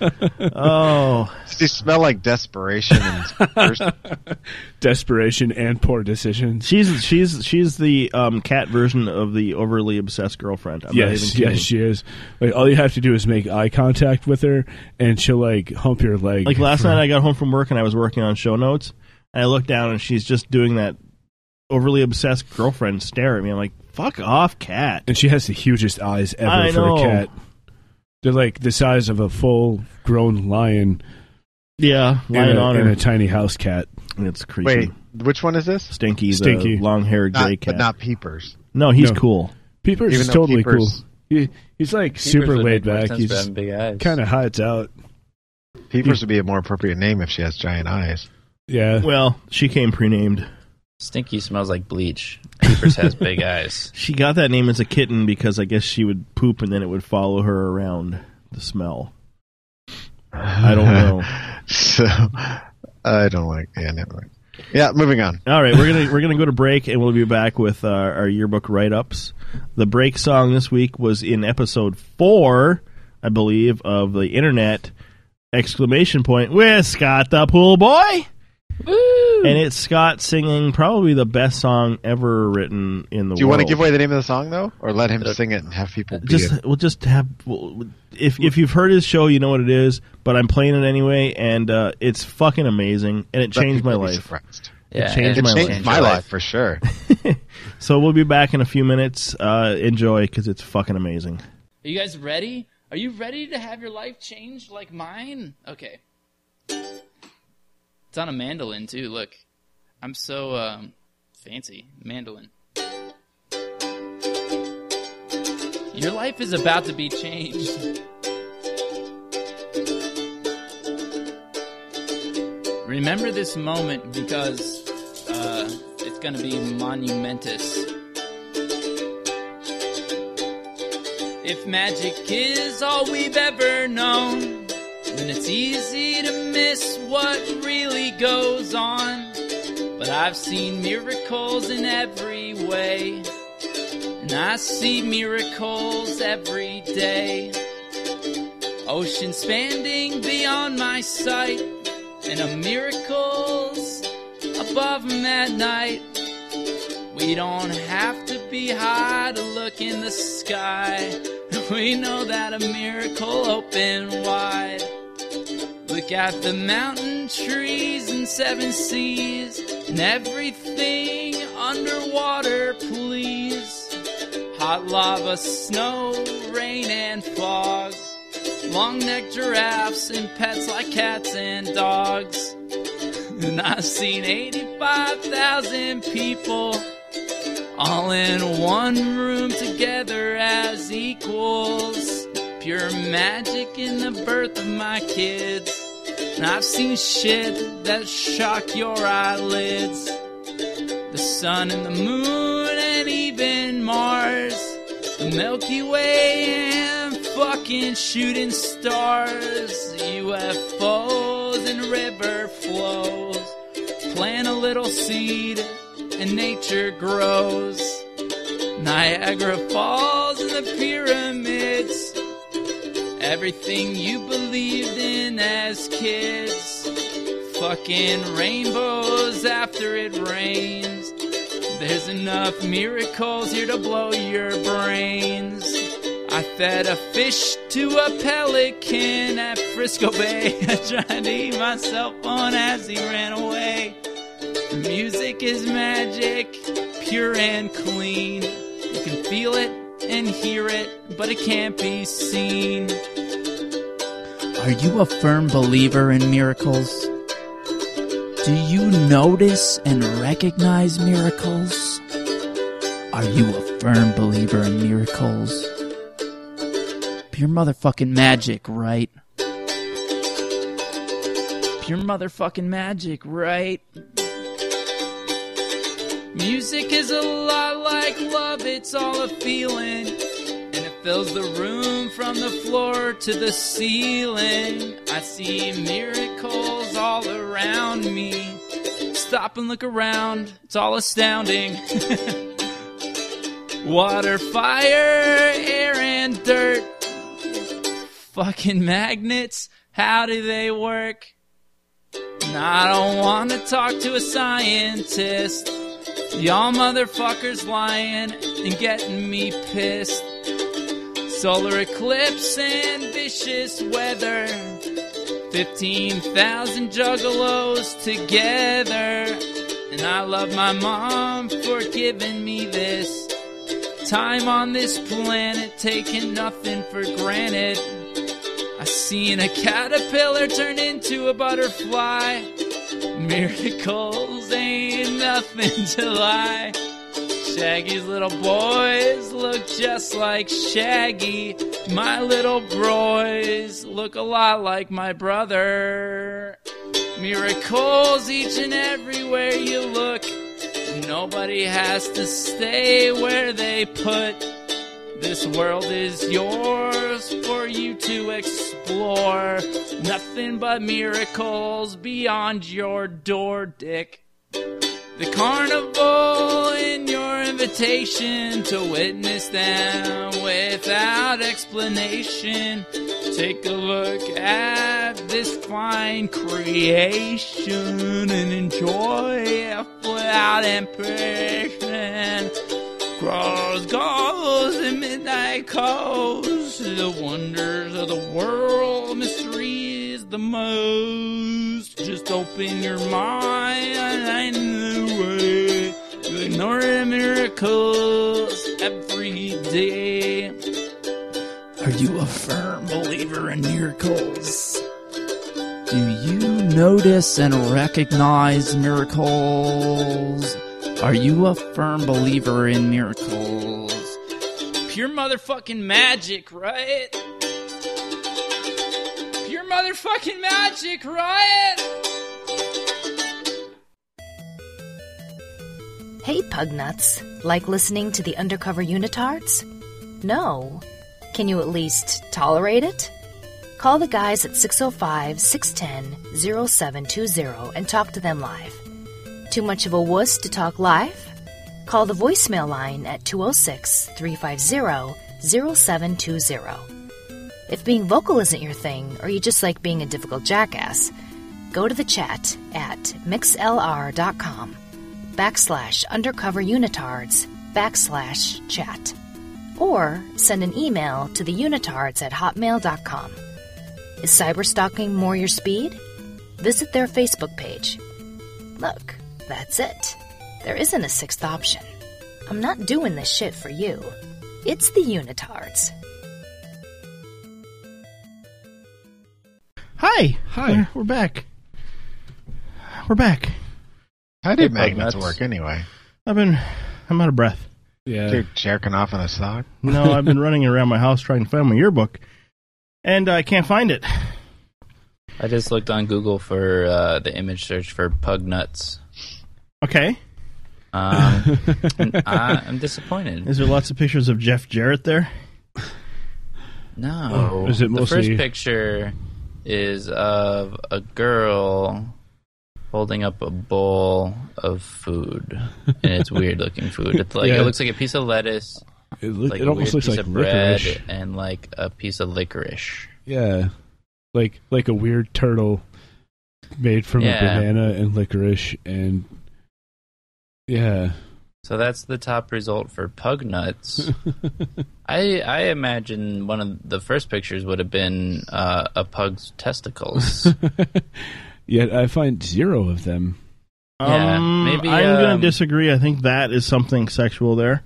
oh, Does he smell like desperation and <laughs> thirst? <laughs> Desperation and poor decisions. She's she's she's the um, cat version of the overly obsessed girlfriend. I'm not even yes, kidding. yes, she is. Like all you have to do is make eye contact with her, and she'll like hump your leg. Like last for- night, I got home from work and I was working on show notes, and I looked down and she's just doing that overly obsessed girlfriend stare at me. I'm like, "Fuck off, cat." and she has the hugest eyes ever I for know. a cat. They're like the size of a full-grown lion, Yeah, in lion a- on in her. a tiny house cat. And it's creepy. Wait, which one is this? Stinky, Stinky. the long-haired Not, gray but cat. not peepers. no, he's No. cool. Peepers Even is though totally Peepers- cool. He, he's like Peepers super would laid make more back. sense He's for having big eyes. kind of hides out. Peepers would be a more appropriate name if she has giant eyes. Yeah. Well, she came pre-named. Stinky smells like bleach. Peepers <laughs> has big eyes. She got that name as a kitten because I guess she would poop and then it would follow her around the smell. <laughs> I don't know. So I don't like. Yeah, never mind. Yeah, moving on. All right, we're gonna we're gonna go to break, and we'll be back with uh, our yearbook write ups. The break song this week was in episode four, I believe, of the Internet exclamation point with Scott the Pool Boy, and it's Scott singing probably the best song ever written in the world. Do you want to give away the name of the song though, or let him sing it and have people beat Just it? we'll just have we'll- if if you've heard his show, you know what it is. But I'm playing it anyway, and uh, it's fucking amazing, and it Let changed my people be life. surprised. Yeah, changed It my changed life. my life for <laughs> sure. So we'll be back in a few minutes. Uh, enjoy because it's fucking amazing. Are you guys ready? Are you ready to have your life changed like mine? Okay. It's on a mandolin too. Look, I'm so um, fancy mandolin. Your life is about to be changed. Remember this moment because uh, it's going to be monumentous. If magic is all we've ever known, then it's easy to miss what really goes on. But I've seen miracles in every way, and I see miracles every day. Ocean spanning beyond my sight, and a miracle's above 'em at night. We don't have to be high to look in the sky. <laughs> We know that a miracle open wide. Look at the mountain trees and seven seas and everything underwater, please. Hot lava, snow, rain, and fog. Long necked giraffes and pets like cats and dogs. And I've seen 85,000 people all in one room together as equals. Pure magic in the birth of my kids. And I've seen shit that shock your eyelids. The sun and the moon and even Mars. The Milky Way and fucking shooting stars. UFOs and river flows. Plant a little seed and nature grows. Niagara Falls and the pyramids. Everything you believed in as kids. Fucking rainbows after it rains. There's enough miracles here to blow your brains. I fed a fish to a pelican at Frisco Bay. <laughs> I tried to eat my cell phone as he ran away. Music is magic, pure and clean. You can feel it and hear it, but it can't be seen. Are you a firm believer in miracles? Do you notice and recognize miracles? Are you a firm believer in miracles? Pure motherfucking magic, right? Pure motherfucking magic, right? Music is a lot like love, it's all a feeling. And it fills the room from the floor to the ceiling. I see miracles all around me. Stop and look around, it's all astounding. Water, fire, air, and dirt. Fucking magnets, how do they work? And I don't wanna talk to a scientist. Y'all motherfuckers lying and getting me pissed. Solar eclipse and vicious weather. 15,000 juggalos together. And I love my mom for giving me this. Time on this planet, taking nothing for granted. I seen a caterpillar turn into a butterfly. Miracles ain't nothing to lie. Shaggy's little boys look just like Shaggy. My little broys look a lot like my brother. Miracles each and everywhere you look. Nobody has to stay where they put. This world is yours for you to explore. Nothing but miracles beyond your door, Dick. The carnival in your invitation to witness them without explanation. Take a look at this fine creation and enjoy it without impression. Cross goals and midnight calls. The wonders of the world, mystery is the most. Just open your mind and the way. Ignore the miracles every day. Are you a firm believer in miracles? Do you notice and recognize miracles? Are you a firm believer in miracles? Pure motherfucking magic, right? Pure motherfucking magic, right? Hey, Pugnuts. Like listening to the undercover unitards? No. Can you at least tolerate it? Call the guys at 605 610 0720 and talk to them live. Too much of a wuss to talk live? Call the voicemail line at 206 350 0720. If being vocal isn't your thing, or you just like being a difficult jackass, go to the chat at mixlr.com backslash undercover unitards backslash chat or send an email to the unitards at hotmail.com is cyberstalking more your speed visit their facebook page look that's it there isn't a sixth option i'm not doing this shit for you it's the unitards Hi. Hi. We're, we're back. We're back. How did Hey, magnets Pugnuts. work anyway? I've been, I'm out of breath. Yeah. You're jerking off on a sock? <laughs> No, I've been running around my house trying to find my yearbook, and I can't find it. I just looked on Google for uh, the image search for pug nuts. Okay. <laughs> Um, and <laughs> I, I'm disappointed. Is there lots of pictures of Jeff Jarrett there? No. Oh. Is it the first mostly- picture is of a girl holding up a bowl of food, and it's weird looking food. It's like Yeah. it looks like a piece of lettuce. It loo- like it a almost weird looks piece like of bread licorice. and like a piece of licorice. Yeah, like like a weird turtle made from Yeah. a banana and licorice, and yeah, So that's the top result for pug nuts. I I imagine one of the first pictures would have been uh, a pug's testicles. yet I find zero of them. Yeah, maybe, I'm going um, to disagree. I think that is something sexual there.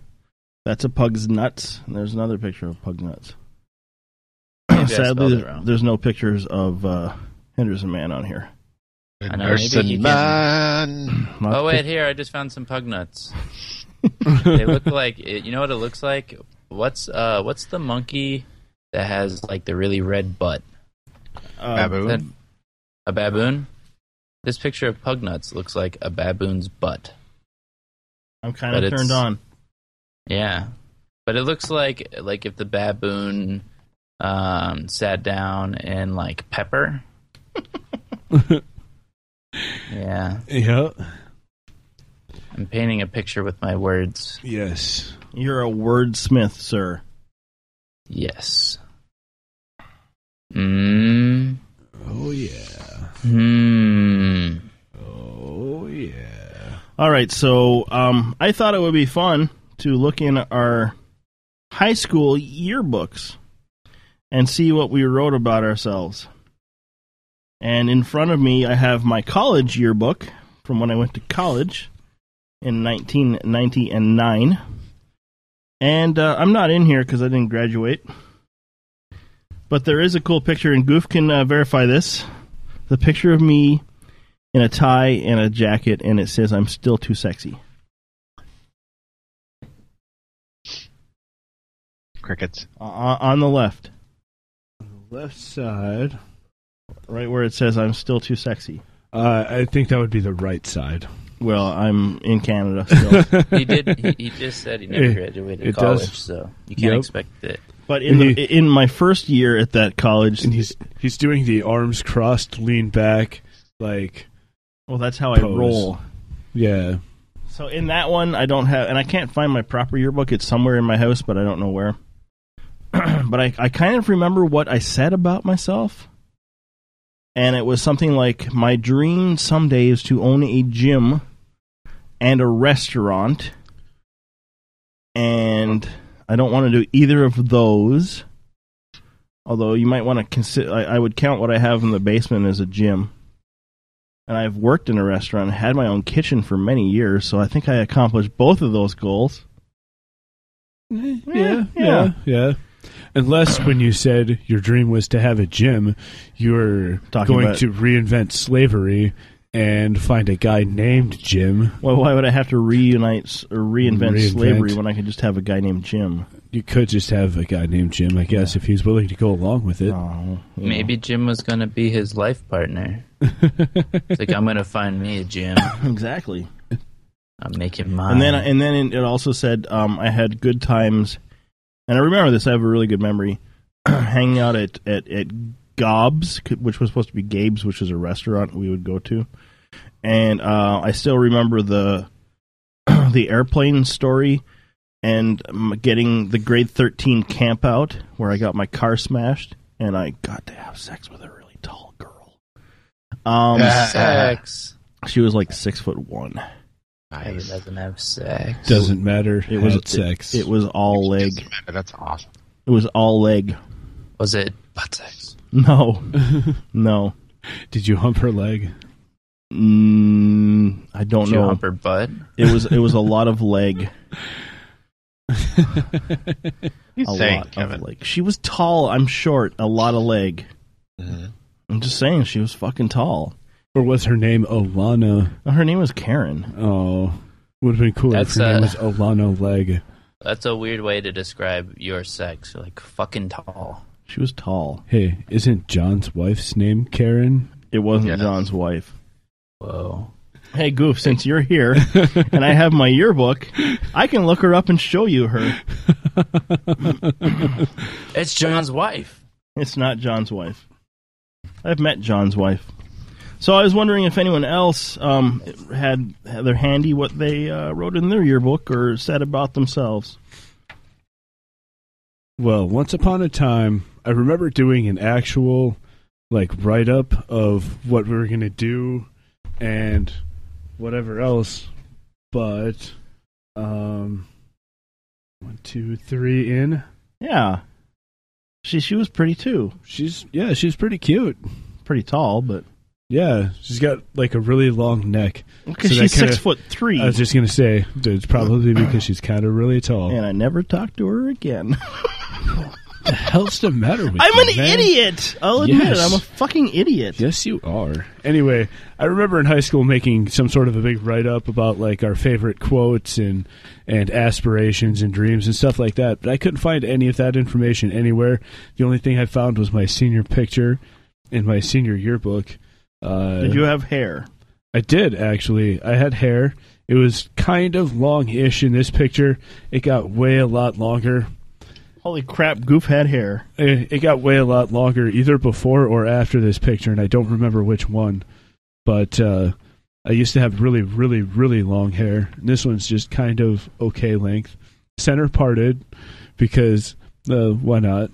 That's a pug's nuts. And there's another picture of pug nuts. Maybe I spelled Sadly, it there- there's no pictures of uh, Henderson Man on here. I know, maybe he can- <clears throat> Lots Oh of wait, pic- here I just found some pug nuts. they look like you know what it looks like. What's uh what's the monkey that has like the really red butt? Baboon? That- a baboon. This picture of pug nuts looks like a baboon's butt. I'm kind of but it's- turned on. Yeah, but it looks like like if the baboon um, sat down and like <laughs> pepper. yeah, Yeah. I'm painting a picture with my words. Yes. You're a wordsmith, sir. Yes. Mm. Oh yeah. Hmm. Oh yeah. All right, so um, I thought it would be fun to look in our high school yearbooks and see what we wrote about ourselves. And in front of me, I have my college yearbook from when I went to college in 1999. And uh, I'm not in here because I didn't graduate. But there is a cool picture, and Goof can uh, verify this. The picture of me in a tie and a jacket, and it says, I'm still too sexy. Crickets. Uh, on the left, Left side. right where it says, I'm still too sexy. Uh, I think that would be the right side. Well, I'm in Canada still. <laughs> He did. He, he just said he never It- graduated it college, does. so you can't Yep. expect it. But in, And the, in my first year at that college, And he's he's doing the arms crossed, lean back, like well, that's how I pose. roll. Yeah. So in that one, I don't have, and I can't find my proper yearbook. It's somewhere in my house, but I don't know where. <clears throat> but I, I kind of remember what I said about myself. And it was something like My dream someday is to own a gym and a restaurant. And I don't want to do either of those. Although you might want to consider, I, I would count what I have in the basement as a gym and I've worked in a restaurant, had my own kitchen for many years, so I think I accomplished both of those goals. Yeah, yeah, yeah. Unless when you said your dream was to have a gym, you're Talking going about- to reinvent slavery and find a guy named Jim. Well, why would I have to reunite s- or reinvent, Reinvent. slavery when I could just have a guy named Jim? You could just have a guy named Jim, I guess, if he's willing to go along with it. Oh, Maybe Jim was going to be his life <laughs> partner. it's like, I'm going to find me a Jim. Exactly. I'll make him mine. And then and then it also said um, I had good times, and I remember this. I have a really good memory <clears throat> hanging out at at at Gob's, c- which was supposed to be Gabe's, which is a restaurant we would go to, and uh, I still remember the <clears throat> the airplane story and um, getting the grade thirteen camp out where I got my car smashed and I got to have sex with a really tall girl. Um, Sex. She was like six foot one. He doesn't have sex. Doesn't matter. It was Had sex. It, it was all leg. That's awesome. It was all leg. Was it butt sex? <laughs> No, no. Did you hump her leg? Mm, I don't Did you know. hump her butt? It was. It was a lot <laughs> of leg. a saying, lot of leg. She was tall. I'm short. A lot of leg. Uh-huh. I'm just saying, she was fucking tall. Or was her name Olana? Uh, Her name was Karen. Oh, would have been cooler That's, if her name uh, was Olana Leg. That's a weird way to describe your sex. Like, fucking tall. She was tall. Hey, isn't John's wife's name Karen? It wasn't John's wife. Whoa. Hey Goof, since you're here and I have my yearbook, I can look her up and show you her. It's John's wife. It's not John's wife. I've met John's wife. So I was wondering if anyone else um, had, had their handy what they uh, wrote in their yearbook or said about themselves. Well, once upon a time, I remember doing an actual like write up of what we were going to do and whatever else, but um one, two, three in. Yeah. She she was pretty too. She's yeah, she's pretty cute. Pretty tall, but yeah, she's got like a really long neck. Okay, that she's kinda- six foot three. I was just gonna say that it's probably because she's kind of really tall. And I never talked to her again. the hell's the matter with I'm you, an man? idiot. I'll admit it. Yes. I'm a fucking idiot. Yes, you are. Anyway, I remember in high school making some sort of a big write up about like our favorite quotes and and aspirations and dreams and stuff like that. But I couldn't find any of that information anywhere. The only thing I found was my senior picture in my senior yearbook. Uh, Did you have hair? I did actually. I had hair. It was kind of long-ish in this picture. It got way a lot longer. Holy crap, Goof had hair. Eh, It, it got way a lot longer, either before or after this picture, and I don't remember which one. But uh, I used to have really, really, really long hair. And this one's just kind of okay length, center parted, because uh, why not?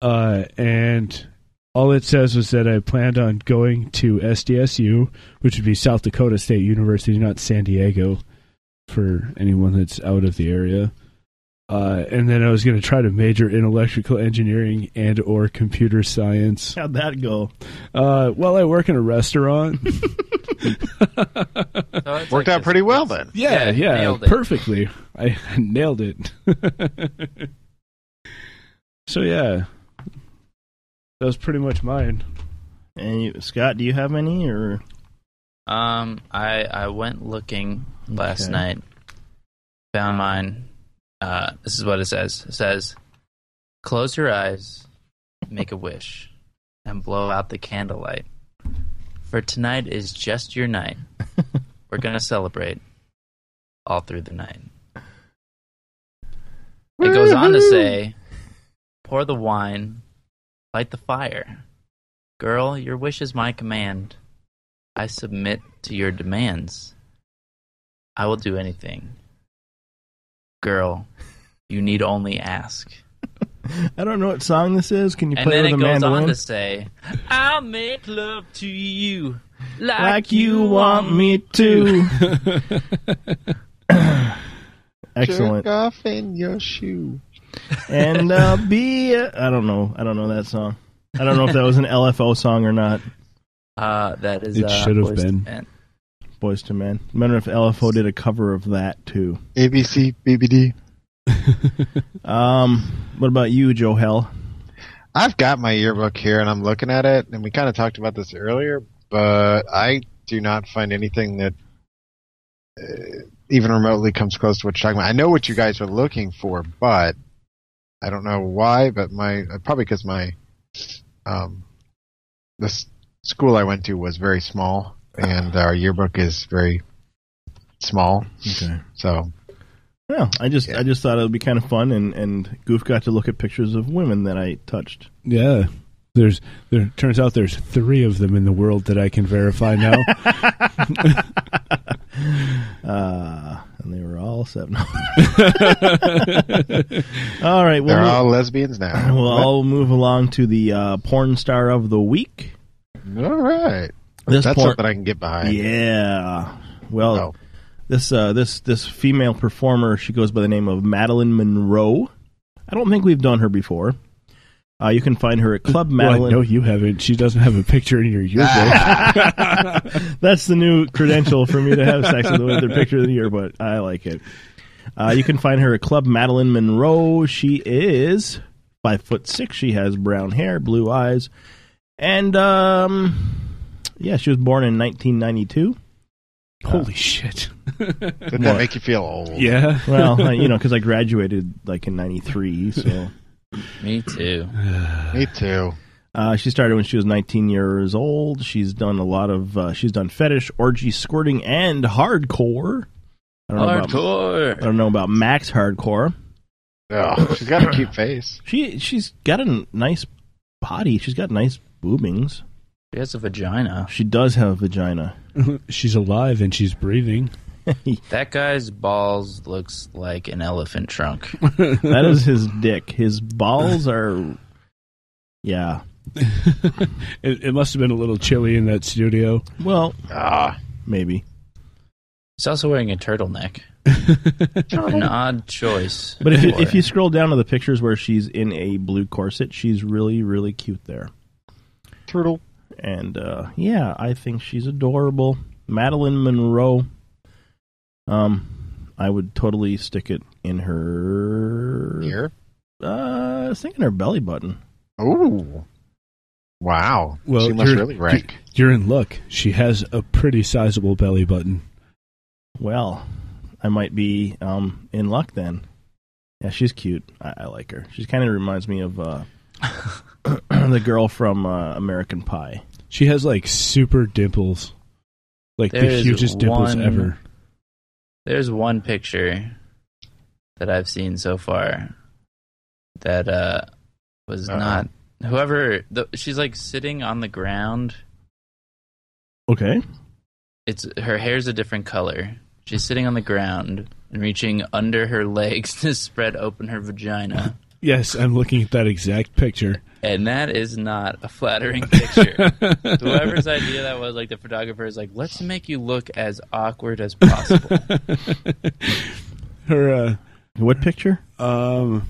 Uh, and all it says was that I planned on going to SDSU, which would be South Dakota State University, not San Diego, for anyone that's out of the area. Uh, and then I was going to try to major in electrical engineering and or computer science. How'd that go? Uh, well, I work in a <laughs> restaurant. Worked out pretty well then. Yeah, yeah, nailed it. perfectly. I <laughs> nailed it. so yeah, that was pretty much mine. And you, Scott, do you have any or Um, I I went looking last Okay. night, found mine. Uh, this is what it says. It says, "Close your eyes, make a wish, and blow out the candlelight. For tonight is just your <laughs> night. We're gonna celebrate all through the night." It goes on to say, "Pour the wine, light the fire, girl. Your wish is my command." I submit to your demands. I will do anything. Girl, you need only ask. I don't know what song this is. Can you and play then with it a goes mandolin? on to say, I'll make love to you like, like you want me to. <laughs> Excellent. Jerk off in your shoe. and uh, be I don't know. I don't know that song. I don't know if that was an LFO song or not. Uh, that is It uh, should have Boyz II been. Men. Boys to Men. I wonder if LFO did a cover of that too. ABC BBD. <laughs> um, what about you, Joe Hell? I've got my yearbook here and I'm looking at it, and we kind of talked about this earlier, but I do not find anything that uh, even remotely comes close to what you're talking about. I know what you guys are looking for, but I don't know why. But my uh, probably because my um, the s- school I went to was very small, and our yearbook is very small. Okay. So Well, I just I just thought it would be kind of fun, and and Goof got to look at pictures of women that I touched. Yeah. There's there turns out there's three of them in the world that I can verify <laughs> now. Uh, and they were all seven. <laughs> all right, They're all lesbians now. <clears throat> We'll What? all move along to the uh, porn star of the week. All right, This that's porn- something I can Oh. get behind. Yeah. Well, this uh, this this female performer, she goes by the name of Madeline Monroe. I don't think we've done her before. Uh, you can find her at Club Well, I Madeline. know you haven't. She doesn't have a picture in your yearbook. That's the new credential for me to have sex with with their picture of the year, but I like it. Uh, you can find her at Club Madeline Monroe. She is five foot six. She has brown hair, blue eyes, and um, yeah, she was born in 1992. Uh, Holy shit! Didn't that make you feel old? Yeah. Well, <laughs> I- you know, because I graduated like in '93, so Me <sighs> too. Me too. Uh, she started when she was 19 years old. She's done a lot of. Uh, she's done fetish, orgy, squirting, and hardcore. I don't Know Hardcore. about, I don't know about Max hardcore. Oh, she's got a <clears throat> cute face. She she's got a n- nice body. She's got nice boobings. She has a vagina. She does have a vagina. <laughs> she's alive and she's breathing. That guy's balls looks like an elephant trunk. <laughs> that is his dick. His balls are. Yeah. <laughs> It, it must have been a little chilly in that studio. Well, Ah, maybe. He's also wearing <laughs> a turtleneck. an odd choice. But if you, if for- you scroll down to the pictures where she's in a blue corset, she's really really cute there. Turtle. And uh, yeah, I think she's adorable. Madeline Monroe. Um, I would totally stick it in her Here? Uh, I was thinking her belly button. Oh, wow! Well, she must you're- really rank. You're in luck. She has a pretty sizable belly button. Well, I might be um in luck then. Yeah, she's cute. I, I like her. She kind of reminds me of uh <clears throat> the girl from uh, American Pie. She has like super dimples, like There the is hugest dimples one- ever. There's one picture that I've seen so far that uh, was Uh-oh. not. Whoever. The, she's like sitting on the ground. Okay. It's Her hair's a different color. She's sitting on the ground and reaching under her legs <laughs> to spread open her vagina. Yes, I'm looking at that exact picture. And that is not a flattering <laughs> picture. Whoever's idea that was, like the photographer, is like, let's make you look as awkward <laughs> as possible. Her uh, what picture? Um,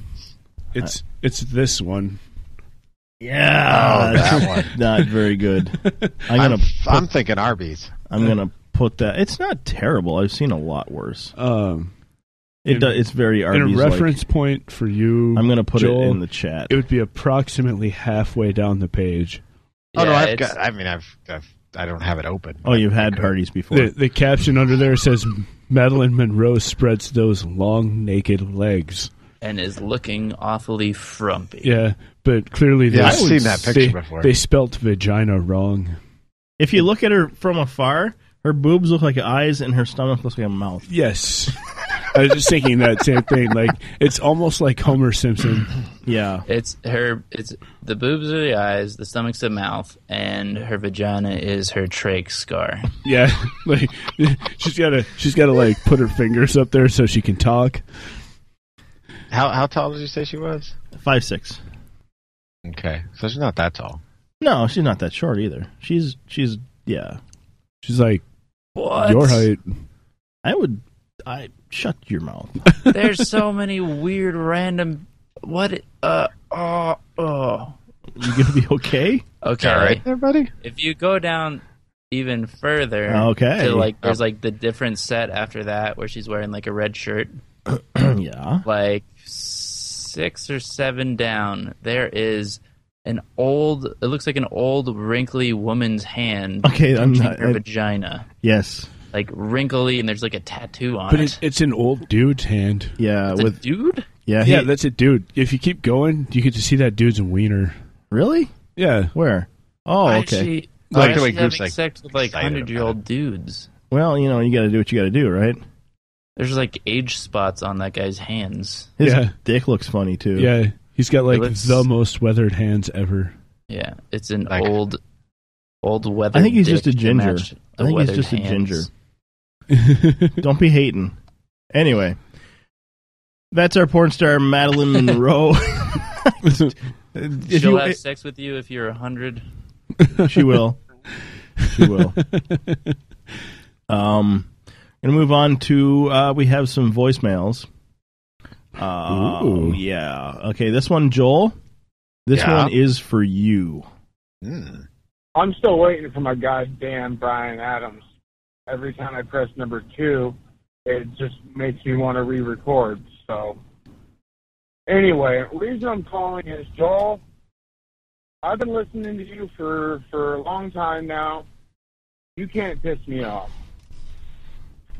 it's it's this one. Yeah, Oh, Ah, that's that one. <laughs> not very good. I'm gonna. I'm- put- I'm thinking Arby's. I'm gonna put that. It's not terrible. I've seen a lot worse. Um, it do, it's <laughs> very In Arby's. a reference point for you, I'm gonna put it Joel, in the chat. It would be approximately halfway down the page. Oh no, Yeah, I've it's- got. I mean, I've, I've I don't have it open. Oh, you've had parties before. The, the caption under there says Madeline Monroe spreads those long naked legs. and is looking awfully frumpy. Yeah, but clearly, Yeah, they- I've seen that picture they- before. They spelt vagina wrong. If you look at her from afar, her boobs look like eyes, and her stomach looks like a mouth. Yes, I was just thinking that same thing. Like it's almost like Homer Simpson. Yeah, It's her. It's the boobs are the eyes, the stomach's the mouth, and her vagina is her trach scar. yeah. <laughs> Like she's gotta, she's gotta like put her fingers up there so she can talk. How how tall did you say she was? Five six. Okay, so she's not that tall. No, she's not that short either. She's she's yeah. She's like What? your height. I would. I shut your mouth. <laughs> There's so many weird, random. What? Uh. Oh. Oh. You gonna be okay? Okay. All right there, buddy. If you go down even further, Okay. to like there's like the different set after that where she's wearing like a red shirt. <clears throat> yeah. Like six or seven down, there is an old. It looks like an old, wrinkly woman's hand. Okay, I'm touching not- her I- vagina, Yes. like wrinkly, and there's like a tattoo on But it. it's, it's an old dude's hand. Yeah, It's a with- dude? Yeah, yeah, he- that's a dude. If you keep going, you get to see that dude's wiener. Really? Yeah. Where? Oh, Why is okay. she- Like- why is she having sex with like hundred year old dudes? well, you know, you got to do what you got to do, right? There's like age spots on that guy's hands. His dick looks funny too. Yeah, he's got like looks- the most weathered hands ever. Yeah, it's an old, old weather. I think he's just a ginger. I think he's just a ginger. <laughs> Don't be hating. Anyway, that's our porn star Madeline <laughs> Monroe. <laughs> If She'll you- eh, have sex with you if you're a hundred. <laughs> she will. <laughs> She will. Um, gonna move on to uh, we have some voicemails. Um, Ooh. yeah. Okay, this one, Joel. This Yeah. one is for you. I'm still waiting for my goddamn Brian Adams. Every time I press number two, it just makes me want to re-record. So, anyway, reason I'm calling is Joel. I've been listening to you for for a long time now. You can't piss me off.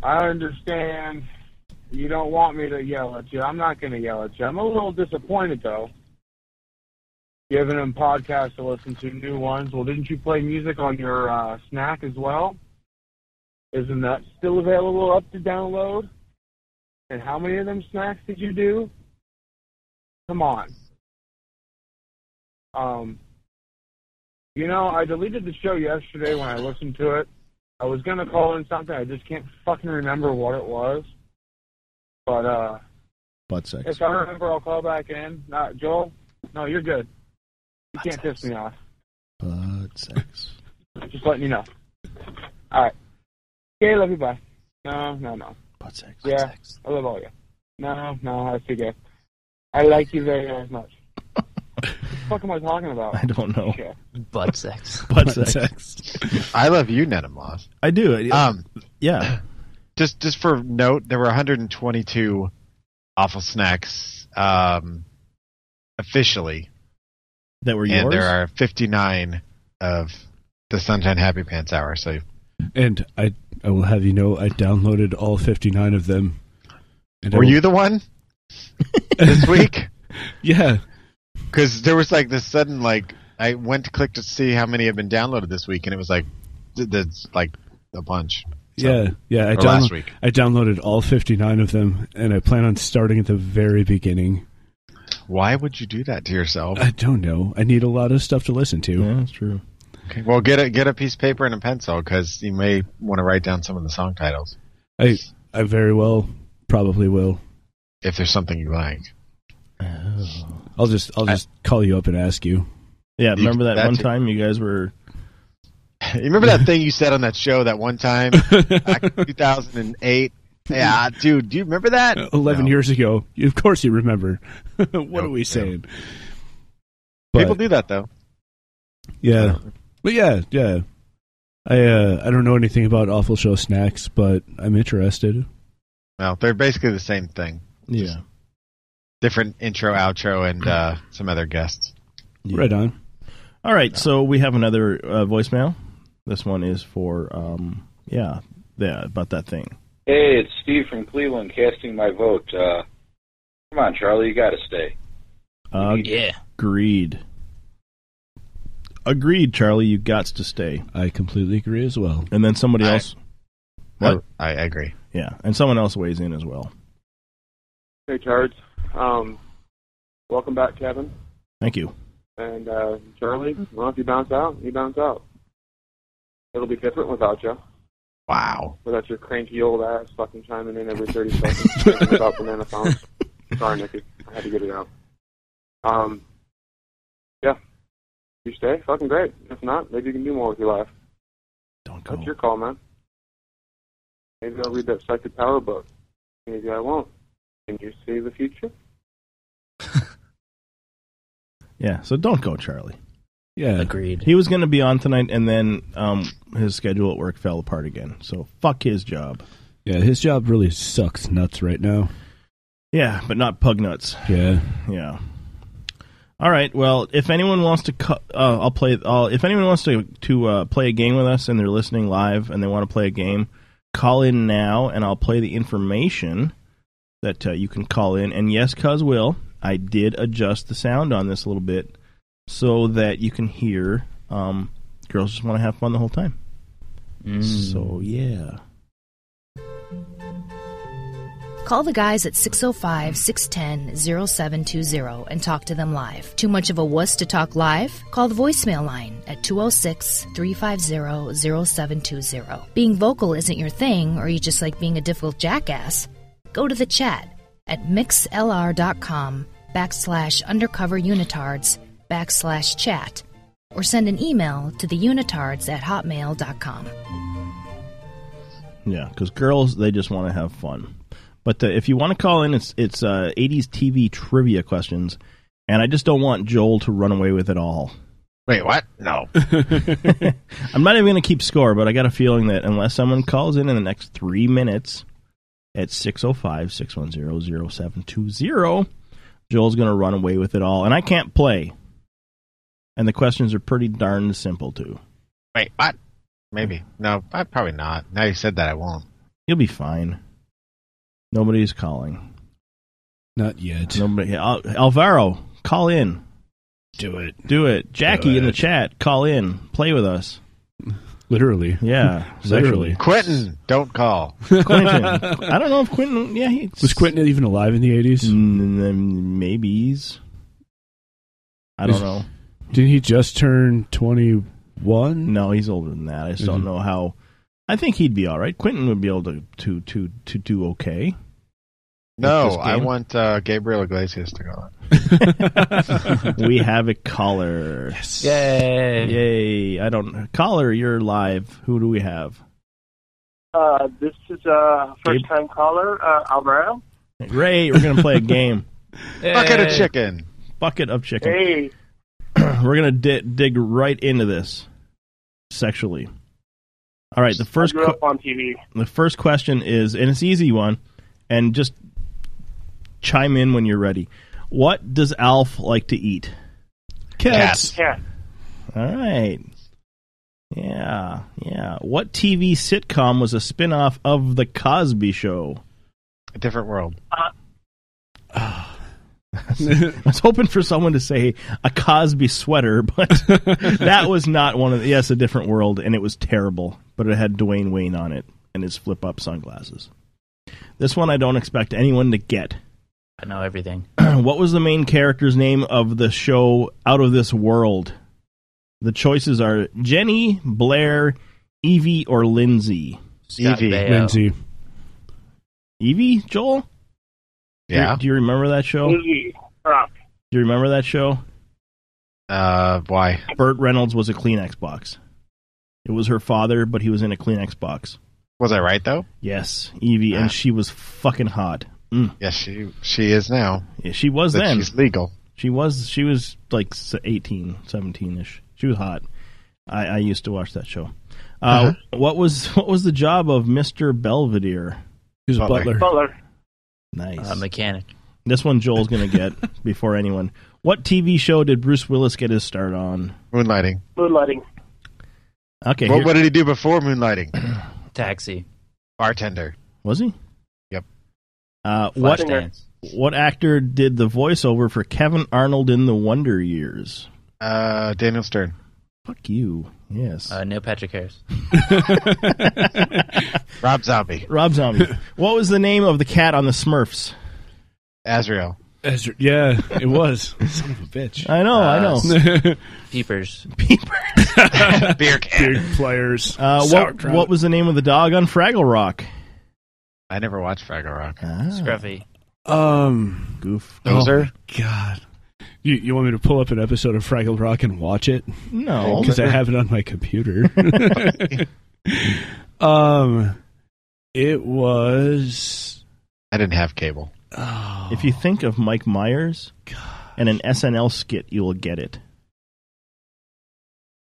I understand you don't want me to yell at you. I'm not going to yell at you. I'm a little disappointed though. Giving them podcasts to listen to, new ones. Well, didn't you play music on your uh, snack as well? Isn't that still available up to download? And how many of them snacks did you do? Come on. Um, you know, I deleted the show yesterday when I listened to it. I was gonna call in something. I just can't fucking remember what it was. But uh, Butt sex. if I remember, I'll call back in. Uh, Joel, no, you're good. You can't piss me off. Butt sex. Just letting you know. All right. Okay, love you. Bye. No, no, no. Butt sex. yeah, I love all you. No, no, I forget. I like you very, very much. what the fuck am I talking <laughs> about? I don't know. Shit. Butt sex. <laughs> Butt sex. I love you, Nenemoth. I do. I- Um, yeah. Just just for note, there were 122 awful snacks um, officially, That were and yours. there are 59 of the Sunshine Happy Pants Hour. So And I, I will have you know, I downloaded all 59 of them. And I Were will- you the <laughs> one this week? yeah, because there was like this sudden like I went to click to see how many have been downloaded this week, and it was like th- that's like a bunch. So- yeah, yeah. I, or last downlo- week. I downloaded all 59 of them, and I plan on starting at the very beginning. Why would you do that to yourself? I don't know. I need a lot of stuff to listen to. Yeah, that's true. Okay, well, get a get a piece of paper and a pencil because you may want to write down some of the song titles I, I very well probably will. if there's something you like. Oh. I'll just, I'll just call you up and ask you. Yeah, remember that that's one it. time you guys were <laughs> You remember <laughs> that thing you said on that show that one time, <laughs> back in 2008? Yeah, dude, do you remember that? 11 years ago. You- Of course you remember. <laughs> what are we saying? But- People do that though. Yeah. But yeah, yeah. I uh, I don't know anything about awful show snacks, but I'm interested. Well, they're basically the same thing. Yeah. different intro, outro, and uh, some other guests. Right on. All right, so we have another uh, voicemail. This one is for um, yeah, yeah, about that thing. Hey, it's Steve from Cleveland casting my vote. Uh, come on, Charlie, you got to stay. Uh, Yeah. Agreed. Agreed, Charlie. You got to stay. I completely agree as well. And then somebody else. What? I agree. Yeah, and someone else weighs in as well. Hey, Tards. Um, welcome back, Kevin. Thank you. And uh, Charlie, well, if you bounce out, you bounce out. It'll be different without you. Wow. Without your cranky old ass fucking chiming in every 30 seconds thinking about banana phone. Sorry, Nicky. I had to get it out. Um, yeah. You stay? Fucking great. If not, maybe you can do more with your life. Don't go. That's your call, man. Maybe I'll read that psychic power book. Maybe I won't. Can you see the future? Yeah, so don't go, Charlie. Yeah, agreed. He was going to be on tonight, and then um, his schedule at work fell apart again. So fuck his job. Yeah, his job really sucks nuts right now. Yeah, but not pug nuts. Yeah. Yeah. All right. Well, if anyone wants to, cu- uh, I'll play. I'll, if anyone wants to to uh, play a game with us and they're listening live and they want to play a game, call in now and I'll play the information that uh, you can call in. And yes, cuz will I did adjust the sound on this a little bit so that you can hear. Um, girls just want to have fun the whole time. So yeah. Call the guys at 605 610 0720 and talk to them live. Too much of a wuss to talk live? Call the voicemail line at 206 350 0720. oh. Being vocal isn't your thing, or you just like being a difficult jackass? Go to the chat at mixlr.com backslash undercover unitards backslash chat or send an email to the unitards at hotmail.com. Yeah, because girls they just want to have fun. But uh, if you want to call in, it's it's uh, 80s TV trivia questions, and I just don't want Joel to run away with it all. Wait, what? No. <laughs> I'm not even going to keep score, but I got a feeling that unless someone calls in in the next three minutes at 605 610 0720, Joel's going to run away with it all. And I can't play. And the questions are pretty darn simple, too. Wait, what? Maybe. No, I, probably not. Now you said that, I won't. You'll be fine. Nobody's calling. Not yet. Nobody. Al- Alvaro, call in. Do it. Do it. Jackie Do in the it. chat, call in. Play with us. Literally. Yeah, <laughs> Literally. sexually. Quentin, don't call. Quentin. I don't know if Quentin. Mm, Yeah, he <laughs> Was Quentin even alive in the 80s? maybe he's. I don't Is- know. Didn't he just turn 21? No, he's older than that. I just don't Mhm. know how. I think he'd be all right. Quentin would be able to to to, to do okay. No, With this I game. want uh, Gabriel Iglesias to go on. <laughs> we have a caller. Yay! Yay! I don't caller. You're live. Who do we have? Uh, this is uh, first time caller, uh, Alvaro. Great. We're <laughs> gonna play a game. Bucket of chicken. Bucket of chicken. <clears throat> Hey, We're gonna di- dig right into this sexually. All right. The first I grew que- up on TV. The first question is, and it's an easy one, and just chime in when you're ready. What does Alf like to eat? Cats. Yeah. All right. Yeah, yeah. What TV sitcom was a spin-off of The Cosby Show? A different world. <sighs> I was hoping for someone to say a Cosby sweater, but <laughs> that was not one of the. Yes, a different world, and it was terrible. But it had Dwayne Wayne on it and his flip-up sunglasses. This one I don't expect anyone to get. <laughs> I know everything. <clears throat> what was the main character's name of the show Out of This World? The choices are Jenny, Blair, Evie, or Lindsay. Scott Evie. Baio. Lindsay. Evie, Joel? Do you- Yeah. Do you remember that show? Do Lindsay Crop. you remember that show? Uh, why? Burt Reynolds was a Kleenex box. It was her father, but he was in a Kleenex box. Was I right though? Ah. Yes, Evie, and she was fucking hot. Mm. Yes, she she is now. Yeah, she was But then. She's legal. She was she was like s- 18, 17-ish. She was hot. I, I used to watch that show. Uh, Uh-huh. What was <laughs> what was the job of Mister Belvedere? He was a Butler. butler. Nice Uh, mechanic. This one Joel's gonna get before anyone. What TV show did Bruce Willis get his start on? Moonlighting. Moonlighting. Okay, what, here- what did he do before moonlighting? Taxi. Bartender. was he? Yep. Uh, what Flashdance. what actor did the voiceover for Kevin Arnold in The Wonder Years? Uh, Daniel Stern. Fuck you. Yes. Uh, Neil Patrick Harris. <laughs> Rob Zombie. <laughs> Rob Zombie. what was the name of the cat on the Smurfs? Azrael. Ezra- Yeah, it was. <laughs> Son of a bitch. I know, I <laughs> <laughs> know. Peepers. Beer can. Big <laughs> players. Uh, what, Sauerkraut. what was the name of the dog on Fraggle Rock? I never watched Fraggle Rock. Ah. Scruffy. Um, Goof. Dozer? Oh, God. You, you want me to pull up an episode of Fraggle Rock and watch it? No. Because I have it on my computer. <laughs> <laughs> um, it was. I didn't have cable. If you think of Mike Myers and an SNL skit, you will get it.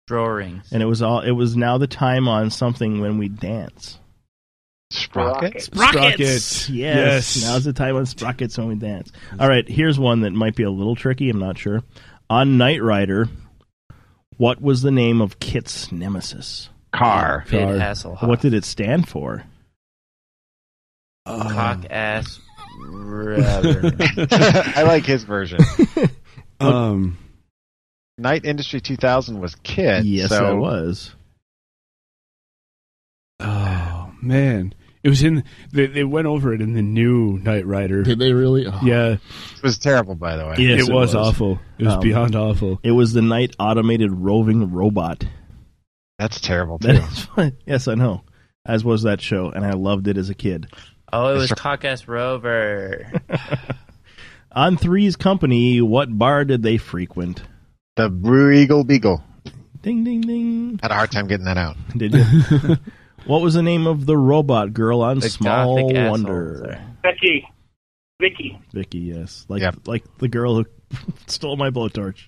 Drawing. And it was all. It was now the time on something when we dance. Sprocket? Sprockets. Yes. Yes. Now's the time on sprockets when we dance. All right, here's one that might be a little tricky. I'm not sure. On Knight Rider, what was the name of Kit's nemesis? Car. Sid Hasselhoff. What did it stand for? Uh, Cock ass. <laughs> <laughs> I like his version. Um, Night Industry 2000 was kid. Yes, so it was. Oh man, it was in. They, they went over it in the new Knight Rider. Did they really? Oh. Yeah, it was terrible. By the way, Yes, Oh, It it was was. awful. It was beyond awful. Um, It was the Knight Automated Roving Robot. That's terrible. That is <laughs> fun. Yes, I know. As was that show, and I loved it as a kid. Oh, it was cock ass <laughs> rover. On Three's Company, what bar did they frequent? The Brew Eagle Beagle. Ding ding ding. Had a hard time getting that out. Did <laughs> you? what was the name of the robot girl on The Small gothic asshole. Wonder? Vicky. Vicky. Vicky, yes, like like the girl who <laughs> stole my <laughs> blowtorch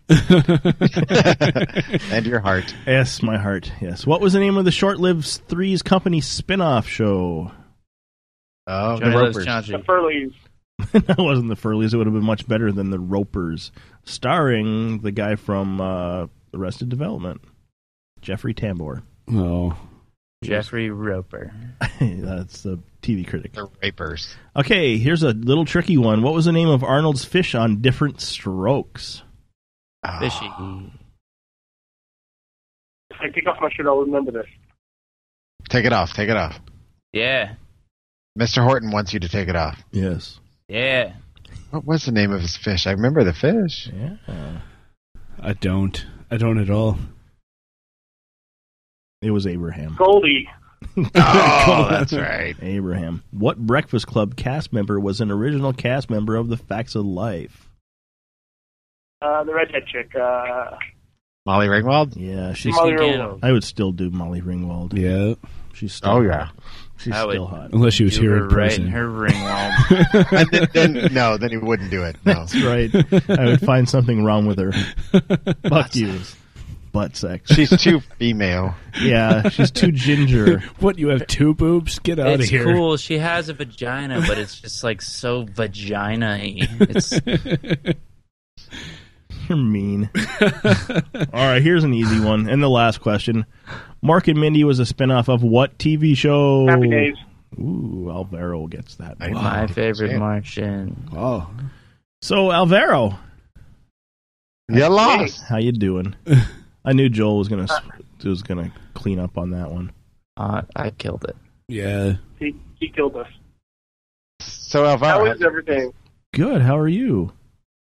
and your heart. Yes, my heart. Yes. What was the name of the short-lived Three's Company spin-off show? Oh, The Ropers. The Furleys. <laughs> that wasn't the Furleys. It would have been much better than the Ropers, starring the guy from uh, Arrested Development, Jeffrey Tambor. Oh, Jeffrey Roper. <laughs> that's the TV critic. The Rapers. Okay, here's a little tricky one. What was the name of Arnold's fish on Different Strokes? Fishy. If I take off my shirt, I'll remember this. Take it off. Take it off. Yeah. Mr. Horton wants you to take it off. Yes. Yeah. What was the name of his fish? I remember the fish. Yeah. I don't. I don't at all. It was Abraham. <laughs> Goldie. <laughs> Oh, that's right. Abraham. What Breakfast Club cast member was an original cast member of The Facts of Life? Uh, the redhead chick. Uh, Molly Ringwald. Yeah, she's. Molly Ringwald. I would still do Molly Ringwald. Yeah, she's. Still Oh, yeah. hot. she's I would- still hot. Unless she was You here were in right person. in <laughs> her Ringwald. and then, then- no, then he wouldn't do it. No. That's right. I would find something wrong with her. Fuck you. Butt sex. She's too female. Yeah, she's too ginger. <laughs> what? You have two boobs? Get out of It's here. cool. She has a vagina, but it's just like so vagina y. <laughs> It's You're mean. <laughs> All right, here's an easy one. And the last question. Mark and Mindy was a spinoff of what TV show? Happy Days. Ooh, Alvaro gets that. my favorite Damn. Martian. Oh. So Alvaro, you lost. How you doing? I knew Joel was gonna s- was gonna clean up on that one. Uh, I killed it. Yeah. he, he killed us. So Alvaro, How is everything? Good. How are you?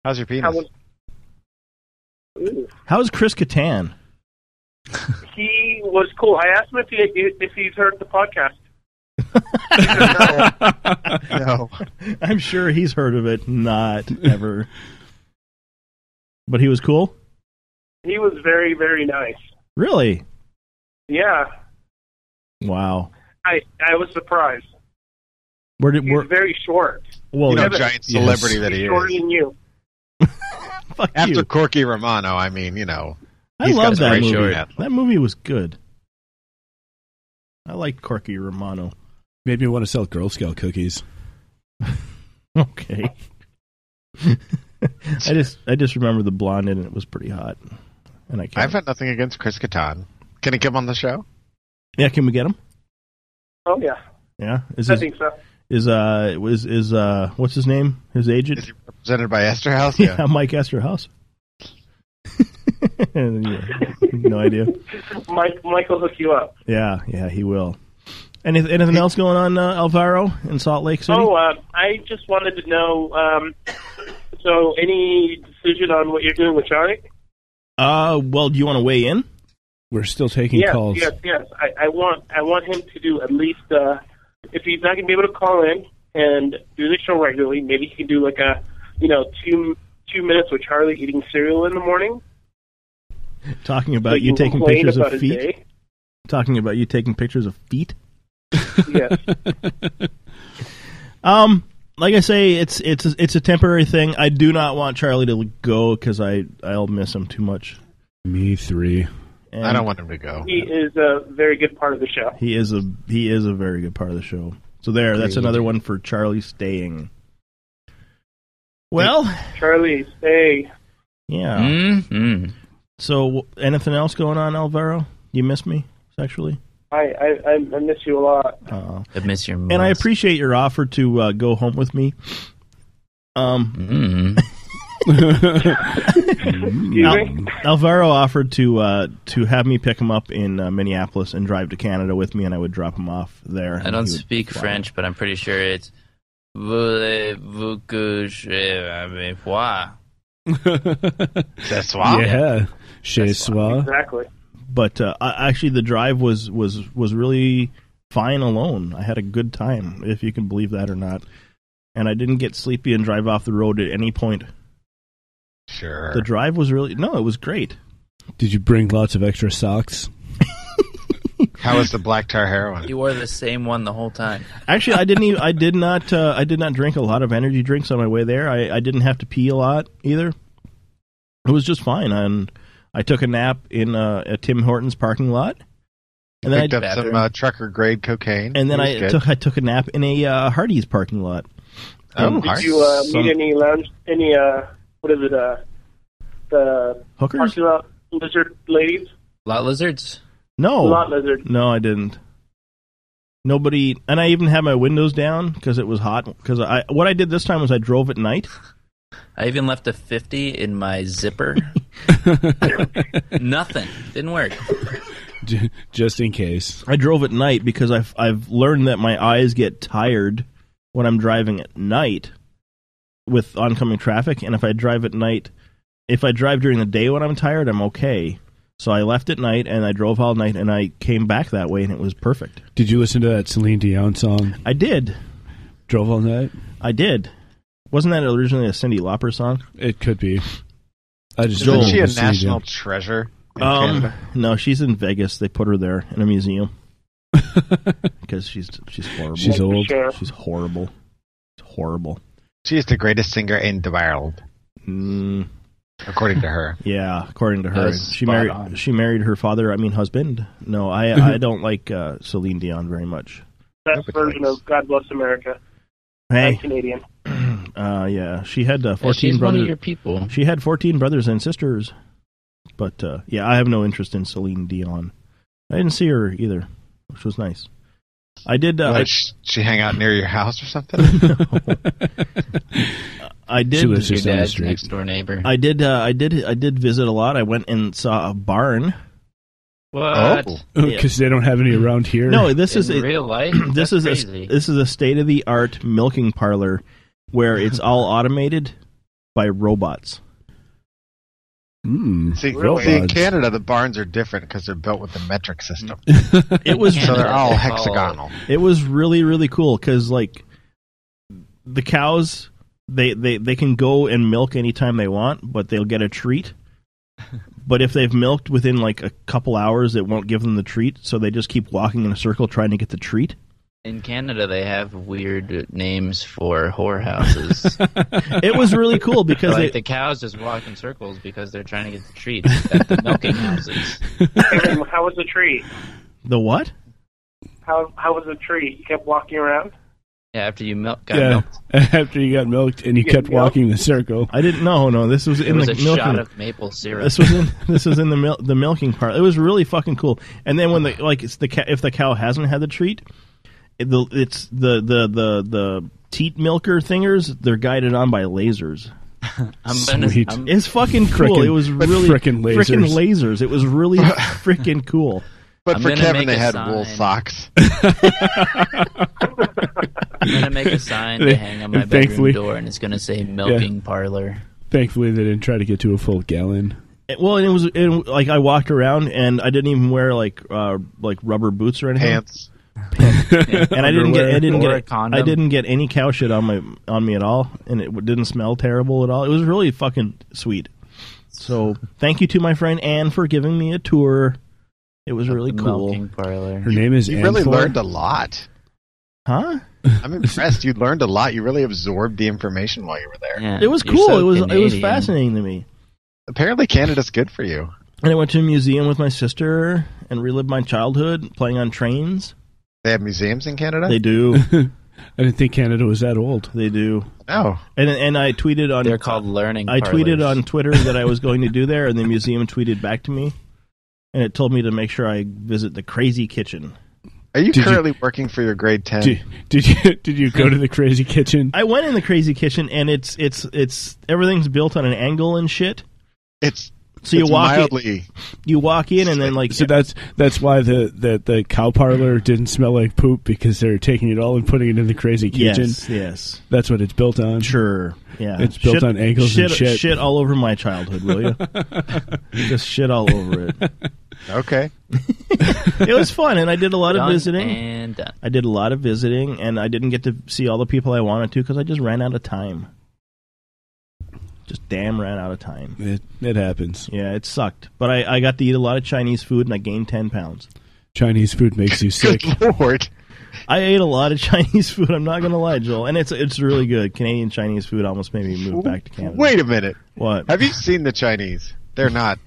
how's your penis? How was, Ooh. How's Chris Catan? he was cool. I asked him if he if he's heard the <laughs> podcast. no. I'm sure he's heard of it. Not ever. but he was cool. He was very very nice. Really? Yeah, Wow. I I was surprised. Where did He's where? very short. Well, you know, yeah, giant yes. celebrity that he He's is. shorter than you. <laughs> After Corky Romano, I mean, you know, I he's got love the that right movie. short. That movie was good. I liked Corky Romano. Made me want to sell Girl Scout cookies. <laughs> <laughs> Okay. I just I just remember the blonde in it was pretty hot, and I can't. I've had nothing against Chris Catan. Can he come on the show? yeah, can we get him? Oh yeah, Yeah, is I his- think so. Is uh was is uh what's his name? His agent? Presented by Esterhaus? yeah. Mike Esterhaus. <laughs> yeah, no idea. Mike Mike will hook you up. Yeah, yeah, he will. Anyth- anything else going on, uh, Alvaro, in Salt Lake City? Oh, uh, I just wanted to know. Um, so, any decision on what you're doing with Johnny? Uh, well, do you want to weigh in? We're still taking yes, calls. yes, yes. I, I want I want him to do at least uh, if he's not going to be able to call in and do the show regularly, maybe he can do like a you know two two minutes with Charlie eating cereal in the morning. Talking so about he you can taking complain pictures about of his feet. Day. Talking about you taking pictures of feet. Yes. <laughs> Um, like I say, it's it's it's a temporary thing. I do not want Charlie to go because I I'll miss him too much. Me three. And I don't want him to go. He is a very good part of the show. He is a he is a very good part of the show. So there, that's Agreed. another one for Charlie staying. Well, Charlie, stay. Yeah. Mm-hmm. So, wh- anything else going on, Alvaro? You miss me sexually? I, I, I I miss you a lot. Uh, I miss your And I appreciate your offer to uh, go home with me. Um, Mm. <laughs> Mm. me? Al- Alvaro offered to uh, to have me pick him up in uh, Minneapolis and drive to Canada with me, and I would drop him off there. I don't speak French, but I'm pretty sure it's. Voulez-vous que je avec moi? That's Yeah. Chez soi. Exactly. But uh, I, actually, the drive was was was really fine alone. I had a good time, if you can believe that or not. And I didn't get sleepy and drive off the road at any point. Sure. The drive was really no, it was great. Did you bring lots of extra socks? How was the black tar heroin? You wore the same one the whole time. Actually, I didn't. Even, I did not. Uh, I did not drink a lot of energy drinks on my way there. I, I didn't have to pee a lot either. It was just fine, and I took a nap in uh, a Tim Hortons parking lot, and then Picked I up some uh, trucker grade cocaine. and then It was I good. took I took a nap in a uh, Hardee's parking lot. Oh, Um, Did you uh, meet any lounge, any, uh, what is it, uh, the Hookers? parking lot lizard ladies? Lot lizards. No, Lot lizard. No, I didn't. Nobody, and I even had my windows down because it was hot. Because I, what I did this time was I drove at <laughs> night. I even left a 50 in <laughs> my zipper. Nothing. Didn't work. just in case. I drove at night because I've I've learned that my eyes get tired when I'm driving at night with oncoming traffic, and if I drive at night, if I drive during the day when I'm tired, I'm okay. So I left at night and I drove all night, and I came back that way, and it was perfect. Did you listen to that Celine Dion song? I did. Drove all night. I did. Wasn't that originally a Cindy Lauper song? It could be. I just Isn't don't she a listen to National Dion. treasure. in Um, Canada. no, she's in Vegas. They put her there in <laughs> a museum because she's she's horrible. She's old. Sure. She's horrible. It's horrible. She is the greatest singer in the world, Mm, according to her. yeah, according to her, That's she spot married on. she married her father. I mean, husband. <laughs> No, I I don't like uh, Celine Dion very much. <clears throat> Best version of God Bless America. Hey. I'm Canadian. Uh, yeah, she had uh, Yeah, fourteen she's one brothers. of your people. She had fourteen brothers and sisters, but uh, yeah, I have no interest in Celine Dion. I didn't see her either, which was nice. <laughs> I did. Uh, What, I- sh- she hang out near your house or <laughs> something? <laughs> I did. She lives just down the dad's street. next door neighbor. I did. Uh, I did. I did visit a lot. I went and saw a barn. What? Oh. Yeah. Because they don't have any around here. Mm. No, this is In a, real life? <clears throat> This That's is crazy. a this is a state of the art milking parlor where it's <laughs> all automated by robots. Mm, See, see, in Canada, the barns are different because they're built with the metric <laughs> system. it was so they're all hexagonal. It was really really cool because like the cows they, they they can go and milk anytime they want, but they'll get a treat. But if they've milked within like a couple hours, it won't give them the treat, so they just keep walking in a circle trying to get the treat. In Canada, they have weird names for <laughs> whorehouses. It was really cool because like they, the cows just walk in circles because they're trying to get the treat at the milking <laughs> houses. Kevin, how was the tree? the what? How how was the tree? You kept walking around. Yeah, after you milk, got Yeah. milked. <laughs> After you got milked and you You get kept walking the <laughs> circle. I didn't. No, no. This was It in was the a milking. shot of maple syrup. This was in. <laughs> This was in the mil- the milking part. It was really fucking cool. And then when the like it's the ca- if the cow hasn't had the treat, it, the, it's the the the the teat milker thingers. They're guided on <laughs> by lasers. I'm gonna- Sweet. I'm- it's fucking cool. Frickin- it was but really frickin' lasers. frickin' lasers. It <laughs> was really freaking cool. But I'm for gonna Kevin, make they a had wool sign. socks. I'm gonna make a sign to hang on my And thankfully- bedroom door, and it's gonna say milking parlor. Thankfully, they didn't try to get to a full gallon. It- Well, and it was it, like I walked around and I didn't even wear like uh, like rubber boots or anything. Pants. and I didn't get I didn't Or get a condom. I didn't get any cow shit on my on me at all, and it w- didn't smell terrible at all. It was really fucking sweet. So thank you to my friend Anne for giving me a tour. It was really cool. Milking parlor. Her name is You really Anflor. learned a lot. Huh? I'm impressed. You learned a lot. You really absorbed the information while you were there. It was cool. it was it was fascinating to me. Apparently, Canada's good for you. And I went to a museum with my sister and relived my childhood playing on trains. They have museums in Canada. They do. <laughs> I didn't think Canada was that old. They do. No. And and I tweeted on. They're called learning. I tweeted parlors. on Twitter that I was going to do there, and the museum tweeted back to me, and it told me to make sure I visit the Crazy Kitchen. Are you currently working for your grade ten? Did- Did you did you go to the crazy kitchen? I went in the Crazy Kitchen, and it's it's it's everything's built on an angle and shit. It's so you it's walk mildly- in, you walk in, and then like So that's that's why the, the the cow parlor didn't smell like poop because they're taking it all and putting it in the crazy kitchen. Yes, yes. That's what it's built on. Sure. yeah, It's built Shit- on ankles shit, and shit. Shit all over my childhood, will <laughs> you? Just shit all over it. Okay. <laughs> it was fun, and I did a lot of Done visiting. and done. I did a lot of visiting, and I didn't get to see all the people I wanted to because I just ran out of time. Just damn ran out of time. It, it happens. Yeah, it sucked. But I, I got to eat a lot of Chinese food, and I gained 10 pounds. Chinese food makes you <laughs> sick. Lord. I ate a lot of <laughs> Chinese food. I'm not gonna lie, Joel, and it's it's really good. Canadian Chinese food almost made me move back to Canada. Wait a minute. What? Have you seen the Chinese? They're not.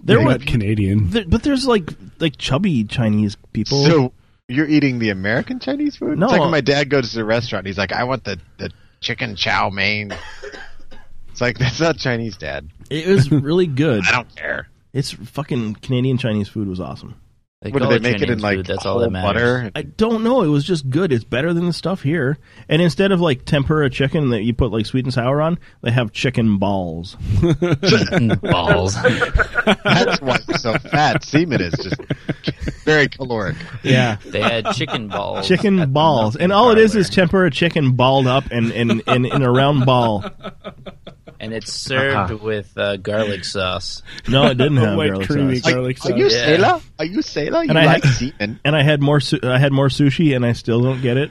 They're They're what- not Canadian. There- but there's like like chubby Chinese people. So you're eating the American Chinese food? No, It's like when uh, my dad goes to the restaurant, he's like, "I want the the chicken chow mein." It's like that's not Chinese, Dad. It <laughs> was really good. I don't care. It's fucking Canadian Chinese food was awesome. They What, do call they it make it in, Chinese like, food, that's all whole that matters. butter? I don't know. It was just good. It's better than the stuff here. And instead of like tempura chicken that you put like sweet and sour on, they have <laughs> chicken balls. chicken balls. That's why it's so fat. Semen is just very caloric. Yeah. They had chicken balls. Chicken balls, and all it is is tempura chicken balled up and in, in, in a round ball. And it's served with uh, garlic sauce. Uh-huh. No, it didn't have White, garlic creamy sauce. garlic Are you Yeah. Sela? Are you Sela? You I like had, semen? and I had more su- I had more sushi, and I still don't get it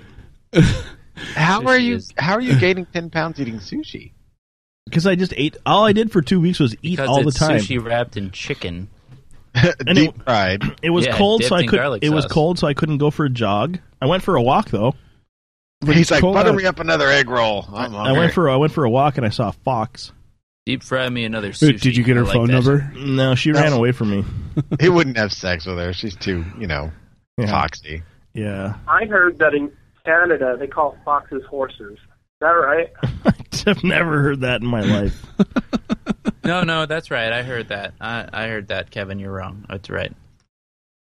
How are you? How are you gaining ten pounds eating sushi? because I just ate. All I did for two weeks was eat Because all the it's time. sushi wrapped in chicken. <laughs> And it- It was Yeah, cold, so dipped I in could. garlic It was sauce. cold, so I couldn't go for a jog. I went for a walk though. He's like, cold butter out. me up another egg roll. I'm I went for I went for a walk, and I saw a fox. Deep fry me another sushi. Did you get her I like phone that. number? No, she ran away from me. he wouldn't have sex with her. She's too, you know, foxy. Yeah. I heard that in Canada they call foxes horses. Is that right? <laughs> I've never heard that in my life. No, no, that's right. I heard that. I, I heard that, Kevin. You're wrong. That's right.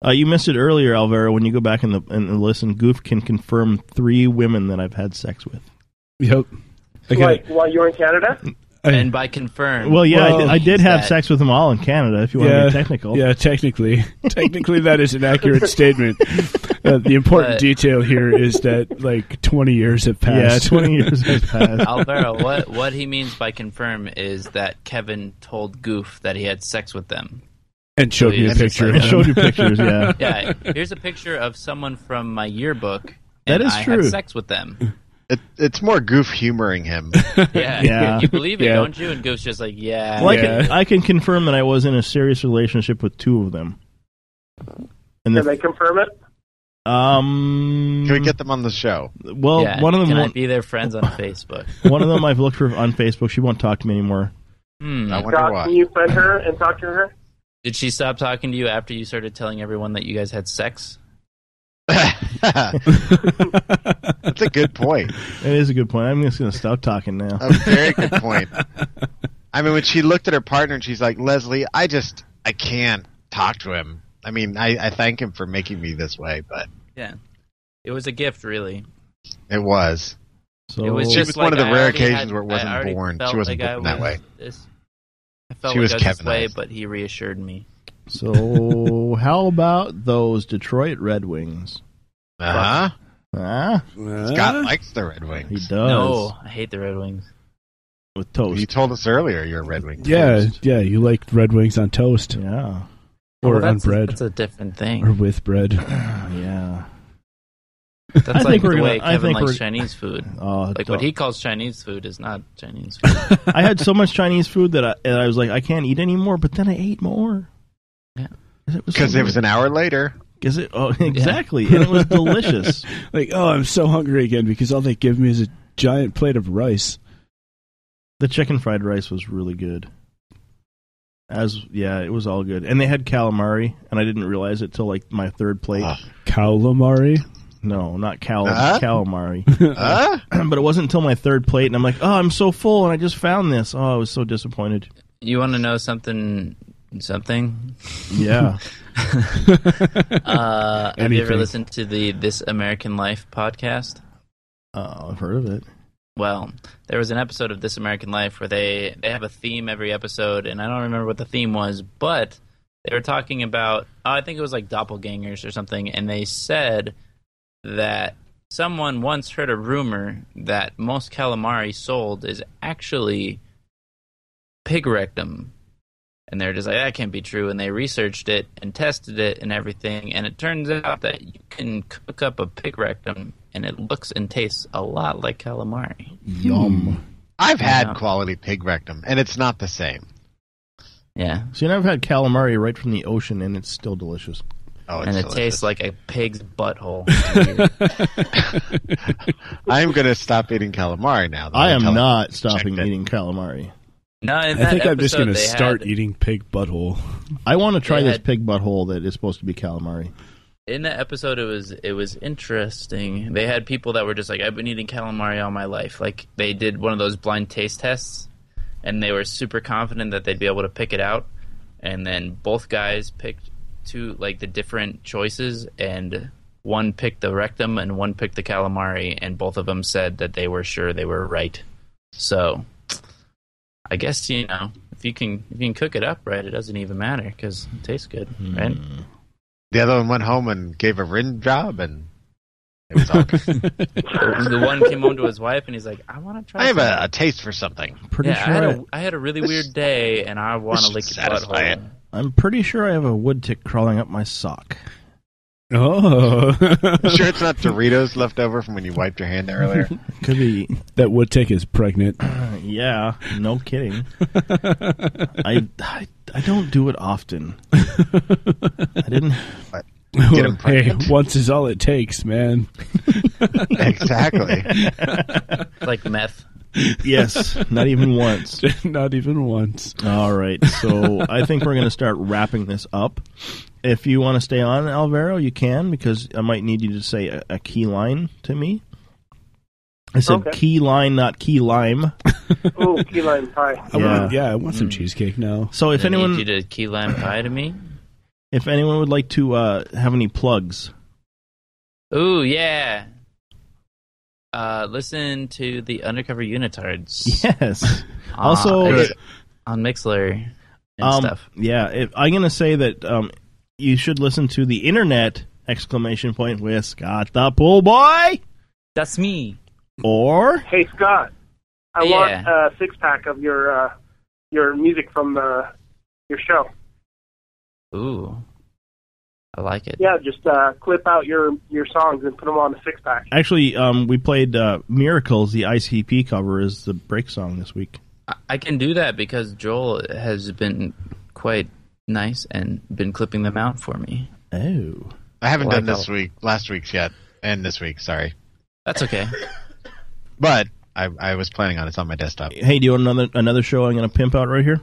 Uh, you missed it earlier, Alvaro. When you go back in the and listen, Goof can confirm three women that I've had sex with. Yep. Like while you were in Canada? and by confirmed. Well, yeah, I, Well, did, I did is have that- sex with them all in Canada. If you want to be technical, Yeah, technically, technically that is an accurate statement. Uh, the important But- detail here is that like twenty years have passed. Yeah, 20 years has <laughs> passed. Alvaro, what what he means by confirm is that Kevin told Goof that he had sex with them. and showed So me a it's just picture. like- of them. <laughs> <laughs> yeah. Here's a picture of someone from my yearbook. That and is I true. Had sex with them. It, it's more goof humoring him. <laughs> Yeah, Yeah. you believe it, Yeah. don't you? And Goof's just like, yeah. Well, I, can, I can confirm that I was in a serious relationship with two of them. And Can the, they confirm it? um, can we get them on the show? Well, Yeah, one of them Can I won't- be their friends on Facebook? <laughs> one of them I've looked for on Facebook. She won't talk to me <laughs> anymore. Hmm. Doc, can you friend her and talk to her? Did she stop talking to you after you started telling everyone that you guys had sex? That's a good point. It is a good point. I'm just going to stop talking now. A very good point. I mean, when she looked at her partner and she's like, Leslie, I just, I can't talk to him. I mean, I, I thank him for making me this way, but Yeah. It was a gift, really. it was. it was Oh. she just was like one of the I rare already occasions had- where it I wasn't already born. felt She wasn't like I born that was way. this- I felt She like was I was Kevinized. this way, but he reassured me. So, <laughs> how about those Detroit Red Wings? Uh huh. Scott likes the Red Wings. He does. No, I hate the Red Wings. With toast. You told us earlier you're a Red Wings. Yeah, yeah. You liked Red Wings on toast. Yeah. Or Oh, Well, on that's a- bread. that's a different thing. Or with bread. <laughs> yeah. That's I think like we're the gonna- way I Kevin think likes we're- Chinese food. <laughs> Oh, like don't- what he calls Chinese food is not <laughs> Chinese food. I had so much Chinese food that I, that I was like, I can't eat anymore. But then I ate more. Because it was an hour later. Because it oh, exactly, <laughs> and it was delicious. like, oh, I'm so hungry again because all they give me is a giant plate of rice. The chicken fried rice was really good. As yeah, it was all good, and they had calamari, and I didn't realize it till like my third plate. Ah. Calamari. Ah? No, not cal- Huh? <laughs> calamari. <clears throat> but it wasn't until my third plate, and I'm like, oh, I'm so full, and I just found this. Oh, I was so disappointed. You want to know something? Something? Yeah. <laughs> <laughs> uh, have you ever Anything. listened to the This American Life podcast? Oh, I've heard of it. Well, there was an episode of This American Life where they they have a theme every episode, and I don't remember what the theme was, but they were talking about oh, I think it was like doppelgangers or something, and they said that someone once heard a rumor that most calamari sold is actually pig rectum. And they're just like, that can't be true. And they researched it and tested it and everything. And it turns out that you can cook up a pig rectum and it looks and tastes a lot like calamari. Yum. <laughs> I've had Yeah. quality pig rectum, and it's not the same. Yeah. See, and I've had calamari right from the ocean, and it's still delicious. Oh, and it tastes like a <laughs> pig's butthole. I'm gonna stop eating calamari now. that I am tell- not stopping eating calamari. No, Uh, in I that think I'm just episode gonna they start had- eating pig butthole. I want to try They this had- pig butthole that is supposed to be calamari. in that episode it was it was interesting. They had people that were just like, I've been eating calamari all my life. Like they did one of those blind taste tests and they were super confident that they'd be able to pick it out. And then both guys picked two like the different choices and one picked the rectum and one picked the calamari and both of them said that they were sure they were right. So I guess you know if you can if you can cook it up right, it doesn't even matter because it tastes good, Mm-hmm. right? The other one went home and gave a rim job, and it was all good. <laughs> the one came home to his wife and he's like, I want to try. I have a, something." a taste for something. Pretty yeah, sure I had, I- <laughs> a, I had a really weird day and I want to should lick your satisfy butthole. I'm pretty sure I have a wood tick crawling up my sock. Oh, sure it's not Doritos left over from when you wiped your hand <laughs> earlier. <laughs> Could be. That wood tick is <clears throat> pregnant. <laughs> yeah, no kidding. I, I I don't do it often. I didn't. Well, hey, once is all it takes, <laughs> man. exactly. <laughs> like meth. Yes, not even once. not even once. All right, so I think we're going to start wrapping this up. If you want to stay on, Alvaro, you can because I might need you to say a, a key line to me. I said Okay. key line, not <laughs> key lime. Oh, key lime pie. I want, yeah, I want Mm. some cheesecake now. Mm. So if Does it need anyone, you to key lime pie to me, if anyone would like to uh, have any plugs, ooh yeah. Uh, listen to the Undercover Unitards. <laughs> Yes. Uh, Also- it's on Mixler and um, stuff. Yeah, if, I'm going to say that um, you should listen to the internet exclamation point with Scott the Pool Boy. That's me. Or Hey Scott, I want Yeah. a six pack of your uh, your music from uh, your show. Ooh, I like it. Yeah, just uh, clip out your your songs and put them on a six pack. actually, um, we played uh, "Miracles." The ICP cover is the break song this week. I can do that because Joel has been quite nice and been clipping them out for me. Oh, I haven't Well, I done this don't- week, last week's yet, and this week. Sorry, that's okay. <laughs> but I, I was planning on it. It's on my desktop. Hey, do you want another another show? I'm going to pimp out right here.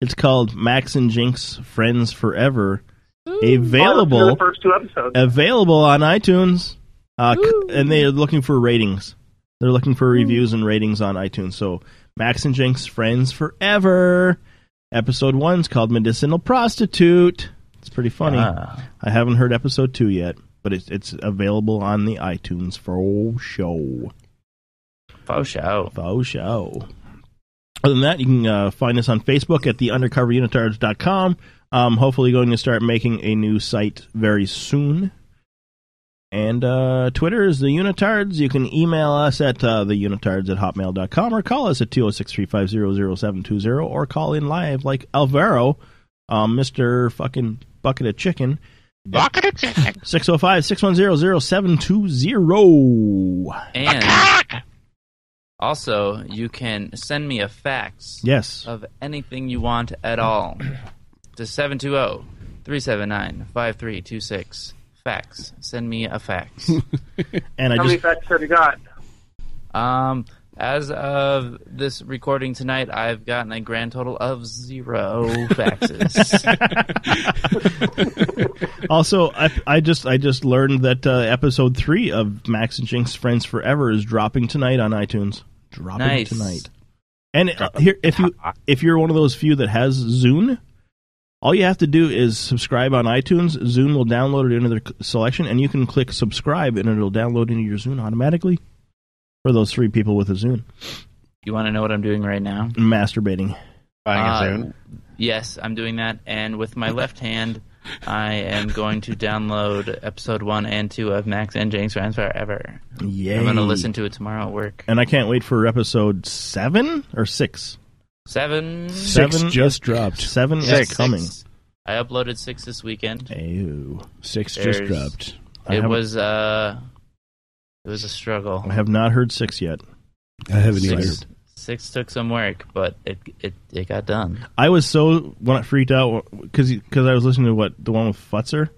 It's called Max and Jinx Friends Forever. Oh, the Available first two episodes. available on iTunes, uh, c- and they are looking for ratings. They're looking for reviews and ratings on iTunes. So Max and Jinx Friends Forever. Episode one's called Medicinal Prostitute. It's pretty funny. Ah. I haven't heard episode two yet, but it's it's available on the iTunes for show. Faux show. Faux show. Other than that, you can uh, find us on Facebook at theundercoverunitards.com. Um, hopefully, going to start making a new site very soon. And uh, Twitter is the Unitards. You can email us at uh, theunitards at hotmail.com or call us at 206 350 0720 or call in live like Alvaro, um, Mr. fucking Bucket of Chicken. Bucket of Chicken. 605 610 0720. And also, you can send me a fax Yes. of anything you want <clears throat> at all to oh, 720 379 5326. Fax. Send me a fax. <laughs> and How many facts have you got? Um, As of this recording tonight, I've gotten a grand total <laughs> of zero faxes. Also, I, I just I just learned that uh, episode three of Max and Jinx Friends Forever is dropping tonight on iTunes. Dropping Nice. tonight. And uh, here, if you if you're one of those few that has Zune, all you have to do is subscribe on iTunes. Zune will download it into their c- selection, and you can click subscribe, and it'll download into your Zune automatically. For those three people with a Zune, you want to know what I'm doing right now? masturbating. Uh, Yes, I'm doing that. And with my left hand, I am going to download episode one and two of Max and James Rhymes Forever. Yay. I'm going to listen to it tomorrow at work. And I can't wait for episode seven or six. Seven. Seven just dropped. Seven Six. is coming. Six. I uploaded six this weekend. Ew. Six just There's- dropped. I It haven't- was uh, it was a struggle. I have not heard six yet. I six, six took some work, but it it it got done. I was so when I freaked out because because I was listening to what the one with Futzer.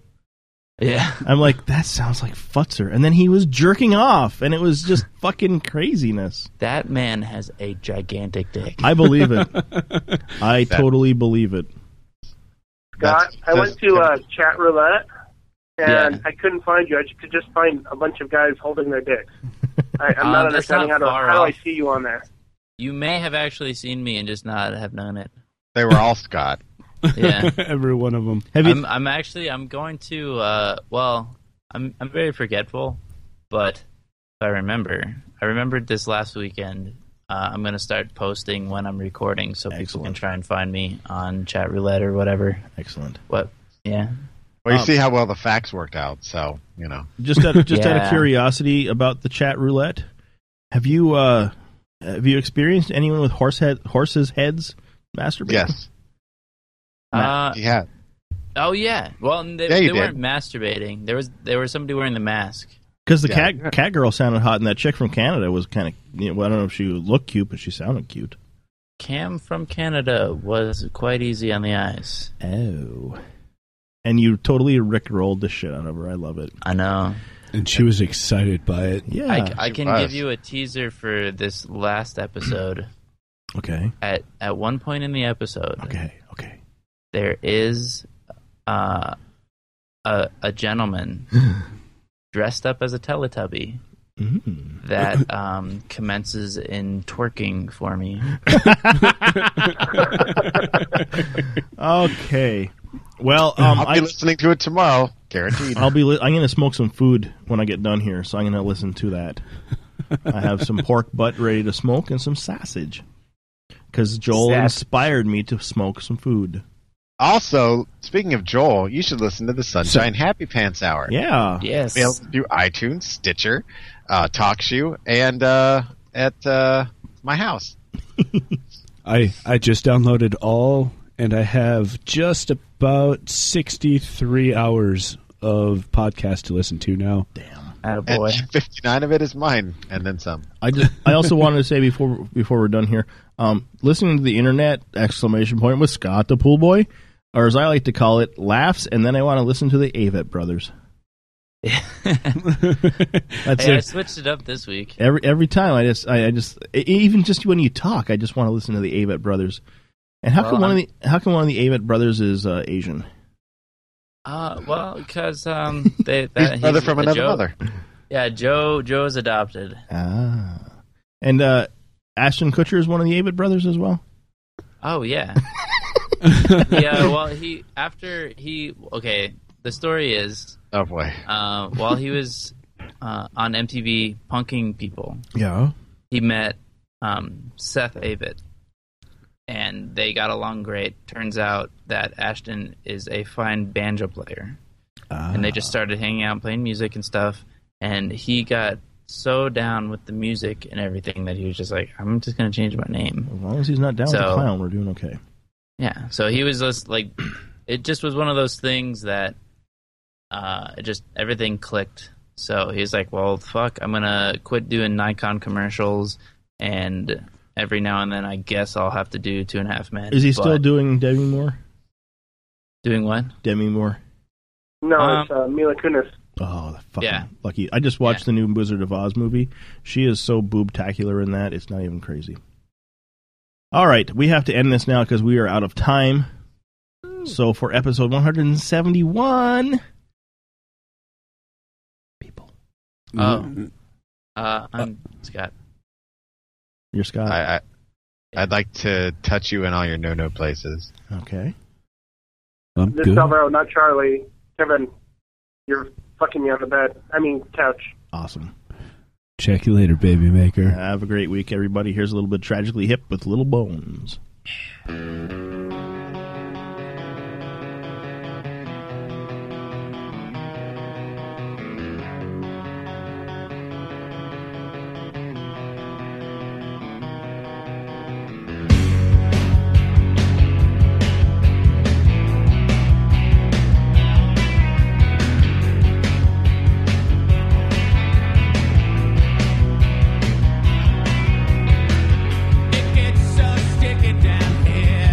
Yeah. I'm like <laughs> that sounds like Futzer, and then he was jerking off, and it was <laughs> just fucking craziness. That man has a gigantic dick. I believe <laughs> it. I That- totally believe it. Scott, I went to uh, chat roulette and Yeah. I couldn't find you. I just- could just find a bunch of guys holding their <laughs> dicks. I, I'm Uh, not that's understanding not how, far to, how do I off. see you on there. You may have actually seen me and just not have known it. They were all Scott. <laughs> <laughs> Yeah. <laughs> Every one of them. I'm, I'm actually I'm going to uh well I'm I'm very forgetful, but if I remember I remembered this last weekend. Uh, I'm gonna start posting when I'm recording so people can try and find me on chat roulette or whatever. Excellent. What? Yeah. Well, you Um, see how well the facts worked out, so you know. Just out, just out of Yeah. curiosity about the chat roulette, have you uh have you experienced anyone with horse head horses heads masturbating? Yes. Uh, yeah. Oh yeah. Well, and they, Yeah, you they did. weren't masturbating. There was there was somebody wearing the mask. Because the Yeah. cat cat girl sounded hot, and that chick from Canada was kind of. You know, well, I don't know if she looked cute, but she sounded cute. Cam from Canada was quite easy on the eyes. Oh. And you totally rickrolled the shit out of her. I love it. I know. And she was excited by it. Yeah. I, I can give you a teaser for this last episode. <clears throat> Okay. At at one point in the episode. Okay. Okay. There is uh, a <laughs> a gentleman dressed up as a Teletubby Mm-hmm. <laughs> that um, commences in twerking for me. Okay. Well, um, I'll be listening to it tomorrow, guaranteed. I'll be. Li- I'm gonna smoke some food when I get done here, so I'm gonna listen to that. I have some pork butt ready to smoke and some sausage, because Joel Sass- inspired me to smoke some food. Also, speaking of Joel, you should listen to the Sunshine Happy Pants Hour. Yeah. Yes. Available through iTunes, Stitcher, uh, TalkShoe, and uh, at uh, my house. I I just downloaded all, and I have just about sixty three hours of podcast to listen to now. Damn, <laughs> Attaboy. And 59 of it is mine, and then some. I just I also wanted to say before before we're done here, um, listening to the internet exclamation point with Scott the pool boy, or as I like to call it, laughs, and then I want to listen to the Avett brothers. That's Hey, I it. switched it up this week. Every every time I just I, I just e- even just when you talk, I just want to listen to the Avett brothers. And how Well, come one I'm- of the how come one of the Avett brothers is uh, Asian? Uh, well, <laughs> because um, they that, he's- brother from uh, another Joe- mother. Yeah, Joe. Joe's adopted. Ah, and uh, Ashton Kutcher is one of the Avett brothers as well. <laughs> Oh yeah. yeah. Well, he after he okay. The story is Oh, boy. uh, while he was uh, on MTV punking people, Yeah. he met um, Seth Avett, and they got along great. Turns out that Ashton is a fine banjo player, and they Ah. just started hanging out, playing music and stuff. And he got so down with the music and everything that he was just like, "I'm just going to change my name." As long as he's not down with the So- clown, we're doing okay. Yeah. So he was just like, <clears throat> it just was one of those things that, uh, it just everything clicked. So he's like, well, fuck, I'm gonna quit doing Nikon commercials, and every now and then, I guess I'll have to do Two and a Half Men. Is he but- still doing Demi Moore? doing what? Demi Moore. No, Um, it's uh, Mila Kunis. Oh, the fucking Yeah. lucky! I just watched the new Wizard of Oz movie. She is so boobtacular in that; it's not even crazy. All right, we have to end this now because we are out of time. So for episode 171, people. Mm. Oh, uh, I'm Scott. You're Scott. I, I, I'd like to touch you in all your no-no places. Okay. I'm This is Alvaro, not Charlie. Kevin, you're fucking me on the bed. I mean, couch. Awesome. Check you later, baby maker. Have a great week, everybody. Here's a little bit tragically hip with Little Bones. It gets so sticky down here.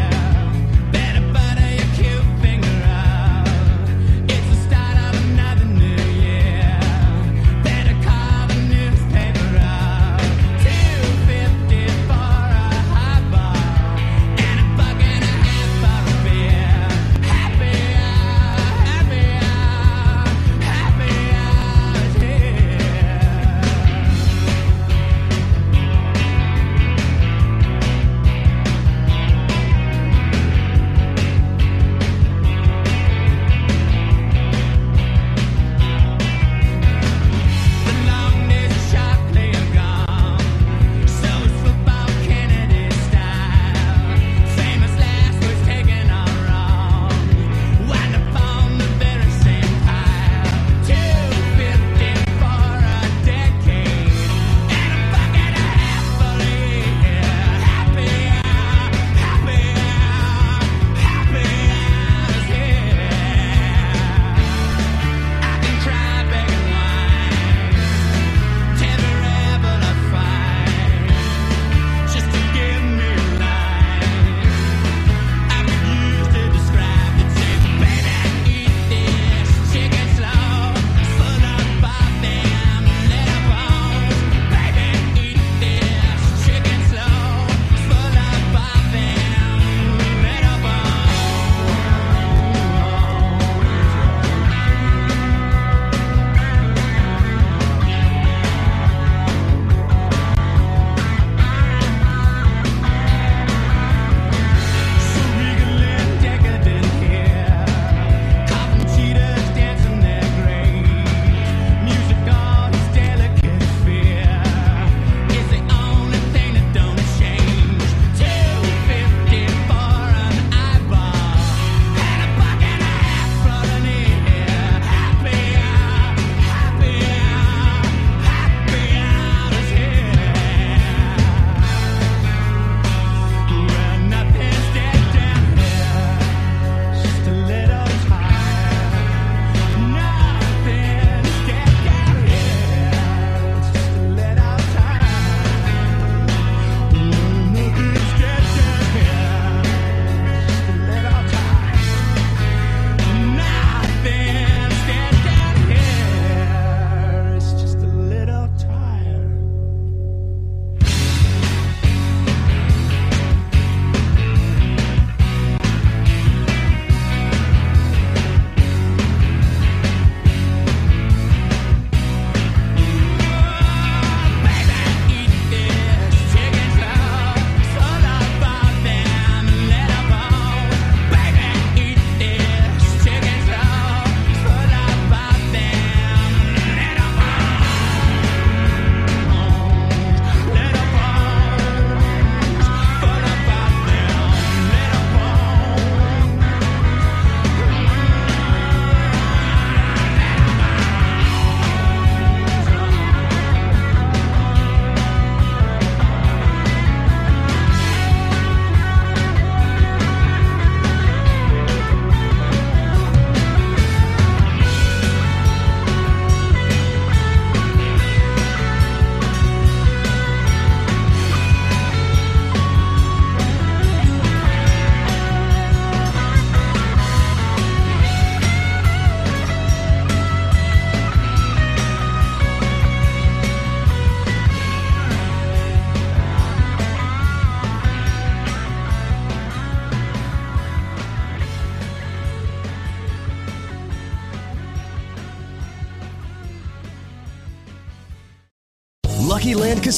Lucky Land